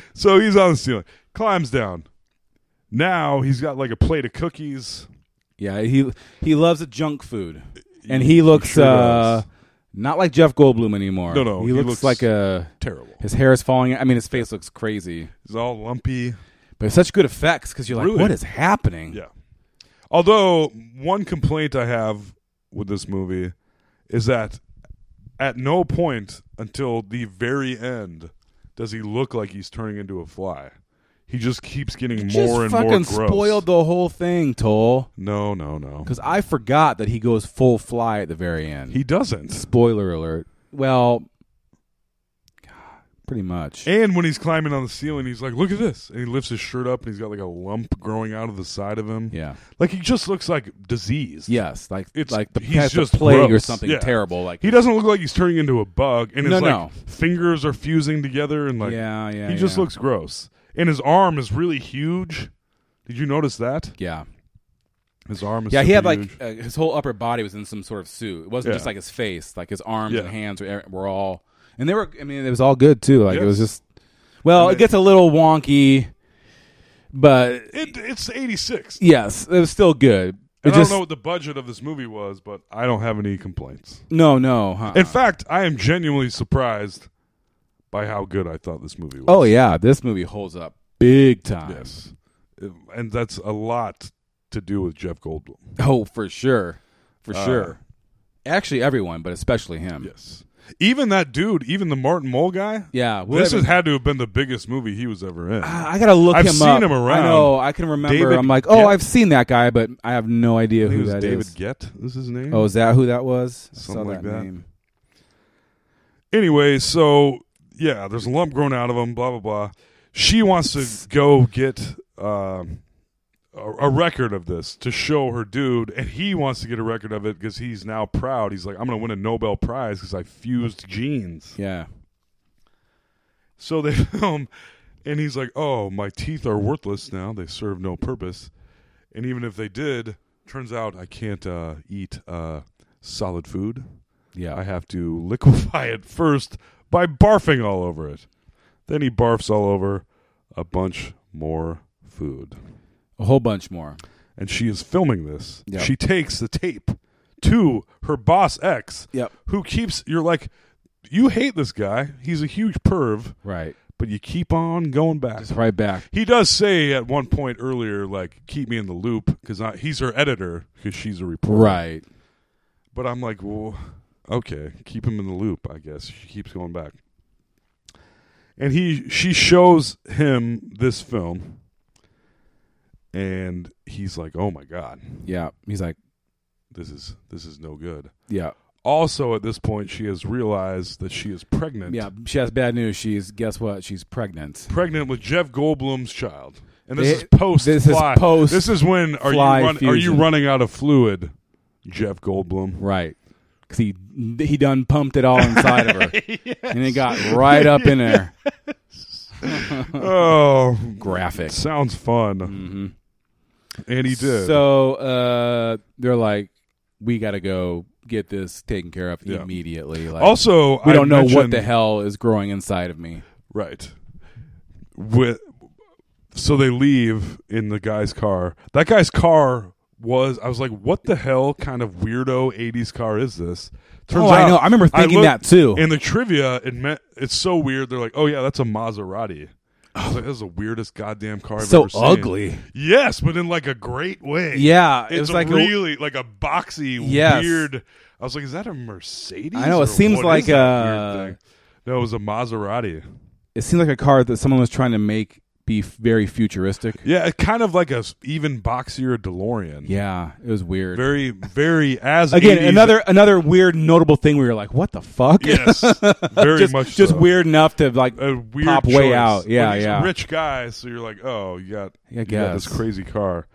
so he's on the ceiling, climbs down. Now he's got like a plate of cookies.
Yeah, he he loves the junk food, and he looks
sure
uh,
does.
not like Jeff Goldblum anymore.
No, no,
he,
he
looks,
looks
like a
terrible.
His hair is falling. out. I mean, his face looks crazy,
He's all lumpy.
but it's such good effects because you're like,
Really?
what is happening?
Yeah. Although one complaint I have with this movie is that at no point until the very end does he look like he's turning into a fly. He just keeps getting more
Just
and
fucking
more gross.
spoiled the whole thing, Toll.
No, no, no.
Because I forgot that he goes full fly at the very end.
He doesn't.
Spoiler alert. Well, God, pretty much.
And when he's climbing on the ceiling, he's like, "Look at this!" And he lifts his shirt up, and he's got like a lump growing out of the side of him.
Yeah,
like he just looks like diseased.
Yes, like
it's
like the
he's
pest or
just
plague
gross.
or something
Yeah.
terrible. Like
he doesn't look like he's turning into a bug, and
No,
his like
no.
fingers are fusing together, and like
Yeah, yeah,
he just
yeah.
looks gross. And his arm is really huge. Did you notice that?
Yeah,
his arm is
yeah, he
super
had like
huge.
uh, his whole upper body was in some sort of suit. It wasn't
Yeah.
just like his face, like his arms and
Yeah.
hands were, were all. And they were. I mean, it was all good too. Like it was
Yes.
just. Well,
And
it gets a little wonky, but
it, it's eighty six.
yes, it was still good. It
And I
just
don't know what the budget of this movie was, but I don't have any complaints.
no, no. huh.
In fact, I am genuinely surprised by how good I thought this movie was.
Oh yeah, this movie holds up big time.
Yes. And that's a lot to do with Jeff Goldblum.
Oh, for sure, for
Uh,
sure. Actually, everyone, but especially him.
Yes. Even that dude, even the Martin Mull guy.
Yeah, we'll
this
have-
has had to have been the biggest movie he was ever in.
I I gotta look
I've
him
seen
up.
him around.
I know. I can remember.
David
I'm like, oh,
Get-
I've seen that guy, but I have no idea
I think
who
it was
that is.
David Get. Is his name?
Oh, is that who that was? I
Something
saw
like
that,
that.
name.
Anyway, so yeah, there's a lump growing out of him. Blah blah blah. She wants to go get um a, a record of this to show her dude, and he wants to get a record of it because he's now proud. He's like, I'm going to win a Nobel Prize because I fused genes.
Yeah.
So they film, and he's like, "Oh, my teeth are worthless now. They serve no purpose. And even if they did, turns out I can't uh, eat uh, solid food.
Yeah,
I have to liquefy it first by barfing all over it. Then he barfs all over a bunch more food,
a whole bunch more.
and she is filming this.
Yeah.
She takes the tape to her boss ex,
Yep.
who keeps. You're like, you hate this guy. He's a huge perv,
Right.
but you keep on going back.
Just right back.
He does say at one point earlier, like, keep me in the loop because he's her editor because she's a reporter.
Right.
But I'm like, well, okay, keep him in the loop, I guess. She keeps going back. And he she shows him this film and he's like, "Oh my god.
Yeah. He's like,
This is this is no good."
yeah,
Also at this point she has realized that she is pregnant.
yeah. She has bad news. She's guess what? She's pregnant.
pregnant with Jeff Goldblum's child. And this
It-
is post
this is
fly.
post
This is when are you
fly
run, are you
fusion.
running out of fluid, Jeff Goldblum?
Right. Cause he he done pumped it all inside of her, and it got right up in there.
Oh,
Graphic.
sounds fun. And he did.
Mm-hmm. So uh, they're like, we got to go get this taken care of
Yeah.
immediately. Like,
Also,
we
I
don't know what
mentioned-
the hell is growing inside of me.
right. With so they leave in the guy's car. That guy's car was I was like, what the hell kind of weirdo '80s car is this?
Oh, I know. I remember thinking that, too.
In the trivia, it meant it's so weird. They're like, oh yeah, that's a Maserati. I was like, this is the weirdest goddamn car I've
Oh. So
ever seen.
ugly.
Yes, but in like a great way.
Yeah, it
it's
was like a-
really like a boxy,
Yes.
weird. I was like, is that a Mercedes?
I know, it
or
seems
what is
like uh,
that
a-
weird thing? No, it was a Maserati.
It seemed like a car that someone was trying to make be f- very futuristic.
Yeah, it kind of like a s- even boxier DeLorean.
Yeah, it was weird.
Very, very as
Again,
80s
another another weird notable thing where you're like, what the fuck?
Yes, very
just,
much
just
so. Uh,
weird enough to like
a weird
pop
choice.
way out.
But
Yeah,
he's
yeah.
a Rich guy, so you're like, oh, you got,
I
you got this
guess.
crazy car.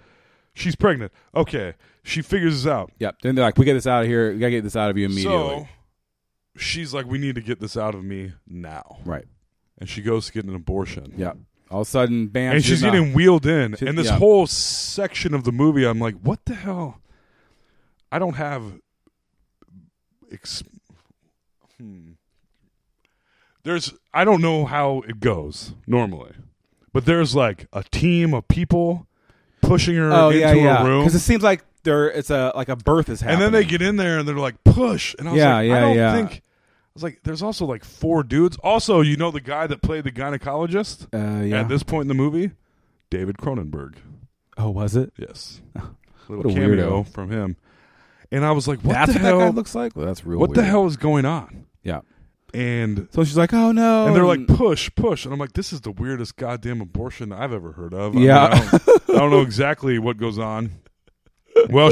She's pregnant. Okay, she figures this out.
Yep. Then they're like, we get this out of here. We gotta get this out of you
So
immediately.
she's like, we need to get this out of me now,
right.
and she goes to get an abortion.
Yep. All of a sudden, bam.
and she's
not-
getting wheeled in.
She-
and this
yeah.
whole section of the movie, I'm like, what the hell? I don't have. Ex- hmm. There's, I don't know how it goes normally, but there's like a team of people pushing her
oh
into
yeah, yeah.
a room,
Because it seems like there, it's a like a birth is
and
happening.
then they get in there and they're like, push. And I was
Yeah,
like, I
yeah,
don't
yeah.
think. I was like, there's also like four dudes. Also, you know the guy that played the gynecologist
Uh, yeah.
at this point in the movie, David Cronenberg.
oh, was it?
Yes.
What
Little
a
cameo
weirdo.
from him. And I was like, what
that's
the
what
hell
that guy looks like. Well, that's real.
What the
weird.
hell is going on?
Yeah.
And
so she's like, "Oh no!"
and they're like, push, push. And I'm like, this is the weirdest goddamn abortion I've ever heard of. I
Yeah.
mean, I, don't, I don't know exactly what goes on. Well,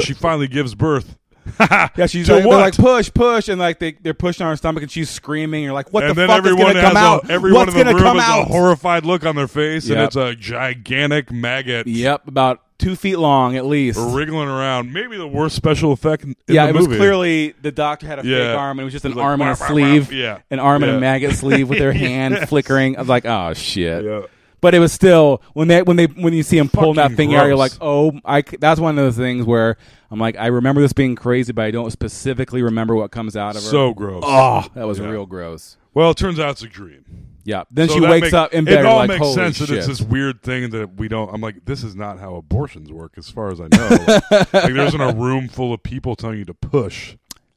she finally gives birth.
yeah, she's
To
like, they're
what?
like, push, push, and like they they're pushing on her stomach, and she's screaming. You're like, what
and
the
then
fuck is
everyone
gonna
has
come out?
a, everyone
What's
in the
gonna
room
come
has
out?
a horrified look on their face, and
Yep.
it's a gigantic maggot
yep, about two feet long at least.
wriggling around. Maybe the worst special effect. In
yeah,
the
it
movie.
was clearly the doctor had a
Yeah.
fake arm, and it was just
It
an
was like,
arm and a
"Wah, wah, wah."
sleeve,
Yeah.
an arm and
Yeah.
a maggot sleeve with their hand
Yes.
flickering. I was like, oh shit.
Yeah.
But it was still when they when they when you see him pulling that
Fucking
thing out, you're like,
gross.
oh, I. c- That's one of those things where I'm like, I remember this being crazy, but I don't specifically remember what comes out of her.
So gross.
Oh, that was
Yeah.
real gross.
Well, it turns out it's a dream.
Yeah. Then
So
she
that
wakes
makes-
up in bed
It all
like,
makes
holy
sense
shit.
that it's this weird thing that we don't. I'm like, this is not how abortions work, as far as I know. like, there isn't a room full of people telling you to push.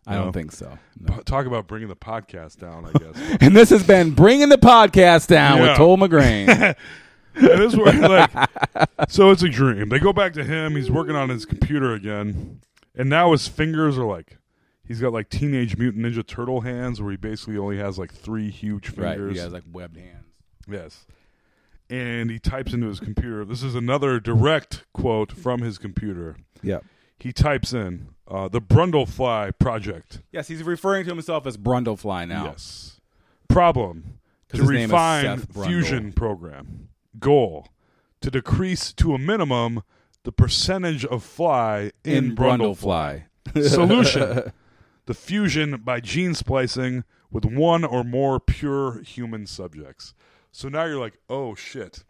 I
you
don't
know?
think so.
P- Talk about bringing the podcast down. I guess.
And this has been bringing the podcast down
Yeah.
with Toll McGrain.
And this where, like, so it's a dream. They go back to him. He's working on his computer again, and now his fingers are like, he's got like teenage mutant ninja turtle hands, where he basically only has like three huge
right? You
fingers.
guys like webbed hands.
Yes. And he types into his computer. This is another direct quote from his computer.
Yep.
He types in uh, the Brundlefly Project.
Yes, he's referring to himself as Brundlefly now.
Yes. Problem
'Cause
to
his name is
refine
Seth Brundle.
fusion program. Goal to decrease to a minimum the percentage of fly in,
In Brundlefly.
Solution the fusion by gene splicing with one or more pure human subjects. So now you're like, oh shit.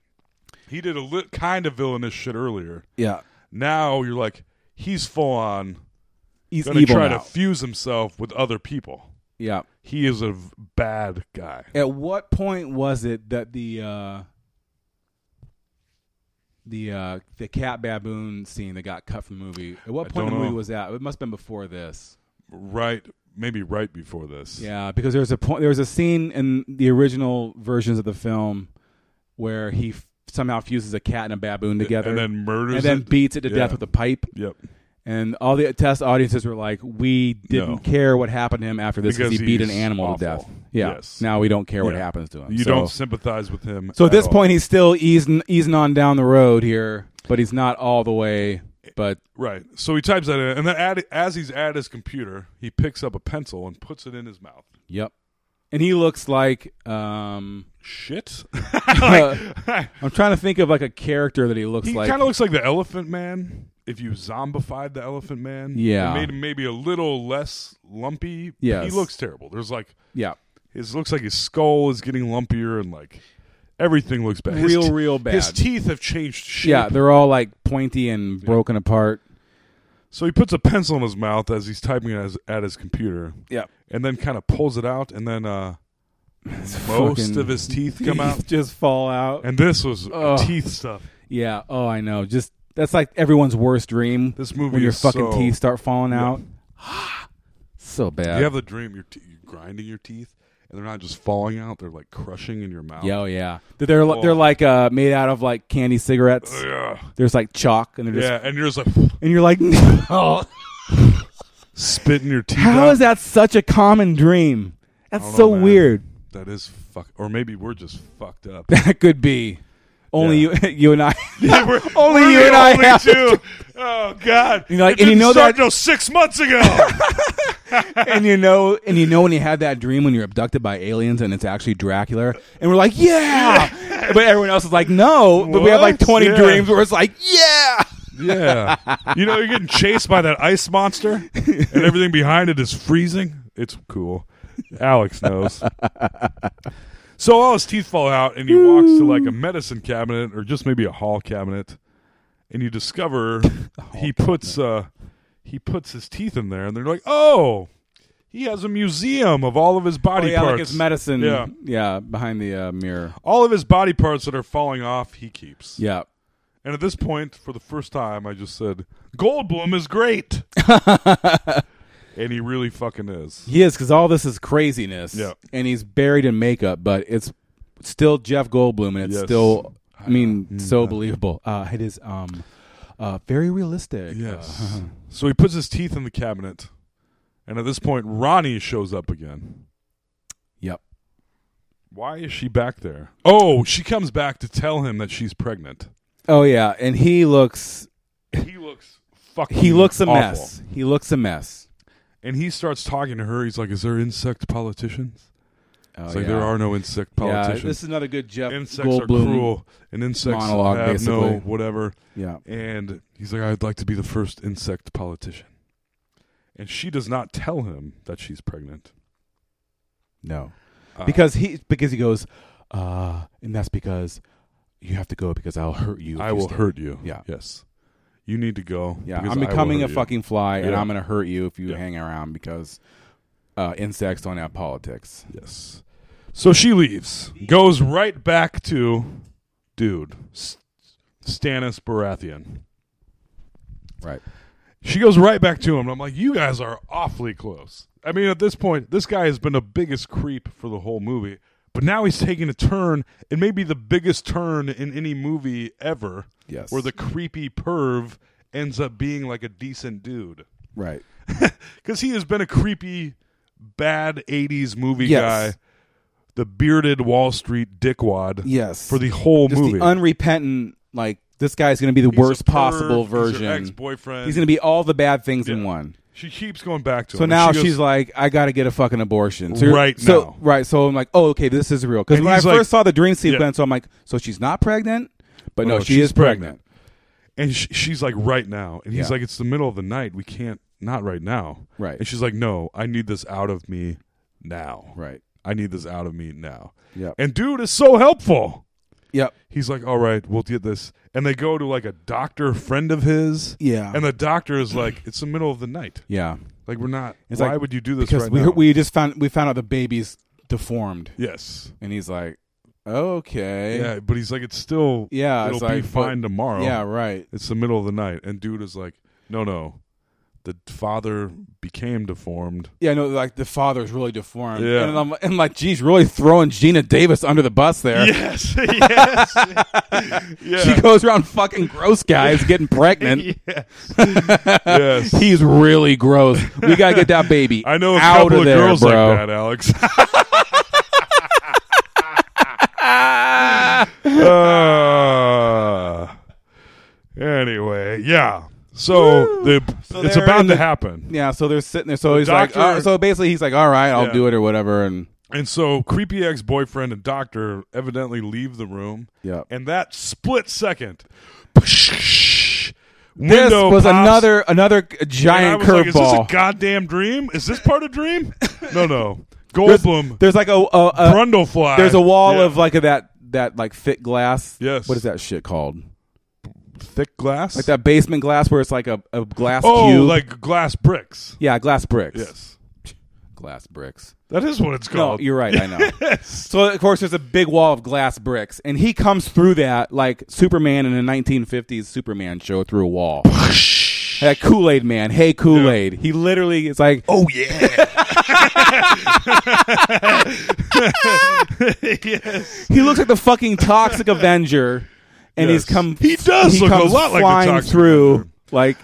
He did a li- kind of villainous shit earlier.
Yeah.
Now you're like, he's full on.
He's
gonna
evil
try
now.
to fuse himself with other people.
Yeah.
He is a v- bad guy.
At what point was it that the uh the uh the cat baboon scene that got cut from the movie? At what
I
point in the
don't
movie
know.
was that? It must have been before this.
Right, maybe right before this.
Yeah, because there's a point. There's a scene in the original versions of the film where he f- somehow fuses a cat and a baboon together,
and then murders
and then
it?
beats it to
Yeah.
death with a pipe.
Yep.
And all the test audiences were like, "We didn't
No.
care what happened to him after this because
Because
he beat an
he's
animal to
awful.
death. Yeah.
Yes.
Now we don't care what
Yeah.
happens to him.
You
So-
don't sympathize with him.
So at this
all.
point, he's still easing easing on down the road here, but he's not all the way. But
Right. So he types that in, and then at, as he's at his computer, he picks up a pencil and puts it in his mouth.
yep. And he looks like um,
Shit.
I'm trying to think of like a character that he looks
he
like.
kind of looks like the Elephant Man. If you zombified the Elephant Man,
Yeah.
and made him maybe a little less lumpy.
Yes.
He looks terrible. There's like
yeah.
his looks like his skull is getting lumpier and like everything looks bad. His
Real,
te-
real
His
bad.
teeth have changed shape.
Yeah, they're all like pointy and broken apart.
So he puts a pencil in his mouth as he's typing at his, at his computer.
Yeah.
And then kind of pulls it out, and then uh, most
fucking-
of his teeth come out.
just fall out.
And this was uh,
Ugh.
teeth stuff.
yeah. Oh, I know. Just that's like everyone's worst dream.
This movie
when your
is
fucking
so-
teeth start falling
Yeah.
out. so bad.
You have the dream you're, te- you're grinding your teeth, and they're not just falling out; they're like crushing in your mouth.
yeah, oh, yeah. They're they're, li-
Oh.
they're like uh, made out of like candy cigarettes.
Ugh.
There's like chalk, and they're just
Oh, Yeah, and you're just like
and you're like, no.
spitting your teeth.
How
out.
is that such a common dream? That's
I don't know,
so
man.
weird.
That is fuck, or maybe we're just fucked up.
That could be. Only
Yeah.
you, you and I.
Yeah, we're-
only
we're
you
the
and I
only
have
two. Oh God!
You're like, and
It
you
didn't
know
start
that-
till six months ago.
and you know, and you know when you have that dream when you're abducted by aliens and it's actually Dracula, and we're like, yeah, but everyone else is like, no. But we have like
What?
20
Yeah.
dreams where it's like, yeah,
yeah, you know, you're getting chased by that ice monster, and everything behind it is freezing. It's cool. Alex knows. So all his teeth fall out, and he walks to like a medicine cabinet or just maybe a hall cabinet, and you discover he puts uh, he puts his teeth in there, and they're like, oh. He has a museum of all of his
oh,
body
yeah,
parts.
like it's medicine,
Yeah.
yeah, behind the uh, mirror,
All of his body parts that are falling off, he keeps.
yeah.
And at this point, for the first time, I just said, Goldblum is great. and he really fucking is.
He is because all this is craziness,
Yeah.
and he's buried in makeup, but it's still Jeff Goldblum, and it's
Yes.
still, I
Mm,
mean, so believable. Uh, it is um, uh, very realistic.
Yes. so he puts his teeth in the cabinet. And at this point, Ronnie shows up again.
Yep.
Why is she back there? Oh, she comes back to tell him that she's pregnant.
Oh yeah, and he looks.
He looks fucking.
He looks a
awful.
mess. He looks a mess.
And he starts talking to her. He's like, "Is there insect politicians?"
Oh,
it's like
yeah.
there are no insect
Yeah,
politicians.
this is not a good Jeff
Insects
Goldblum
are cruel, and insects
monologue,
have no
basically.
whatever.
Yeah.
And he's like, "I'd like to be the first insect politician." And she does not tell him that she's pregnant.
No,
Uh,
because he because he goes, uh, and that's because you have to go because I'll hurt you. if
I
you
will
stay."
hurt you.
Yeah,
Yes. You need to go.
yeah.
because
I'm
I will
becoming a
hurt you.
fucking fly, and
Yeah.
I'm gonna hurt you if you hang around because uh, insects don't have politics.
Yes. So she leaves, goes right back to dude, S- Stannis Baratheon.
Right.
She goes right back to him. and I'm like, you guys are awfully close. I mean, at this point, this guy has been the biggest creep for the whole movie, but now he's taking a turn, and maybe the biggest turn in any movie ever.
Yes.
Where the creepy perv ends up being like a decent dude.
Right.
Because he has been a creepy, bad 80s movie
Yes.
guy, the bearded Wall Street dickwad.
Yes.
For the whole
Just
movie.
the unrepentant like this guy's gonna be the
He's a
worst possible
perv, he's her
version.
ex-boyfriend.
He's gonna be all the bad things in one.
she keeps going back to
So
him. and
now
she goes-
she's like, I got to get a fucking abortion. So you're-
Right
so,
now.
Right. So I'm like, oh, okay, this is real. Because
And
when I
he's
first
like-
saw the dream sequence, I'm like, so she's not pregnant, but no, she
Oh, she's
is pregnant.
And sh- she's like, right now. And he's
Yeah.
like, it's the middle of the night. We can't, not right now.
Right.
And she's like, no, I need this out of me now.
Right.
I need this out of me now.
Yep.
And dude is so helpful.
Yep.
He's like, all right, we'll get this. And they go to like a doctor friend of his.
Yeah.
And the doctor is like, it's the middle of the night.
Yeah.
Like, we're not,
It's
why
like-
would you do this
Because
right
we,
now?
we just found we found out the baby's deformed,
yes.
and he's like, okay,
Yeah, but he's like, it's still,
Eh? Yeah,
it'll
it's like,
be
but-
fine tomorrow.
yeah, right.
It's the middle of the night, and dude is like, no, no, the father became deformed.
Yeah, no, like the father's really deformed.
Yeah.
And I'm and like, geez, really throwing Gina Davis under the bus there.
Yes, yes,
She goes around fucking gross guys getting pregnant.
yes.
He's really gross. We gotta get that baby.
I know a
out
couple
of
of
there,
girls
bro.
like that, Alex. Uh, anyway, yeah. So the
So
it's
they're
about
in
to
the-
happen,
Yeah, so they're sitting there. So he's
doctor-
like, uh, so basically, he's like, all right, I'll
Yeah.
do it or whatever. And
and so creepy ex boyfriend and doctor evidently leave the room.
yeah,
and that split second,
this
window
was
pops.
another another
And
giant
I was like, Is this
curveball.
a goddamn dream? Is this part of dream? no, no. Goldblum,
there's like a, a, a
Brundlefly.
there's a wall
Yeah.
of like a, that that like thick glass.
Yes.
what is that shit called?
thick glass.
Like that basement glass where it's like a, a glass
Oh,
cube.
like glass bricks.
yeah, glass bricks.
Yes,
glass bricks.
that is what it's
No,
called.
you're right. I know.
Yes.
So of course, there's a big wall of glass bricks, and he comes through that like Superman in a 1950s Superman show through a wall. that Kool Aid man, hey Kool Aid, he literally is like,
Oh yeah. yes.
he looks like the fucking Toxic Avenger, and
Yes.
he's come.
He does look a
comes
lot like the
flying
Toxic
through
Avenger.
like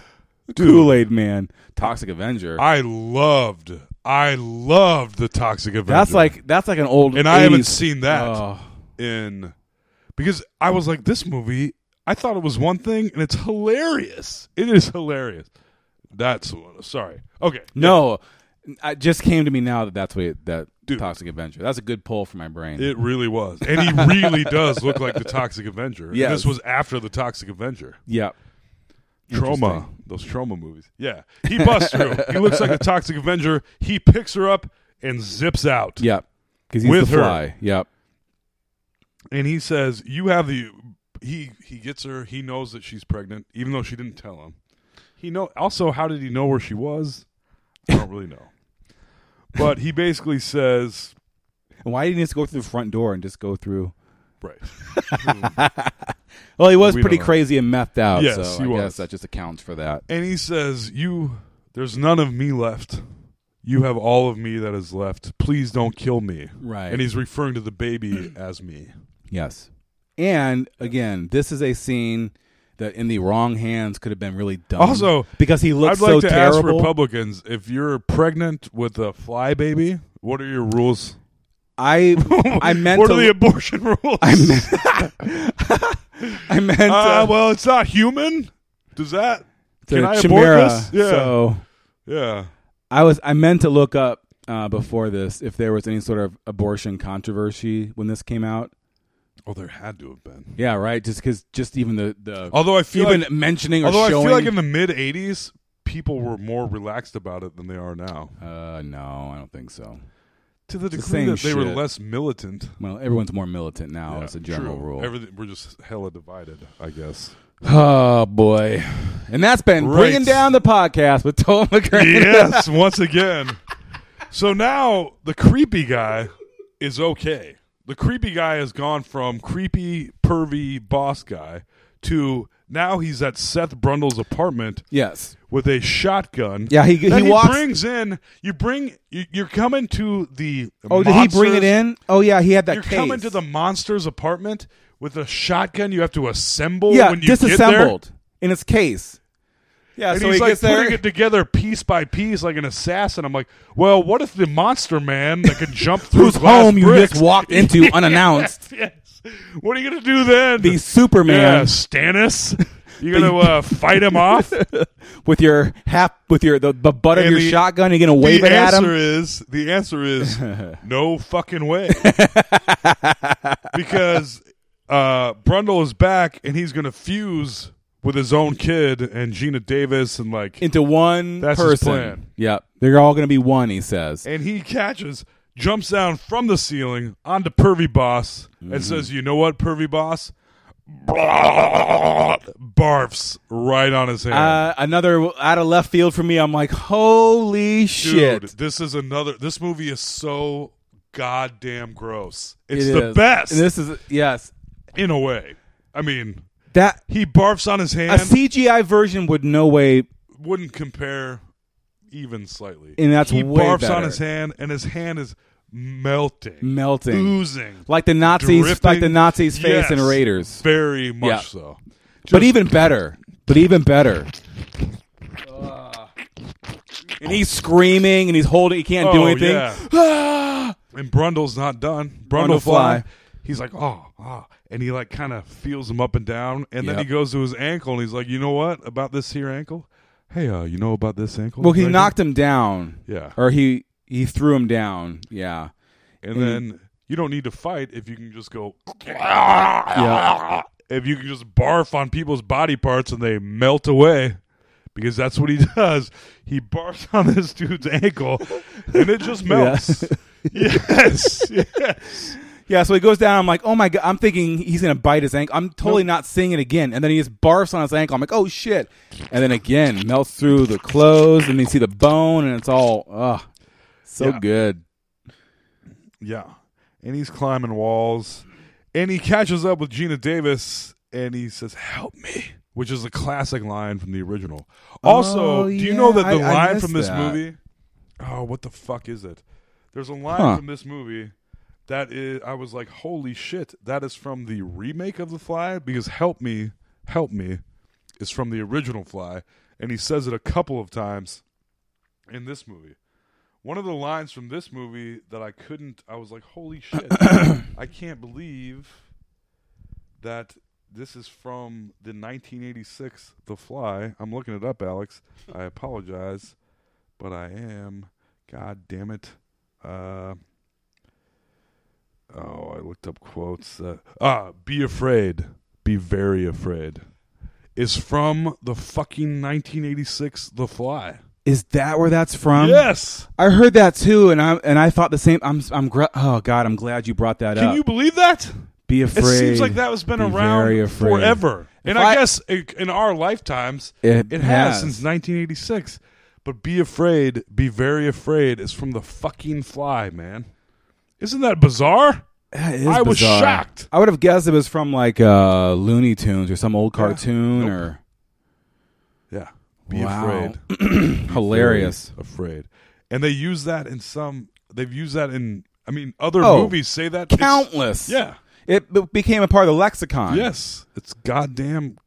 Kool Aid man, Toxic Avenger.
I loved. I loved the Toxic Avenger.
that's like that's like an old.
and I haven't
80s
seen that
Oh.
in because I was like, this movie. I thought it was one thing, and it's hilarious. It is hilarious. That's the one. sorry. Okay,
No, it just came to me now that that's what it, that
Dude.
Toxic Avenger. That's a good pull for my brain.
it really was, and he really does look like the Toxic Avenger. And
Yes.
this was after the Toxic Avenger.
yeah.
Trauma, those trauma movies. Yeah, he busts through. he looks like the Toxic Avenger. He picks her up and zips out.
Yep. Because he's
With
the
her.
fly. Yep.
and he says you have the he he gets her he knows that she's pregnant even though she didn't tell him he know also how did he know where she was i don't really know but he basically says
And why didn't he just go through the front door and just go through?
right
Well, he was
We
pretty
don't know.
crazy and methed out.
Yes,
so
he
I
was.
guess that just accounts for that.
and he says you there's none of me left you have all of me that is left please don't kill me
Right.
and he's referring to the baby as me
Yes. And again, this is a scene that in the wrong hands could have been really dumb.
Also,
because he looks
I'd like
so
to ask
terrible.
Republicans if you're pregnant with a fly baby, what are your rules?
I I meant
what
to,
are the abortion rules? I meant.
I meant, uh,
well, it's not human. Does that?
They're
Can I
chimera,
abort this? Yeah.
so-
Yeah.
I was I meant to look up uh, before this if there was any sort of abortion controversy when this came out.
Oh, there had to have been.
Yeah, right. Just because, just even the the
Although I feel
even
like,
mentioning or
although
showing,
I feel like in the mid '80s, people were more relaxed about it than they are now.
Uh, no, I don't think so.
To the
It's the
degree
same
that they were
shit.
less militant.
Well, everyone's more militant now.
Yeah,
as a general
true.
rule.
Everything we're just hella divided, I guess.
Oh boy, and that's been
Right.
bringing down the podcast with Tom McGrath.
yes, once again. So now the creepy guy is okay. The creepy guy has gone from creepy, pervy boss guy to now he's at Seth Brundle's apartment.
Yes.
With a shotgun.
Yeah, he-
That
he walks-
brings in. You bring. You, you're coming to the.
Oh, did he bring it
monsters-
in? Oh yeah, he had that
You're
case.
coming to the monster's apartment with a shotgun. You have to assemble.
yeah,
when you get there.
disassembled in its case. Yeah,
and
so
he's
he
like
gets
putting
there-
it together piece by piece like an assassin. I'm like, well, what if the monster man that could jump through
Whose
glass
home you
bricks-
just walked into
Yes,
unannounced.
yes. What are you gonna do then?
The Superman.
yeah, Stannis. You gonna uh, fight him off?
with your half with your the, the butt of
And
your
the-
shotgun. You're gonna wave
the
it at him.
answer Is, the answer is no fucking way. because uh, Brundle is back and he's going to fuse with his own kid and Gina Davis and like
into one
that's his
person.
plan.
Yep, they're all gonna be one. He says.
And he catches, jumps down from the ceiling onto Pervy Boss
Mm-hmm.
and says, "You know what, Pervy Boss?" Barfs right on his hand.
Uh, another out of left field for me. I'm like, holy shit!
Dude, this is another. This movie is so goddamn gross. It's
It
the
is.
best.
And this is yes,
in a way. I mean,
that
he barfs on his hand.
a CGI version would no way.
Wouldn't compare even slightly.
And that's
he
way
barfs on
better.
his hand, and his hand is melting,
Melting.
oozing,
Like the Nazis-
dripping.
like the Nazis' face
Yes,
in Raiders.
Very much
Yeah.
so.
but even better. But even better. And he's screaming and he's holding. He can't do
Oh,
anything.
yeah. and Brundle's not done. Brundle
Brundle
fly.
fly.
He's like, oh, oh. And he like kind of feels him up and down. And then
Yep.
he goes to his ankle and he's like, you know what about this here ankle? Hey, uh, you know about this ankle?
Well, he
right
knocked him down.
Yeah.
Or he he threw him down. Yeah.
here?" And then you don't need to fight if you can just go.
Yeah.
If you can just barf on people's body parts and they melt away. Because that's what he does. He barfs on this dude's ankle and it just melts. yes. Yes.
Yeah, so he goes down. I'm like, oh my god! I'm thinking he's gonna bite his ankle. I'm totally not seeing it again. And then he just barfs on his ankle. I'm like, oh shit! And then again, melts through the clothes, and you see the bone, and it's all ugh, so
Yeah.
good.
Yeah. And he's climbing walls. And he catches up with Gina Davis and he says, Help me, which is a classic line from the original. Also,
Oh,
do you
yeah,
know that the
I- I
line
missed
from this
that.
movie? Oh, what the fuck is it? There's a line
Huh.
from this movie that is, I was like, Holy shit, that is from the remake of The Fly because Help Me, Help Me is from the original Fly. And he says it a couple of times in this movie. One of the lines from this movie that I couldn't, I was like, holy shit. I can't believe that this is from the 1986 The Fly. I'm looking it up, Alex. I apologize, but I am. God damn it. Uh, oh, I looked up quotes. Uh, ah, be afraid. Be very afraid. Is from the fucking 1986 The Fly.
Is that where that's from?
Yes.
I heard that too, and I and I thought the same. I'm I'm gr- oh god, I'm glad you brought that
Can
up.
you believe that?
Be
It
afraid.
seems like that was been
Be very
around
afraid.
forever. And
If
I, guess i- in our lifetimes, it,
It has.
has since 1986. But be afraid, be very afraid is from the fucking fly, man. Isn't that bizarre?
That is
I was
bizarre.
shocked.
I would have guessed it was from like uh, Looney Tunes or some old cartoon or
Yeah. Be
Wow.
afraid. Be
Hilarious.
very Afraid. And they use that in some, they've used that in, I mean, other
Oh,
movies say that. It's-
countless.
yeah.
it be- became a part of the lexicon.
Yes, it's goddamn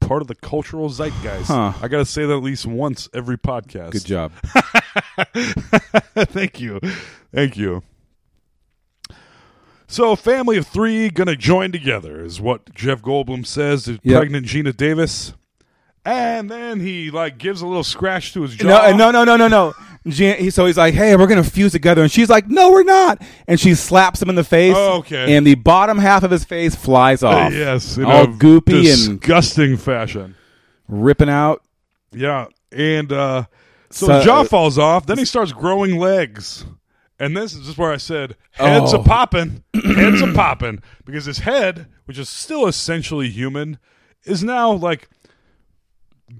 part of the cultural zeitgeist.
Huh.
I got to say that at least once every podcast.
Good job.
Thank you. Thank you. So, a family of three gonna join together is what Jeff Goldblum says to
Yep.
pregnant Gina Davis, and then he like gives a little scratch to his jaw.
No, no, no, no, no, no. Jan- he- so he's like, "Hey, we're gonna fuse together," and she's like, "No, we're not." And she slaps him in the face.
Oh, okay.
And the bottom half of his face flies off.
yes, in
all
a
goopy and
disgusting fashion,
ripping out.
Yeah, and uh, so,
So-
the jaw falls off. Then he starts growing legs, and this is just where I said heads
Oh.
a popping, heads a popping, because his head, which is still essentially human, is now like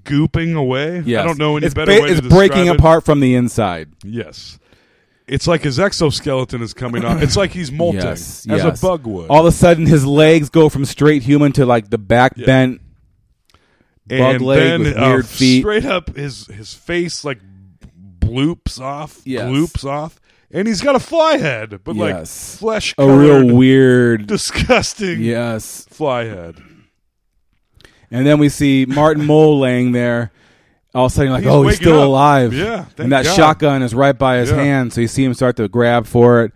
gooping away. I
Yes.
don't know any
it's
better
ba-
way
It's
to describe
breaking
it.
apart from the inside.
Yes. It's like his exoskeleton is coming off. It's like he's molting
Yes,
as
yes.
a bug would.
All of a sudden, his legs go from straight human to like the back
Yeah.
bent bug leg with
uh,
weird feet.
Straight up, his his face like bloops off,
Yes.
gloops off, and he's got a fly head, but like
Yes.
flesh.
a real weird,
disgusting,
Yes.
fly head.
And then we see Martin Mole laying there. All of a sudden, like,
He's
oh, he's
waking
still
up.
alive.
Yeah, thank
and that
God.
shotgun is right by his
Yeah.
hand, so you see him start to grab for it.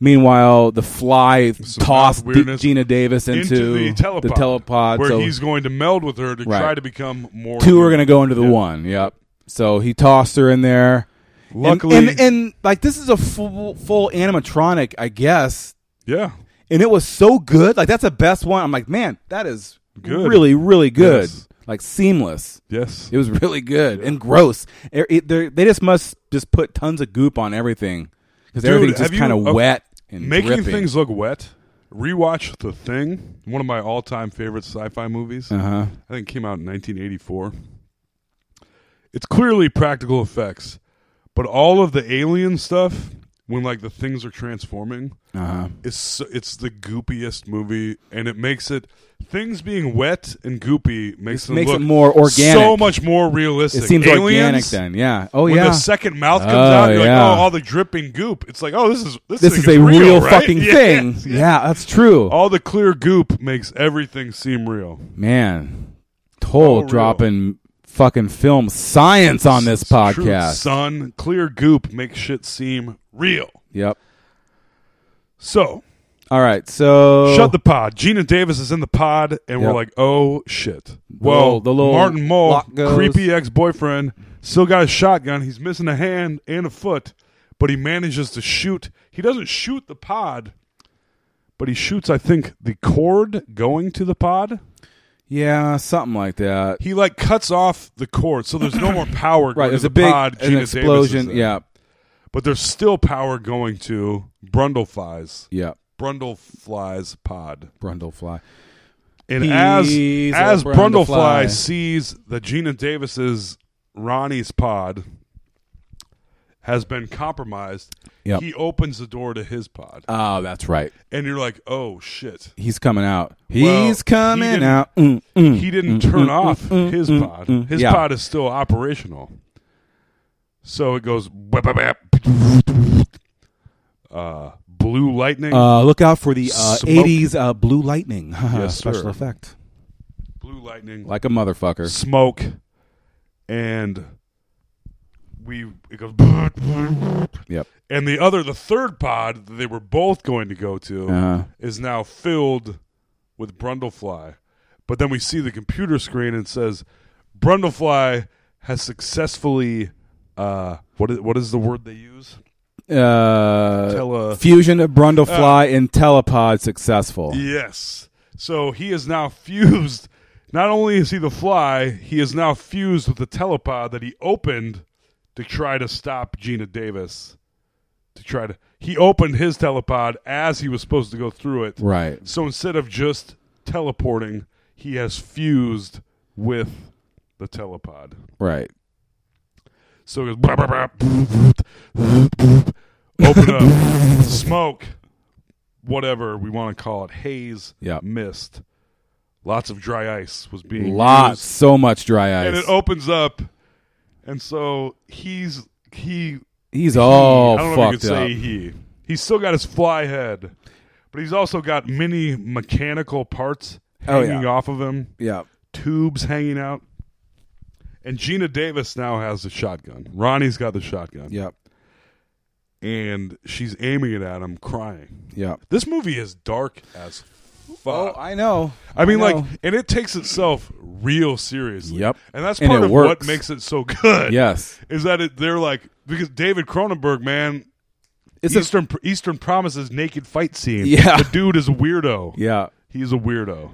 Meanwhile, the fly tossed
mouth
D-
weirdness
Gina Davis into,
the telepod,
telepod,
where
so
he's going to meld with her to
Right.
try to become more.
two are
human.
going to go into the one. Yep. So he tossed her in there. And-
Luckily-
and, and, like this is a full full animatronic, I guess.
Yeah.
And it was so good. Like that's the best one. I'm like, man, that is
Good.
really really good.
Yes.
Like seamless.
Yes.
It was really good and gross. It- it- they're- they just must just put tons of goop on everything because
Dude,
everything's just
have you-
kind of
okay,
wet and
making
dripping.
things look wet. Rewatch The Thing, one of my all-time favorite sci-fi movies.
Uh-huh.
I think it came out in 1984. It's clearly practical effects, but all of the alien stuff when like the things are transforming
Uh-huh.
is so, it's the goopiest movie, and it makes it things being wet and goopy makes
It
them
makes
look
it more organic.
so much more realistic.
It seems organic
Aliens,
then. Yeah. Oh
when
yeah.
the second mouth comes
Oh,
out, you're
yeah.
like, oh, all the dripping goop. It's like, oh, this is this,
this
thing
is a real,
right?
fucking
Yeah.
thing. Yeah, that's true.
All the clear goop makes everything seem real.
Man,
Oh,
toll dropping fucking film science on this
Truth,
podcast.
son, clear goop makes shit seem real.
Yep.
So
All right. So
shut the pod. Gina Davis is in the pod, and we're
Yep.
like, oh shit.
little-
Well,
the little
Martin Mull,
lock goes.
creepy ex boyfriend, still got his shotgun. He's missing a hand and a foot, but he manages to shoot. He doesn't shoot the pod, but he shoots. I think the cord going to the pod.
Yeah, something like that.
He like cuts off the cord, so there's no more power. Going
Right,
to
there's
the
a big-
pod,
an
Gina Davis is
explosion,
in.
yeah.
but there's still power going to Brundleflies.
Yeah.
Brundleflies pod.
Brundlefly.
And
He's
as
a
as
Brundlefly.
Brundlefly sees that Gina Davis's Ronnie's pod has been compromised,
Yep.
he opens the door to his pod,
Oh, that's right.
and you're like, "Oh shit!"
He's coming out. He's
Well, he
coming
didn't-
out. Mm, mm,
he didn't
mm,
turn
mm,
off
mm,
his
mm,
pod.
mm.
his
Yeah.
pod is still operational. So it goes whap, whap, whap. uh, blue lightning.
Uh, look out for the uh,
Smoke.
80s uh, blue lightning
Yes,
special
sir.
effect.
blue lightning,
Like a motherfucker.
smoke, and we it goes.
Yep.
And the other, the third pod that they were both going to go to
Uh-huh.
is now filled with Brundlefly. But then we see the computer screen and it says Brundlefly has successfully uh what is, what is the word they use?
Uh,
Tele- Uh,
fusion of Brundlefly and Telepod successful.
Yes. So he is now fused. Not only is he the fly, he is now fused with the telepod that he opened to try to stop Gina Davis. To try to he opened his telepod as he was supposed to go through it.
Right.
So instead of just teleporting, he has fused with the telepod.
Right.
So it goes brap, brap, brap, open up, smoke, whatever we want to call it, haze,
Yep.
mist. Lots of dry ice was being
Lots,
used,
so much dry ice.
and it opens up, and so he's he
He's
he-
all
I don't know if
fucked
you could
up.
say he. He's still got his fly head, but he's also got many mechanical parts
Oh,
hanging
yeah.
off of him,
yeah.
tubes hanging out. And Gina Davis now has the shotgun. Ronnie's got the shotgun.
Yep.
and she's aiming it at him, crying.
Yeah.
This movie is dark as fuck.
Oh, I know.
I mean,
I
like, and it takes itself real seriously.
Yep.
and that's
And
part
it
of what
works.
makes it so good.
Yes.
is that it, they're like because David Cronenberg, man,
It's a-
Eastern Eastern Promises naked fight scene.
Yeah.
the dude is a weirdo.
Yeah.
he's a weirdo.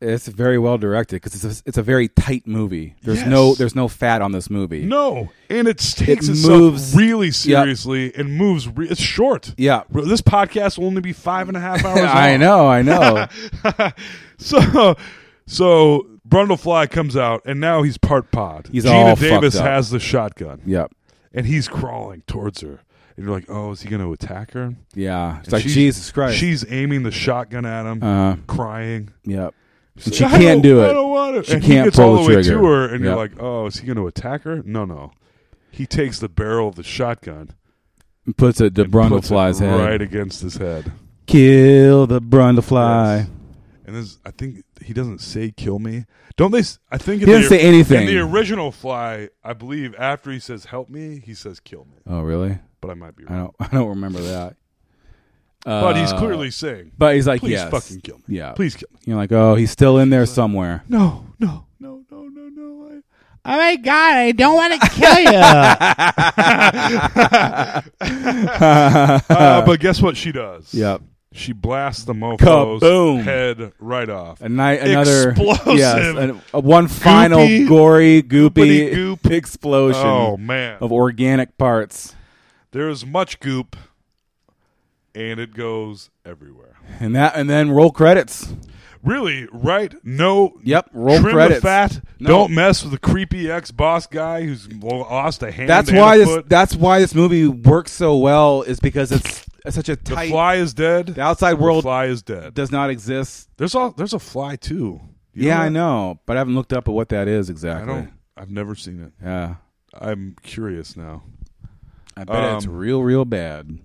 It's very well directed because it's a, it's a very tight movie. There's no
Yes.
there's no fat on this movie.
No, and it takes
It
itself
moves-
really
Yeah.
seriously and moves. Re- it's short.
Yeah.
this podcast will only be five and a half hours.
I
long.
know, I know.
So, so Brundlefly comes out, and now he's part pod.
He's
Gina
all fucked
Davis
up.
has the shotgun.
Yep.
and he's crawling towards her, and you're like, "Oh, is he going to attack her?"
Yeah. It's
And
like,
she's-
Jesus Christ.
She's aiming the shotgun at him,
Uh-huh.
crying.
Yep.
She's
And she
like, "I
can't
don't-
do it.
I don't want it.
She
and he
can't
gets
pull
all
the
the way
trigger.
to her, and
Yep.
you're like, "Oh, is he going to attack her?" No, no. He takes the barrel of the shotgun,
puts it to
puts it
Brundlefly's head.
right against his head.
Kill the Brundlefly.
And this, I think he doesn't say "kill me." Don't they? s- I think
He
in the
doesn't say
or-
anything.
In the original Fly, I believe after he says "help me," he says "kill me."
Oh, really?
But I might be
I don't. I don't remember that.
But he's
Uh,
clearly saying,
But he's like,
"Please
yes.
fucking kill me.
Yeah,
Please kill me."
You're like, oh, he's still in there somewhere.
No, no,
Oh my god, I don't want to kill you.
Uh, but guess what she does?
Yep.
She blasts the mofo's
Kaboom.
head right off.
A night, another
explosive.
yes, an- a one final gory, goopy
goopity-goop.
explosion.
Oh, man.
of organic parts,
There is much goop, and it goes everywhere.
and that, and then roll credits.
Really, right? No.
Yep, roll
trim
credits.
The fat.
No.
Don't mess with the creepy ex boss guy who's lost a hand.
That's
and
why
a
this.
foot.
That's why this movie works so well is because it's, it's such a
the
tight.
fly is dead. The
outside world
fly is dead.
does not exist.
There's all. There's a fly too. You
yeah,
know
I
that?
know, but I haven't looked up at what that is
I
exactly.
don't. I've never seen it.
Yeah,
I'm curious now.
I bet it's
Um,
real, real bad.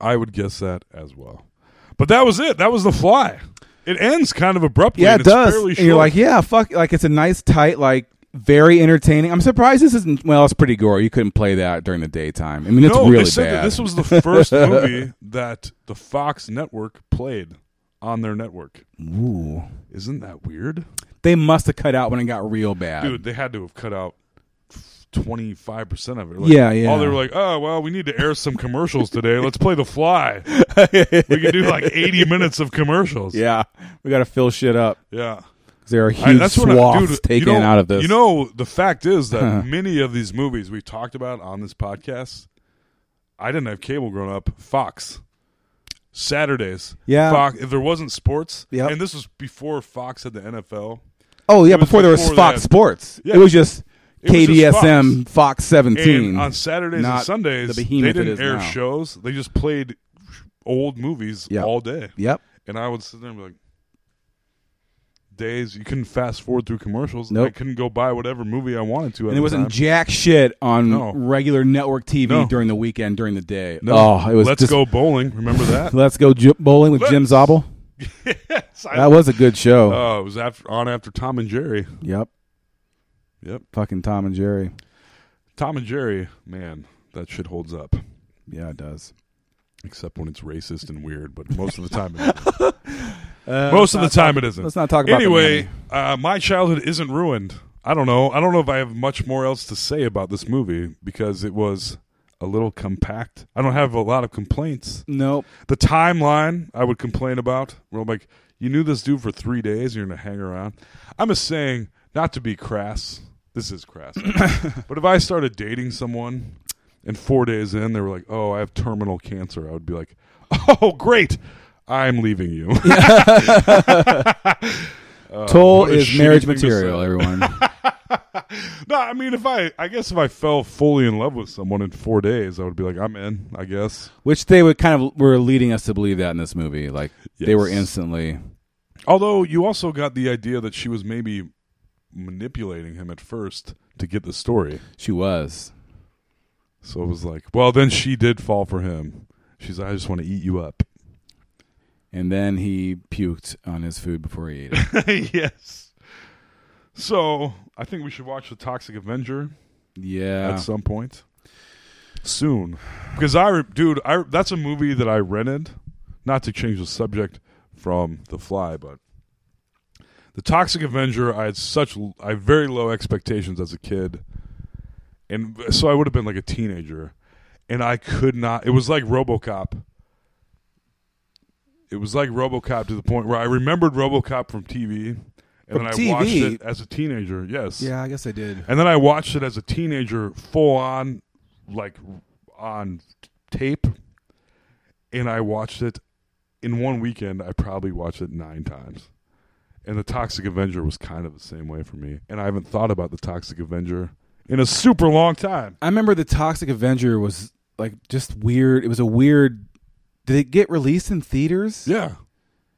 I would guess that as well. But that was it. That was the fly. It ends kind of abruptly.
Yeah,
and
it
it's
does.
fairly
And you're
short.
like, yeah, fuck. Like it's a nice, tight, like very entertaining. I'm surprised this isn't. Well, it's pretty gory. You couldn't play that during the daytime. I mean, it's
no,
really
they said
bad.
That this was the first movie that the Fox network played on their network.
Ooh,
Isn't that weird?
they must have cut out when it got real bad.
Dude, they had to have cut out 25% of it. Like,
Yeah, yeah.
All they were like, oh, well, we need to air some commercials today. Let's play The Fly. we can do like 80 minutes of commercials.
Yeah, we got to fill shit up.
Yeah.
'Cause there are huge
I- that's what I-
swaths
dude,
taken
you know-
out of this.
You know, the fact is that many of these movies we talked about on this podcast, I didn't have cable growing up. Fox. Saturdays.
Yeah.
Fox, if there wasn't sports,
Yep.
and this was before Fox had the NFL.
oh yeah,
It was
before there was
before
Fox
that.
Sports,
Yeah.
it was just
It was just Fox.
KDSM Fox, 17
And on Saturdays and
Not
Sundays,
The
they
behemoth it
didn't
is
air
now.
shows. They just played old movies
Yep.
all day.
Yep.
And I would sit there and be like, days you couldn't fast forward through commercials. I
Nope.
couldn't go buy whatever movie I wanted to. At
And
the
it wasn't
time.
jack shit on
No.
regular network TV
No.
during the weekend, during the day.
No.
Oh, it was
Let's
just-
go bowling. Remember that?
Let's go ju- bowling with Jim Zobel.
yes, I-
That was a good show.
Oh, it was after on after Tom and Jerry.
yep.
Yep.
Fucking Tom and Jerry.
Tom and Jerry, man, that shit holds up.
Yeah, it does.
Except when it's racist and weird, but most of the time, it isn't. most of the
Uh, let's
time,
not-
it isn't.
let's not talk about the
Anyway, uh, my childhood isn't ruined. I don't know. I don't know if I have much more else to say about this movie because it was a little compact. I don't have a lot of complaints.
Nope.
The timeline I would complain about. Where I'm like, you knew this dude for three days. You're gonna hang around. I'm just saying, not to be crass. This is crass. but if I started dating someone, and four days in they were like, "Oh, I have terminal cancer," I would be like, "Oh, great, I'm leaving you." Uh,
Toll
what a
is
shitty
marriage
thing to
material,
say.
everyone.
No, I mean, if I, I guess if I fell fully in love with someone in four days, I would be like, I'm in. I guess.
Which they would kind of were leading us to believe that in this movie. Like they were
Yes.
instantly
Although you also got the idea that she was maybe manipulating him at first to get the story.
she was.
So it was like, well, then she did fall for him. She's like, I just want to eat you up.
And then he puked on his food before he ate it.
yes. So I think we should watch The Toxic Avenger
Yeah.
at some point. soon because I, re- dude, I that's a movie that I rented. Not to change the subject from The Fly, but The Toxic Avenger, I had such l- I had very low expectations as a kid, and so I would have been like a teenager, and I could not. It was like RoboCop. It was like RoboCop to the point where I remembered RoboCop from TV, and
From
then I
TV?
watched it as a teenager. Yes,
Yeah, I guess I did.
and then I watched it as a teenager, full on, like on tape. And I watched it in one weekend. I probably watched it nine times. And the Toxic Avenger was kind of the same way for me. And I haven't thought about the Toxic Avenger in a super long time.
I remember the Toxic Avenger was like just weird. It was a weird. Did it get released in theaters?
Yeah.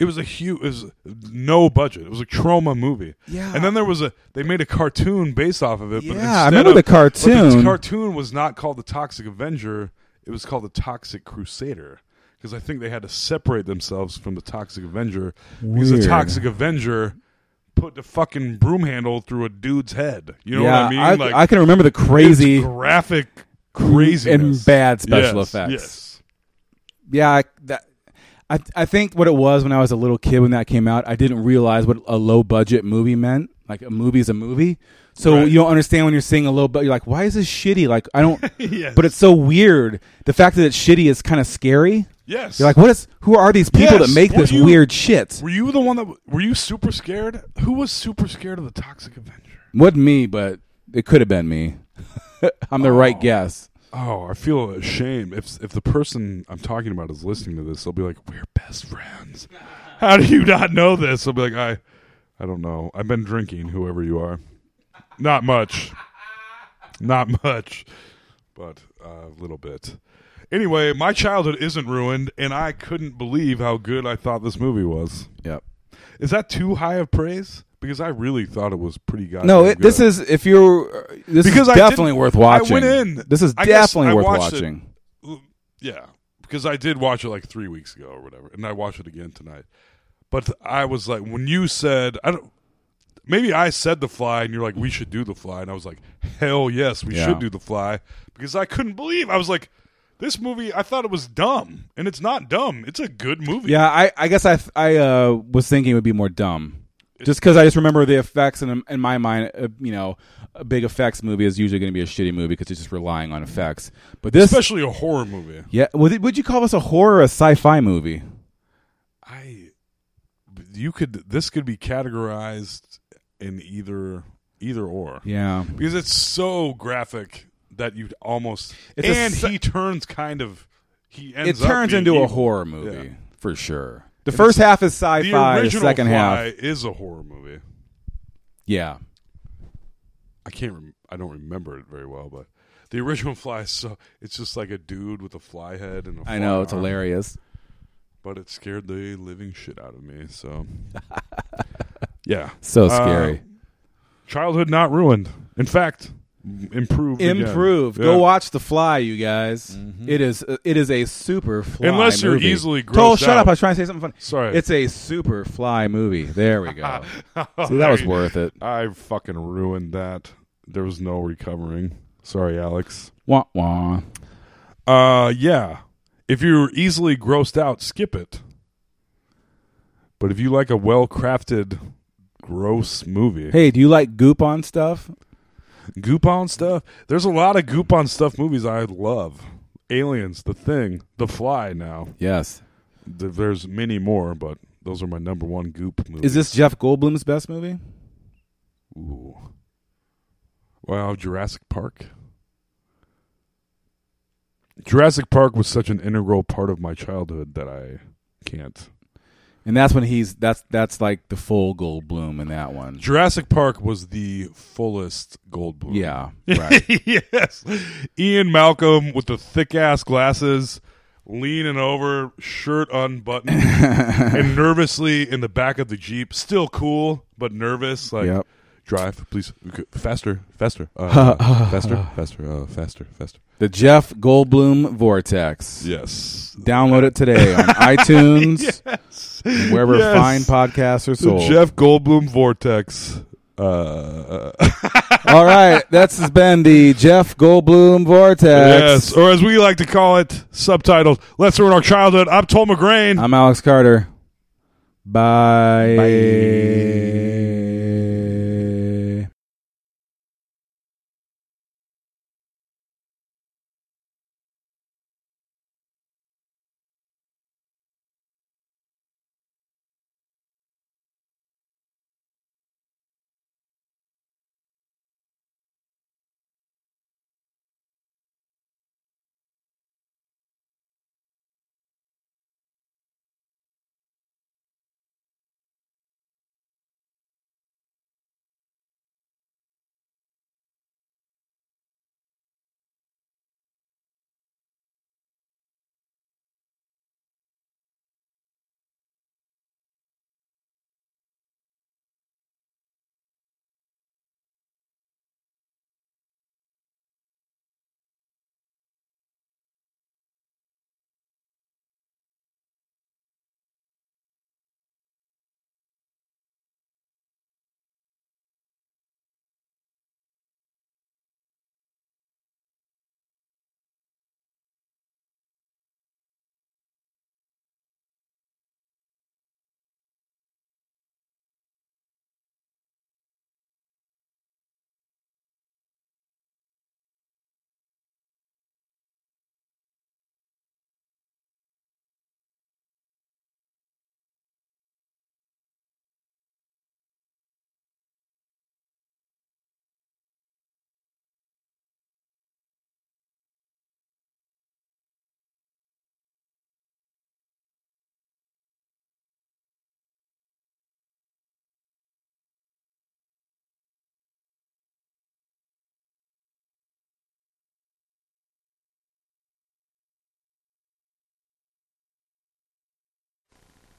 It was a huge, it was no budget. It was a trauma movie.
Yeah.
And then there was a, they made a cartoon based off of it. but
Yeah, I
instead
remember
of-
the
But
cartoon.
the cartoon was not called the Toxic Avenger. It was called the Toxic Crusader because I think they had to separate themselves from the Toxic Avenger because the
Weird.
Toxic Avenger put the fucking broom handle through a dude's head. You know
Yeah,
what I mean?
I- I can remember the
it's
crazy-
graphic craziness
and bad special
Yes,
effects.
Yes.
Yeah, I, that I I think what it was when I was a little kid when that came out, I didn't realize what a low budget movie meant. Like a movie's a movie, so
Right.
you don't understand when you're seeing a low budget. You're like, why is this shitty? Like I don't.
Yes.
But it's so weird. The fact that it's shitty is kind of scary.
Yes.
You're like, what is? Who are these people that
Yes,
make
were
this
you-
weird shit?
Were you the one that were you super scared? Who was super scared of the Toxic Avenger?
Wasn't me, but it could have been me. I'm the right guess.
Oh, I feel ashamed. If if the person I'm talking about is listening to this, they'll be like, "We're best friends." How do you not know this? I'll be like, "I, I don't know. I've been drinking. Whoever you are, not much, not much, but a little bit." Anyway, my childhood isn't ruined, and I couldn't believe how good I thought this movie was.
Yep.
Is that too high of praise? Because I really thought it was pretty goddamn
No, it,
good.
this is if you're. This
Because I
is definitely
didn't-
worth watching.
I went in.
This is
I guess
definitely
I
worth
watched it-
watching.
l- Um, yeah, because I did watch it like three weeks ago or whatever, and I watched it again tonight. But I was like, when you said, I don't. Maybe I said the fly, and you're like, we should do the fly, and I was like, hell yes, we
Yeah.
should do the fly, because I couldn't believe I was like, this movie, I thought it was dumb, and it's not dumb. It's a good movie.
Yeah, I, I guess I, I uh, was thinking it would be more dumb, just because I just remember the effects, and in my mind, uh, you know, a big effects movie is usually going to be a shitty movie because it's just relying on effects. But this,
especially a horror movie.
yeah, would, it- would you call this a horror or a sci-fi movie?
I you could this could be categorized in either either or.
Yeah.
Because it's so graphic that you almost
It's a
and
se-
he turns kind of he
It
ends up
turns
being
into a
evil.
horror movie
Yeah.
for sure. The
And
first
it's-
half is sci-fi. The
original
second
Fly
half,
is a horror movie.
yeah,
I can't rem- I don't remember it very well, but the original fly is so it's just like a dude with a fly head and a
I
fly
know it's
arm.
hilarious.
But it scared the living shit out of me, so Yeah.
So
Uh,
scary.
childhood not ruined. In fact, m- improved. again.
Improve.
Yeah.
Go watch The Fly, you guys. It is uh, it is a super fly.
Unless you're
movie.
easily grossed
Toll, shut up!
out.
I was trying to say something funny.
Sorry.
it's a super fly movie. There we go.
Oh,
so that was worth it.
I fucking ruined that. There was no recovering. Sorry, Alex.
Wah wah.
Uh, yeah. If you're easily grossed out, skip it. But if you like a well-crafted, gross movie,
Hey, do you like goop on stuff?
goop on stuff. There's a lot of goop on stuff movies I love. Aliens, The Thing, The Fly. Now,
Yes.
Th- there's many more, but those are my number one goop movies.
Is this Jeff Goldblum's best movie?
Ooh. Wow, Jurassic Park. Jurassic Park was such an integral part of my childhood that I can't.
And that's when he's that's that's like the full Goldblum in that one.
Jurassic Park was the fullest Goldblum.
Yeah. Right.
yes. Ian Malcolm with the thick ass glasses, leaning over, shirt unbuttoned, and nervously in the back of the Jeep. Still cool, but nervous. Like,
Yep.
drive, please. Faster, faster, uh, uh, faster, faster, uh, faster, faster.
the Jeff Goldblum Vortex.
Yes.
Download it today on iTunes.
Yes.
and Wherever
Yes.
fine podcasts are
The
sold.
Jeff Goldblum Vortex. Uh,
All right, that's been the Jeff Goldblum vortex.
yes, or as we like to call it, subtitled "Let's Ruin Our Childhood." I'm Tom McGrain.
I'm Alex Carter. Bye.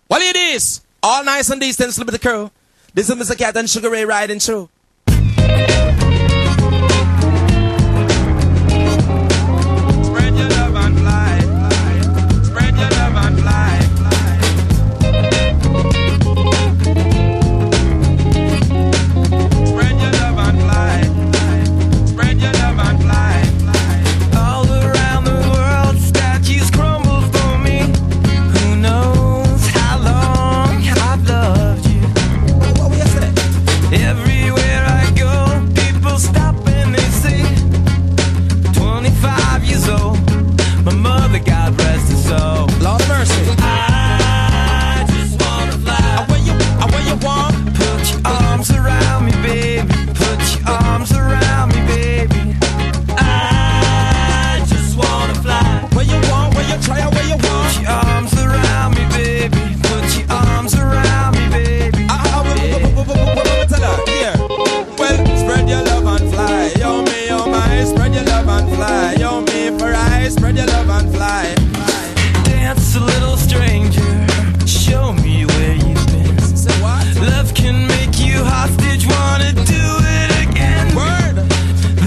Well, it is. All nice and decent, slip of the curl. This is Mr. Cat and Sugar Ray riding through.
All around the world, statues crumble for me. Who knows how long I've loved you? Everywhere I go, people stop and they say, 25 years old, my mother, God rest her soul. Lord mercy. I just wanna fly. Where you, where you want? Put your arms around me, baby. Put your arms around me, baby. I just wanna fly. Where you want, where you try, where you want. Put your arms around me, baby. Put your arms around me, baby. I,
Well, spread your love and fly. Yo, me, oh my, spread your love and fly. Yo, me, for I, spread your love and fly.
Dance a little stranger. Show me where you've been. Love can make you hostage. Wanna do it again? Word.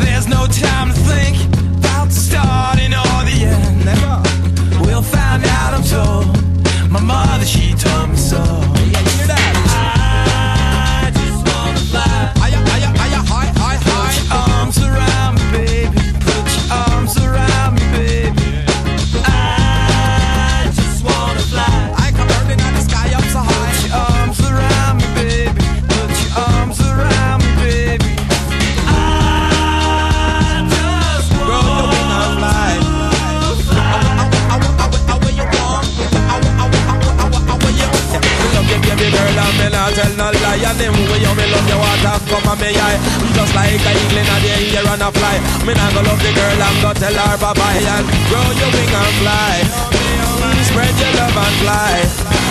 There's no time to think about the starting or the end. Never. We'll find out. I'm told. My mother, she told me so. I just wanna fly. Put your arms around me, baby. Put your arms around me, baby. I just wanna fly. I can burn in the sky up so high. Put your arms around me, baby. Put your arms around me, baby. I just wanna fly.
Every girl of me not tell no lie And them way you me love you water come on me eye I'm just like a eagle in the air and a fly Me not go love the girl I'm gonna tell her bye bye And grow your wing and fly Spread your love and fly